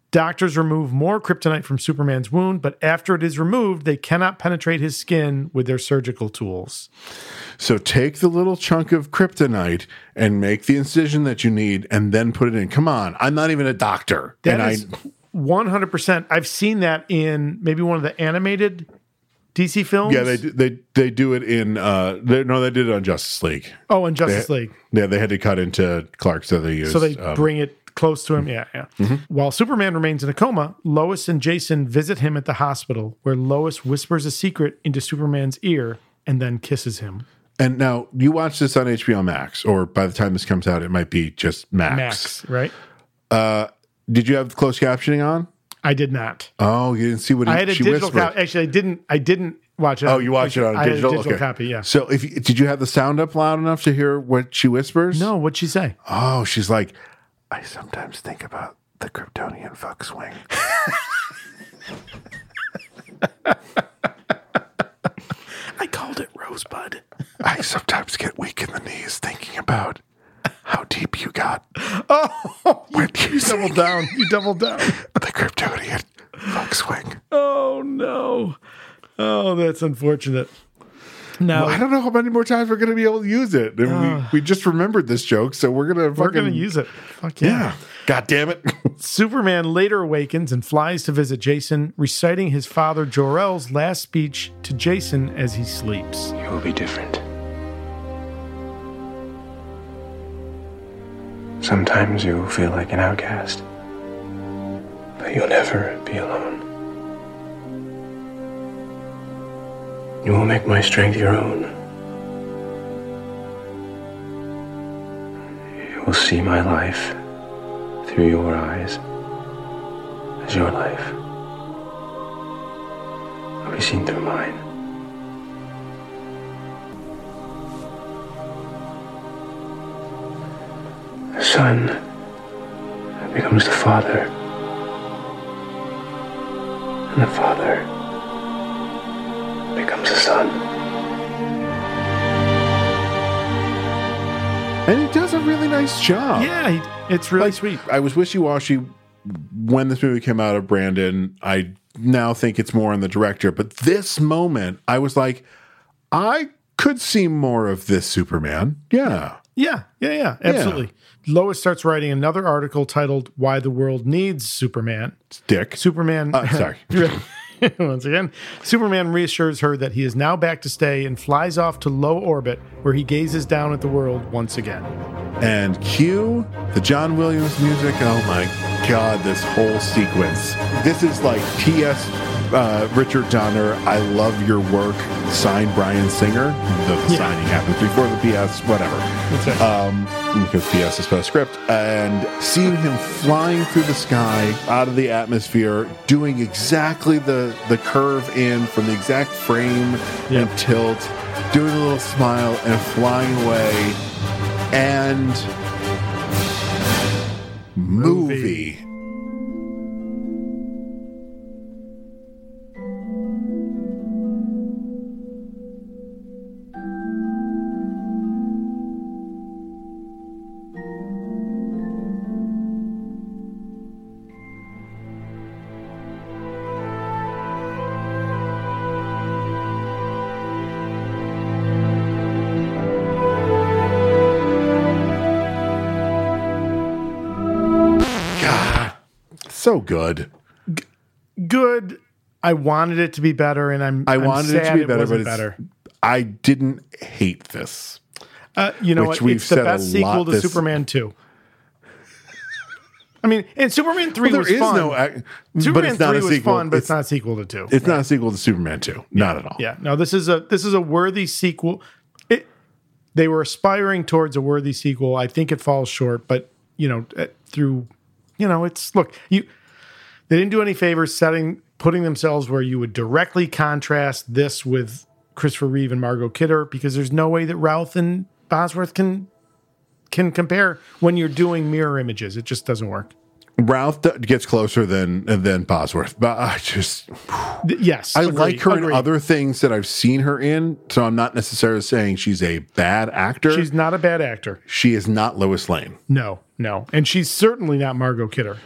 Doctors remove more kryptonite from Superman's wound, but after it is removed, they cannot penetrate his skin with their surgical tools. So take the little chunk of kryptonite and make the incision that you need, and then put it in. Come on, I'm not even a doctor, That and is I 100%. I've seen that in maybe one of the animated DC films. yeah they they they do it in uh they, no they did it on Justice League. Oh, in Justice League. Yeah, they had to cut into Clark, so they used So they um, Mm-hmm. bring it close to him. Yeah, yeah. While Superman remains in a coma, Lois and Jason visit him at the hospital, where Lois whispers a secret into Superman's ear and then kisses him. And now you watch this on HBO Max, or by the time this comes out, it might be just Max. Max, right? Uh, did you have closed captioning on? I did not. Oh, you didn't see what he, I had a she digital whispered. copy. Actually, I didn't. I didn't watch it. Oh, you watch it on I had digital. a digital Okay. copy. Yeah. So, if you- did you have the sound up loud enough to hear what she whispers? No, what'd she say? Oh, she's like, I sometimes think about the Kryptonian fuck swing. I called it Rosebud. I sometimes get weak in the knees thinking about how deep you got Oh, when you double sang down. You doubled down. the Kryptonian fuck swing. Oh no. Oh, that's unfortunate. No, Oh. Well, I don't know how many more times we're going to be able to use it. And Ah. we, we just remembered this joke, so we're going to we're fucking gonna use it. Fuck Yeah. yeah. God damn it. Superman later awakens and flies to visit Jason, reciting his father Jor-El's last speech to Jason as he sleeps. You will be different. Sometimes you feel like an outcast, but you'll never be alone. You will make my strength your own. You will see my life through your eyes as your life will be seen through mine. The son becomes the father. And the father becomes the son. And he does a really nice job. Yeah, he, it's really sweet. I was wishy washy when this movie came out of Brandon. I now think it's more on the director, but this moment, I was like, I could see more of this Superman. Yeah. Yeah, yeah, yeah, absolutely. Lois starts writing another article titled "Why the World Needs Superman." Dick. Superman. Uh, sorry. Once again, Superman reassures her that he is now back to stay and flies off to low orbit where he gazes down at the world once again. And cue the John Williams music. Oh my God, this whole sequence. This is like T.S. Uh, Richard Donner, I love your work, signed Brian Singer. Though the Yeah. signing happens before the P.S., whatever. That's right. Um, because P.S. is postscript. And seeing him flying through the sky, out of the atmosphere, doing exactly the, the curve in from the exact frame Yeah. and tilt, doing a little smile and flying away. And movie. God, so good. Good. I wanted it to be better, and I'm. I I'm wanted it to sad be better, wasn't but it's, better. I didn't hate this. Uh, you know what? which we've It's the said a best sequel lot to this- Superman two. I mean, and Superman three Well, was there is fun. no ac- but Superman it's not three a was sequel. fun, but it's, It's- not a sequel to two. It's not a sequel to Superman 2. Not at all. Yeah, no, this is a this is a worthy sequel. It they were aspiring towards a worthy sequel. I think it falls short, but you know, eh, through you know, it's look you they didn't do any favors setting putting themselves where you would directly contrast this with Christopher Reeve and Margot Kidder because there's no way that Routh and Bosworth can can compare when you're doing mirror images. It just doesn't work. Ralph d- gets closer than than Bosworth, but I just Th- yes, I agree, like her in agree. other things that I've seen her in, so I'm not necessarily saying she's a bad actor. She's not a bad actor. she is not Lois Lane, No, no, and she's certainly not Margot Kidder.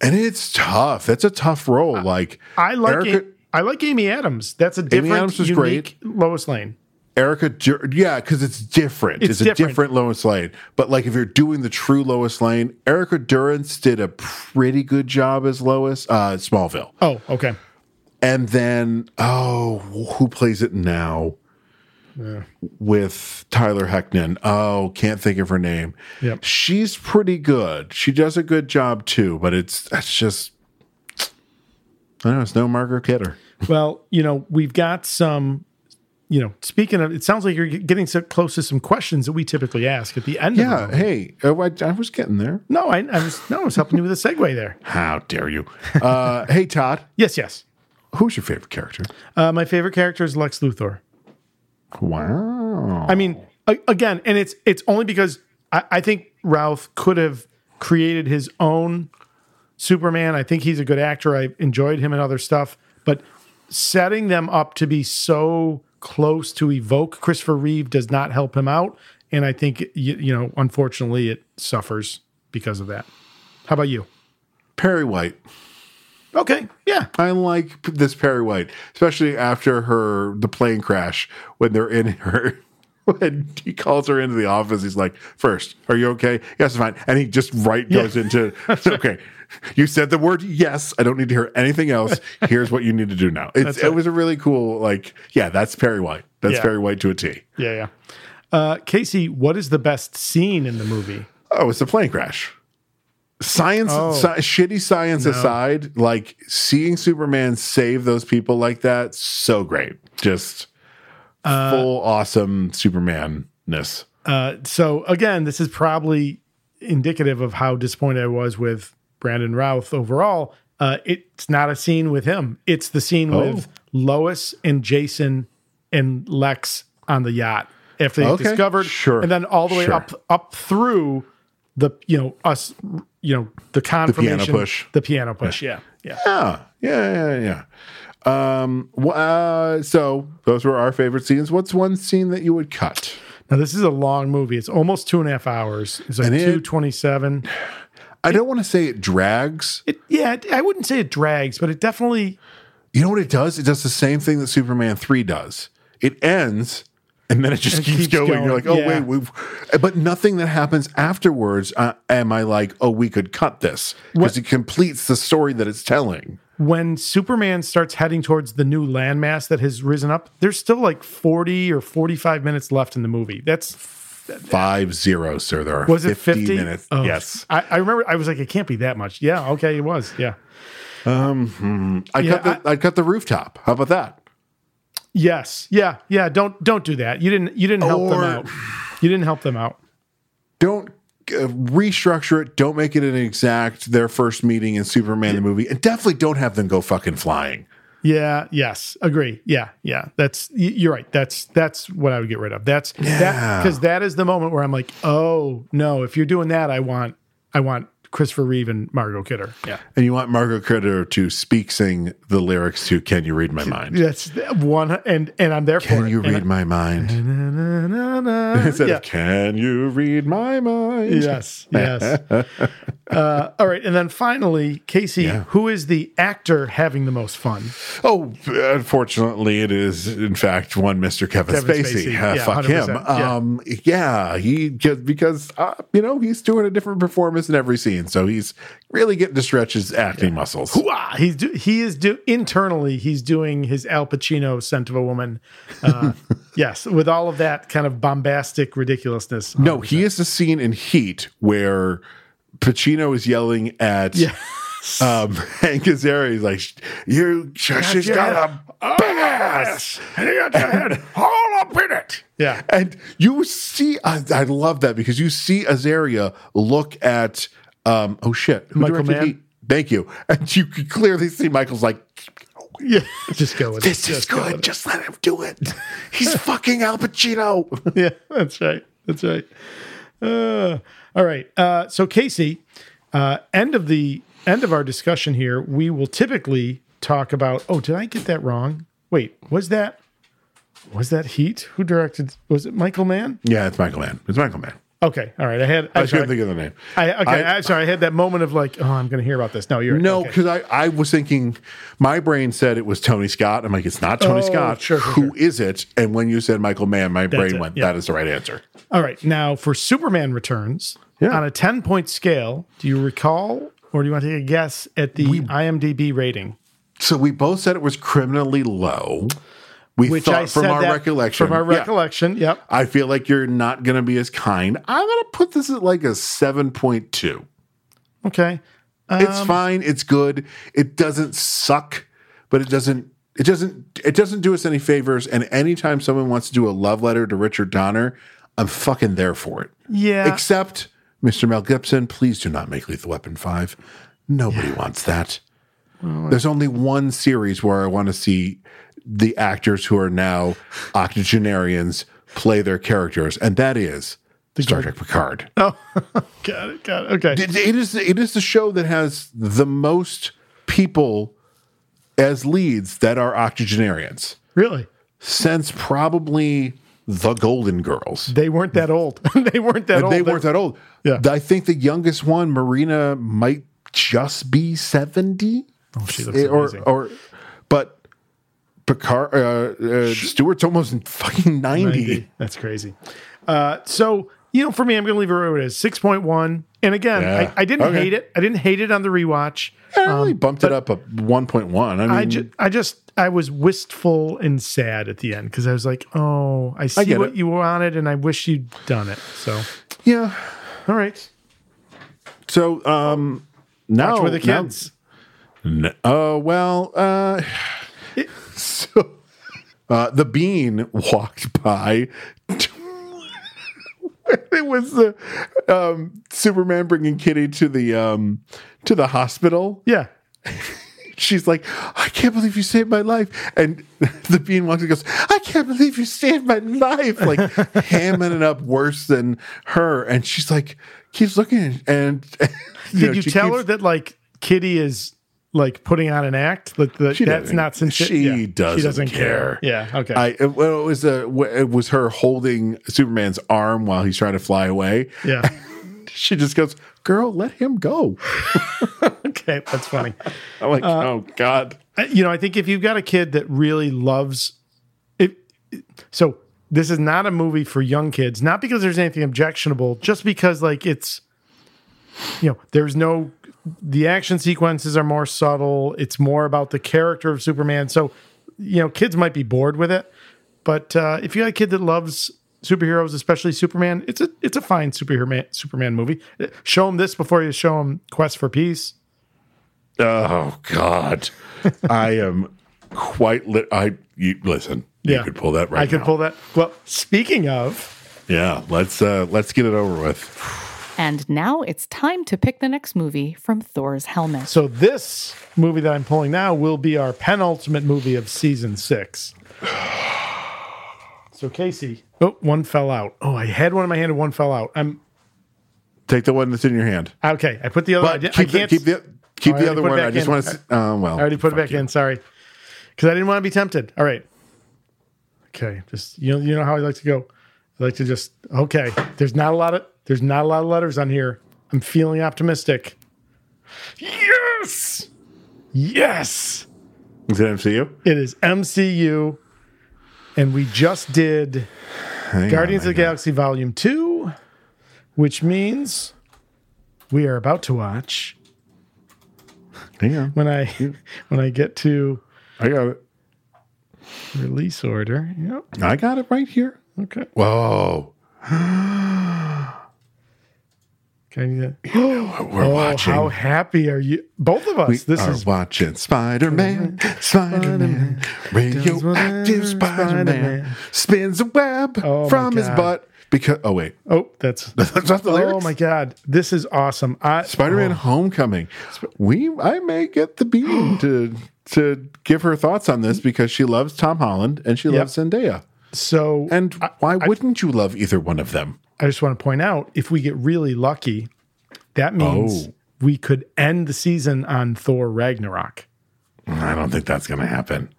and it's tough. That's a tough role. like I like Erica- it. I like Amy Adams. That's a different, Adams was unique great. Lois Lane. Erica, Dur- yeah, because it's different. It's It's, a different. different Lois Lane. But like if you're doing the true Lois Lane, Erica Durance did a pretty good job as Lois, uh, Smallville. Oh, okay. And then, oh, who plays it now with Tyler Heckman? Oh, can't think of her name. Yep. She's pretty good. She does a good job too, but it's that's just, I don't know, it's no Margaret Kidder. Well, you know, we've got some. You know, speaking of, it sounds like you're getting so close to some questions that we typically ask at the end. Yeah, Of the movie. Uh, hey, oh, I, I was getting there. No, I, I was no, I was helping you with a segue there. How dare you? Uh, hey, Todd, Yes, yes. who's your favorite character? Uh, my favorite character is Lex Luthor. Wow. I mean, a- again, and it's it's only because I, I think Ralph could have created his own Superman. I think he's a good actor. I enjoyed him in other stuff, but setting them up to be so close to evoke Christopher Reeve does not help him out, and I think you, you know, unfortunately, it suffers because of that. How about you? Perry White. Okay, yeah, I like p- this Perry White, especially after her the plane crash when they're in her. When he calls her into the office, he's like, First, are you okay? Yes, I'm fine. And he just right goes into, Okay, you said the word yes. I don't need to hear anything else. Here's what you need to do now. It's, That's it right. was a really cool, like, yeah, that's Perry White. That's Yeah. Perry White to a T. yeah, yeah. Uh, Casey, what is the best scene in the movie? Oh, it's a plane crash. Science, Oh. sci- shitty science No. aside, like seeing Superman save those people like that, so great. Just full awesome Supermanness. Uh, so again, this is probably indicative of how disappointed I was with Brandon Routh overall. Uh, it's not a scene with him. It's the scene Oh. with Lois and Jason and Lex on the yacht after they Okay, discovered, sure, and then all the way sure. up up through the you know us you know the confirmation push. the piano push yeah yeah yeah yeah yeah, yeah. um wh- uh, so those were our favorite scenes what's one scene that you would cut now this is a long movie it's almost two and a half hours it's like And it- 227 i don't want to say it drags it, yeah it- i wouldn't say it drags but it definitely you know what it does it does the same thing that superman 3 does it ends and then it just It keeps, keeps going. going, You're like, oh yeah. wait, we've, but nothing that happens afterwards. Uh, am I like, oh, we could cut this because it completes the story that it's telling. when Superman starts heading towards the new landmass that has risen up, there's still like 40 or 45 minutes left in the movie. That's Five zero, sir. There are was it 50, 50 minutes. Oh, yes, I, I remember I was like, it can't be that much. Yeah, okay, it was. Yeah. Um, hmm. I Yeah, cut the I, cut the rooftop. How about that? Yes. Yeah. Yeah. Don't don't do that. You didn't you didn't help them Or- out. You didn't help them out. Don't uh, restructure it. Don't make it an exact their first meeting in Superman the movie, and definitely don't have them go fucking flying. Yeah. Yes. Agree. Yeah. Yeah. That's y- you're right. That's that's what I would get rid of. That's that Yeah. because that is the moment where I'm like, oh no, if you're doing that, I want I want Christopher Reeve and Margot Kidder. Yeah. And you want Margot Kidder to speak sing the lyrics to "Can You Read My Mind." That's the one, and and I'm there for Can it. you And read my mind? I- na, na, na. Instead yeah. of "Can you read my mind?" Yes, yes. Uh, all right, and then finally, Casey, who is the actor having the most fun? Oh, unfortunately, it is in fact one Mister Kevin, Kevin Spacey. Spacey. Uh, Yeah, fuck him. 100%, yeah. Um, yeah, he just because uh, you know he's doing a different performance in every scene, so he's really getting to stretch his acting muscles. Hoo-ah! Ah, He's do, he is do internally he's doing his Al Pacino scent of a woman. Uh, yes, with all of that kind of bombastic ridiculousness. No, he is the scene in Heat where Pacino is yelling at um, Hank Azaria. He's like, "You, she's your got head a big ass, and you got your head all up in it." Yeah. and you see, I, I love that because you see Azaria look at, um, oh shit, who Michael directed Mann? Heat? Thank you, and you could clearly see Michael's like, Yeah, just go with it. "This is Just go with good. it. Just let him do it. He's fucking Al Pacino." yeah, that's right. That's right. Uh, all right. Uh, so Casey, uh, end of the end of our discussion here. We will typically talk about. Oh, did I get that wrong? Wait, was that was that Heat? Who directed? Was it Michael Mann? Yeah, it's Michael Mann. It's Michael Mann. Okay. All right. I had. I I'm was sorry. going to think of the name. I, okay, I- I, sorry. I had that moment of like, oh, I'm going to hear about this. No, you're Right. No, Okay. because I, I was thinking, my brain said it was Tony Scott. I'm like, it's not Tony Oh, Scott. sure, Who is sure, it? And when you said Michael Mann, my That's brain it, went, yeah. that is the right answer. All right. Now for Superman Returns on a ten point scale, do you recall or do you want to take a guess at the IMDb rating? So we both said it was criminally low. We Which thought I from said our that recollection. From our Yeah. recollection, yep. I feel like you're not going to be as kind. I'm going to put this at like a 7.2. Okay. it's Um, fine. It's good. It doesn't suck, but it doesn't. It doesn't. It doesn't do us any favors. And anytime someone wants to do a love letter to Richard Donner, I'm fucking there for it. Yeah. Except, Mr. Mel Gibson, please do not make Lethal Weapon five. Nobody wants that. There's only one series where I want to see the actors who are now octogenarians play their characters, and that is Star Trek Picard. got it. Got it. Okay. It- it is it is the show that has the most people as leads that are octogenarians really? since probably the Golden Girls. They weren't that old. they weren't that And old. they weren't that old. Yeah. I think the youngest one, Marina, might just be seventy. Oh, she looks or amazing. or, but Picard uh, uh, Stewart's almost fucking 90. ninety. That's crazy. Uh, so, you know, for me, I'm going to leave it where it is 6.1. And again, Yeah. I, I didn't Okay. hate it. I didn't hate it on the rewatch. I really bumped it up a one point one. I mean, Um, I, ju- I just, I was wistful and sad at the end because I was like, oh, I see get what it. you wanted and I wish you'd done it. So, yeah. all right. So um, now Watch with the now- kids. No. Uh, well, uh, so uh, the bean walked by. it was uh, the um, Superman bringing Kitty to the um, to the hospital. Yeah. she's like, I can't believe you saved my life. And the bean walks and goes, I can't believe you saved my life. Like hamming it up worse than her. And she's like, keeps looking. And you Did know, you she tell keeps- her that like Kitty is like putting on an act? That, that She that's doesn't- not sincere. She, Yeah. doesn't care. Yeah. Okay. I it- well, it was a it was her holding Superman's arm while he's trying to fly away. yeah. She just goes, "Girl, let him go." okay, that's funny. I'm like, Uh, oh god. You know, I think if you've got a kid that really loves it, so this is not a movie for young kids. Not because there's anything objectionable, just because like it's, you know, there's no. The action sequences are more subtle. It's more about the character of Superman. So, you know, kids might be bored with it, but uh, if you got a kid that loves superheroes, especially Superman, it's a it's a fine superhero Superman movie. Show them this before you show them Quest for Peace. Oh God, I am quite lit. I you, listen. You could pull that right. I could now. pull that. Well, speaking of, Yeah, let's uh let's get it over with. And now it's time to pick the next movie from Thor's helmet. so this movie that I'm pulling now will be our penultimate movie of season six. So Casey, oh, one fell out. Oh, I had one in my hand and one fell out. I'm Take the one that's in your hand. okay. I put the other. Uh, I, But did, keep, I the- can't keep the Oh, keep I the already other put it one. back I just in. want to. Um, well, I already put it back in. Sorry, because I didn't want to be tempted. All right. Okay, just you know, you know how I like to go. I like to just okay. There's not a lot of there's not a lot of letters on here. I'm feeling optimistic. Yes, yes. Is it MCU? It is MCU, and we just did Hang Guardians on, of the Galaxy Volume Two, which means we are about to watch. Hang on. When I when I get to I got it. Release order. Yep. I got it right here. Okay. Whoa. Can I You know what we're oh, watching. How happy are you? Both of us. we this are is watching Spider Man, Spider Man, radioactive Spider Man spins a web Oh my from his God. butt because. Oh wait, Oh, that's that's not the oh lyrics. my god, this is awesome. I Spider Man oh, Homecoming. We I may get the bean to to give her thoughts on this because she loves Tom Holland and she Yep. loves Zendaya. so And why wouldn't you love either one of them? I just want to point out if we get really lucky, that means Oh. we could end the season on Thor Ragnarok. I don't think that's going to happen.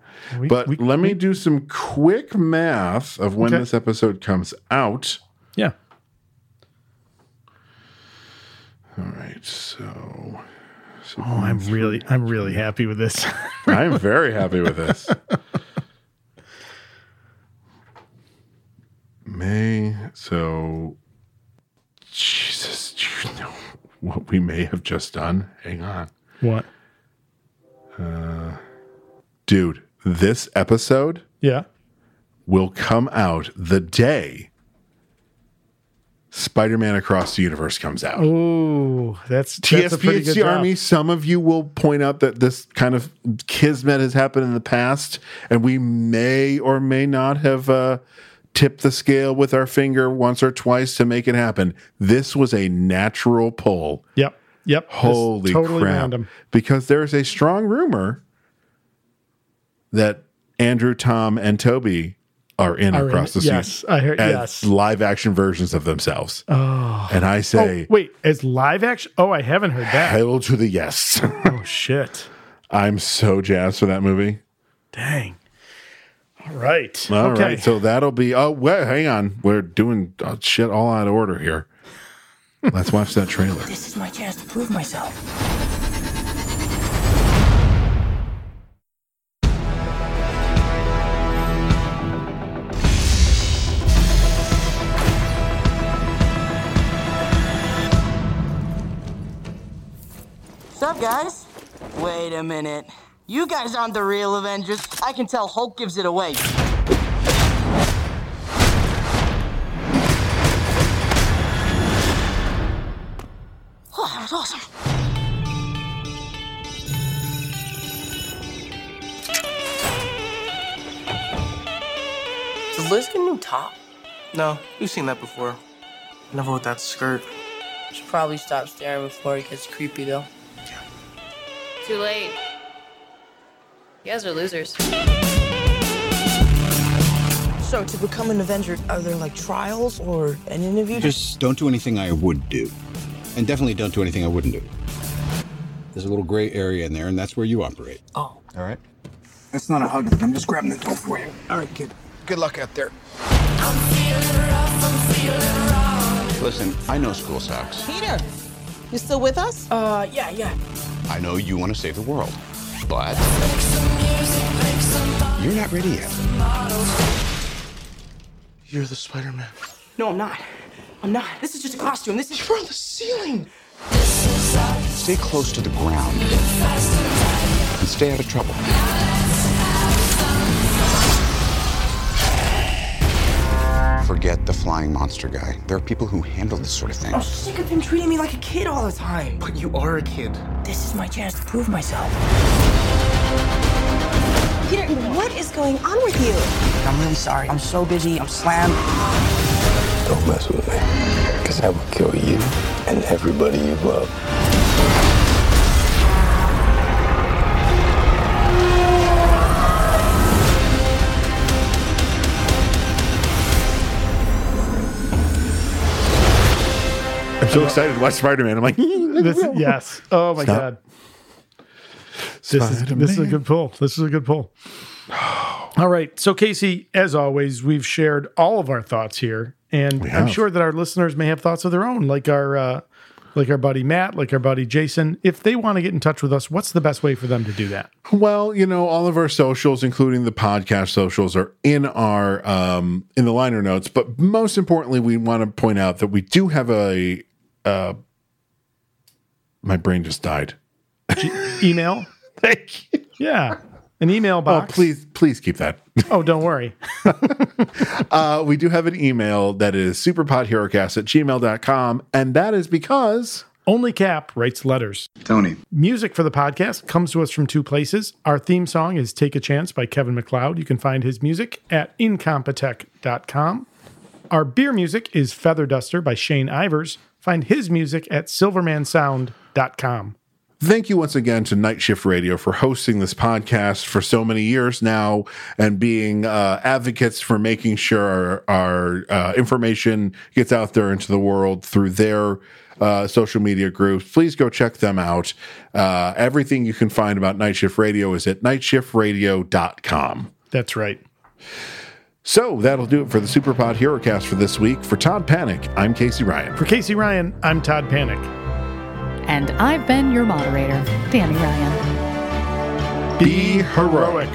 but let me do some quick math of when Okay. this episode comes out. Yeah. All right, so Oh, I'm really I'm really happy with this. I'm very happy with this. May so Jesus, do you know what we may have just done? Hang on. what? Uh, dude, this episode Yeah. will come out the day Spider-Man Across the Universe comes out. Oh, that's that's a pretty good TSPHC job. Army, some of you will point out that this kind of kismet has happened in the past, and we may or may not have uh, tipped the scale with our finger once or twice to make it happen. This was a natural pull. Yep. Yep. This- Holy totally crap. random. Because there is a strong rumor that Andrew, Tom, and Toby are in Are in across it. the Yes, sea I heard- as yes. live action versions of themselves. Oh. And I say, Oh, wait, as live action? Oh, I haven't heard that. Hail to the yes. Oh shit. I'm so jazzed for that movie. Dang. All right. All right, okay. so that'll be. Oh, wait, hang on. We're doing uh, shit all out of order here. Let's watch that trailer. This is my chance to prove myself. Sup, guys? Wait a minute. You guys aren't the real Avengers. I can tell Hulk gives it away. Oh, that was awesome. Does Liz get a new top? No, we've seen that before. Never with that skirt. Should probably stop staring before it gets creepy, though. Too late. You guys are losers. So, to become an Avenger, are there like trials or an interview? Just don't do anything I would do. And definitely don't do anything I wouldn't do. There's a little gray area in there, and that's where you operate. Oh. All right? It's not a hug. I'm just grabbing the door for you. All right, kid. Good luck out there. Listen, I know school sucks. Peter, you still with us? Uh, yeah, yeah. I know you want to save the world. But you're not ready yet. You're the Spider Man. No, I'm not. I'm not. This is just a costume. This is. You're on the ceiling. Stay close to the ground and stay out of trouble. Forget the flying monster guy. There are people who handle this sort of thing. I'm sick of him treating me like a kid all the time. But you are a kid. This is my chance to prove myself. Peter, what is going on with you? I'm really sorry. I'm so busy. I'm slammed. Don't mess with me, because I will kill you and everybody you love. I'm so excited to watch Spider Man. I'm like, This, yes. Oh my Stop. god. This is, this is a good pull. This is a good pull. All right. So Casey, as always, we've shared all of our thoughts here, and We I'm have. sure that our listeners may have thoughts of their own, like our uh, like our buddy Matt, like our buddy Jason. If they want to get in touch with us, what's the best way for them to do that? Well, you know, all of our socials, including the podcast socials, are in our um, in the liner notes. But most importantly, we want to point out that we do have a. Uh, my brain just died. Email. Thank you. Yeah, an email box. Oh, please, please keep that. Oh, don't worry. uh, we do have an email that is superpodherocast at gmail.com. And that is because only Cap writes letters. Tony. Music for the podcast comes to us from two places. Our theme song is Take a Chance by Kevin McLeod. You can find his music at incompetech.com. Our beer music is Feather Duster by Shane Ivers. Find his music at silvermansound.com. Thank you once again to Night Shift Radio for hosting this podcast for so many years now and being uh, advocates for making sure our, our uh, information gets out there into the world through their uh, social media groups. Please go check them out. Uh, everything you can find about Night Shift Radio is at nightshiftradio.com. That's right. So that'll do it for the Superpod HeroCast for this week. For Todd Panic, I'm Casey Ryan. For Casey Ryan, I'm Todd Panic. And I've been your moderator, Danny Ryan. Be heroic.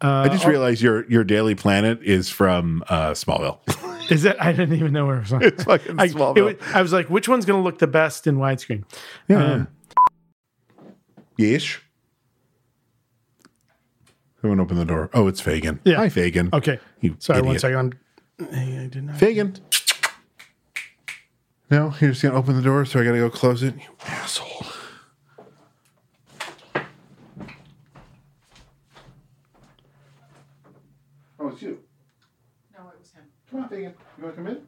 I Uh, just realized your your Daily Planet is from uh, Smallville. Is that? I didn't even know where it was on. It's fucking I, small, it bro. was- I was like, which one's going to look the best in widescreen? Yeah. yes. Someone open the door. Oh, it's Fagin. Yeah. Hi, Fagin. Okay. You Sorry, one idiot. second. I'm, I I did not. Fagin. No, you're just gonna open the door, so I gotta go close it. You asshole. Oh, it's you. No, it was him. Come on, Fagin. You wanna come in?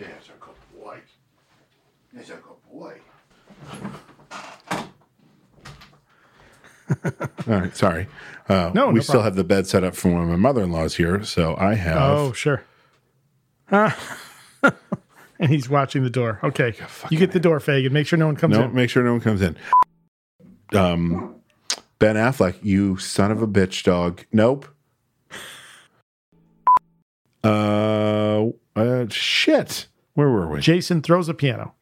Yeah, it's a good boy. It's a good boy. All right, sorry. Uh, No, we no still problem. have the bed set up for when my mother in law's here, so I have. Oh, sure. Ah. and he's watching the door. Okay. You get the door, Fagin. Make sure no one comes no, in. make sure no one comes in. Um, Ben Affleck, you son of a bitch, dog. Nope. Uh, uh shit. Where were we? Jason throws a piano.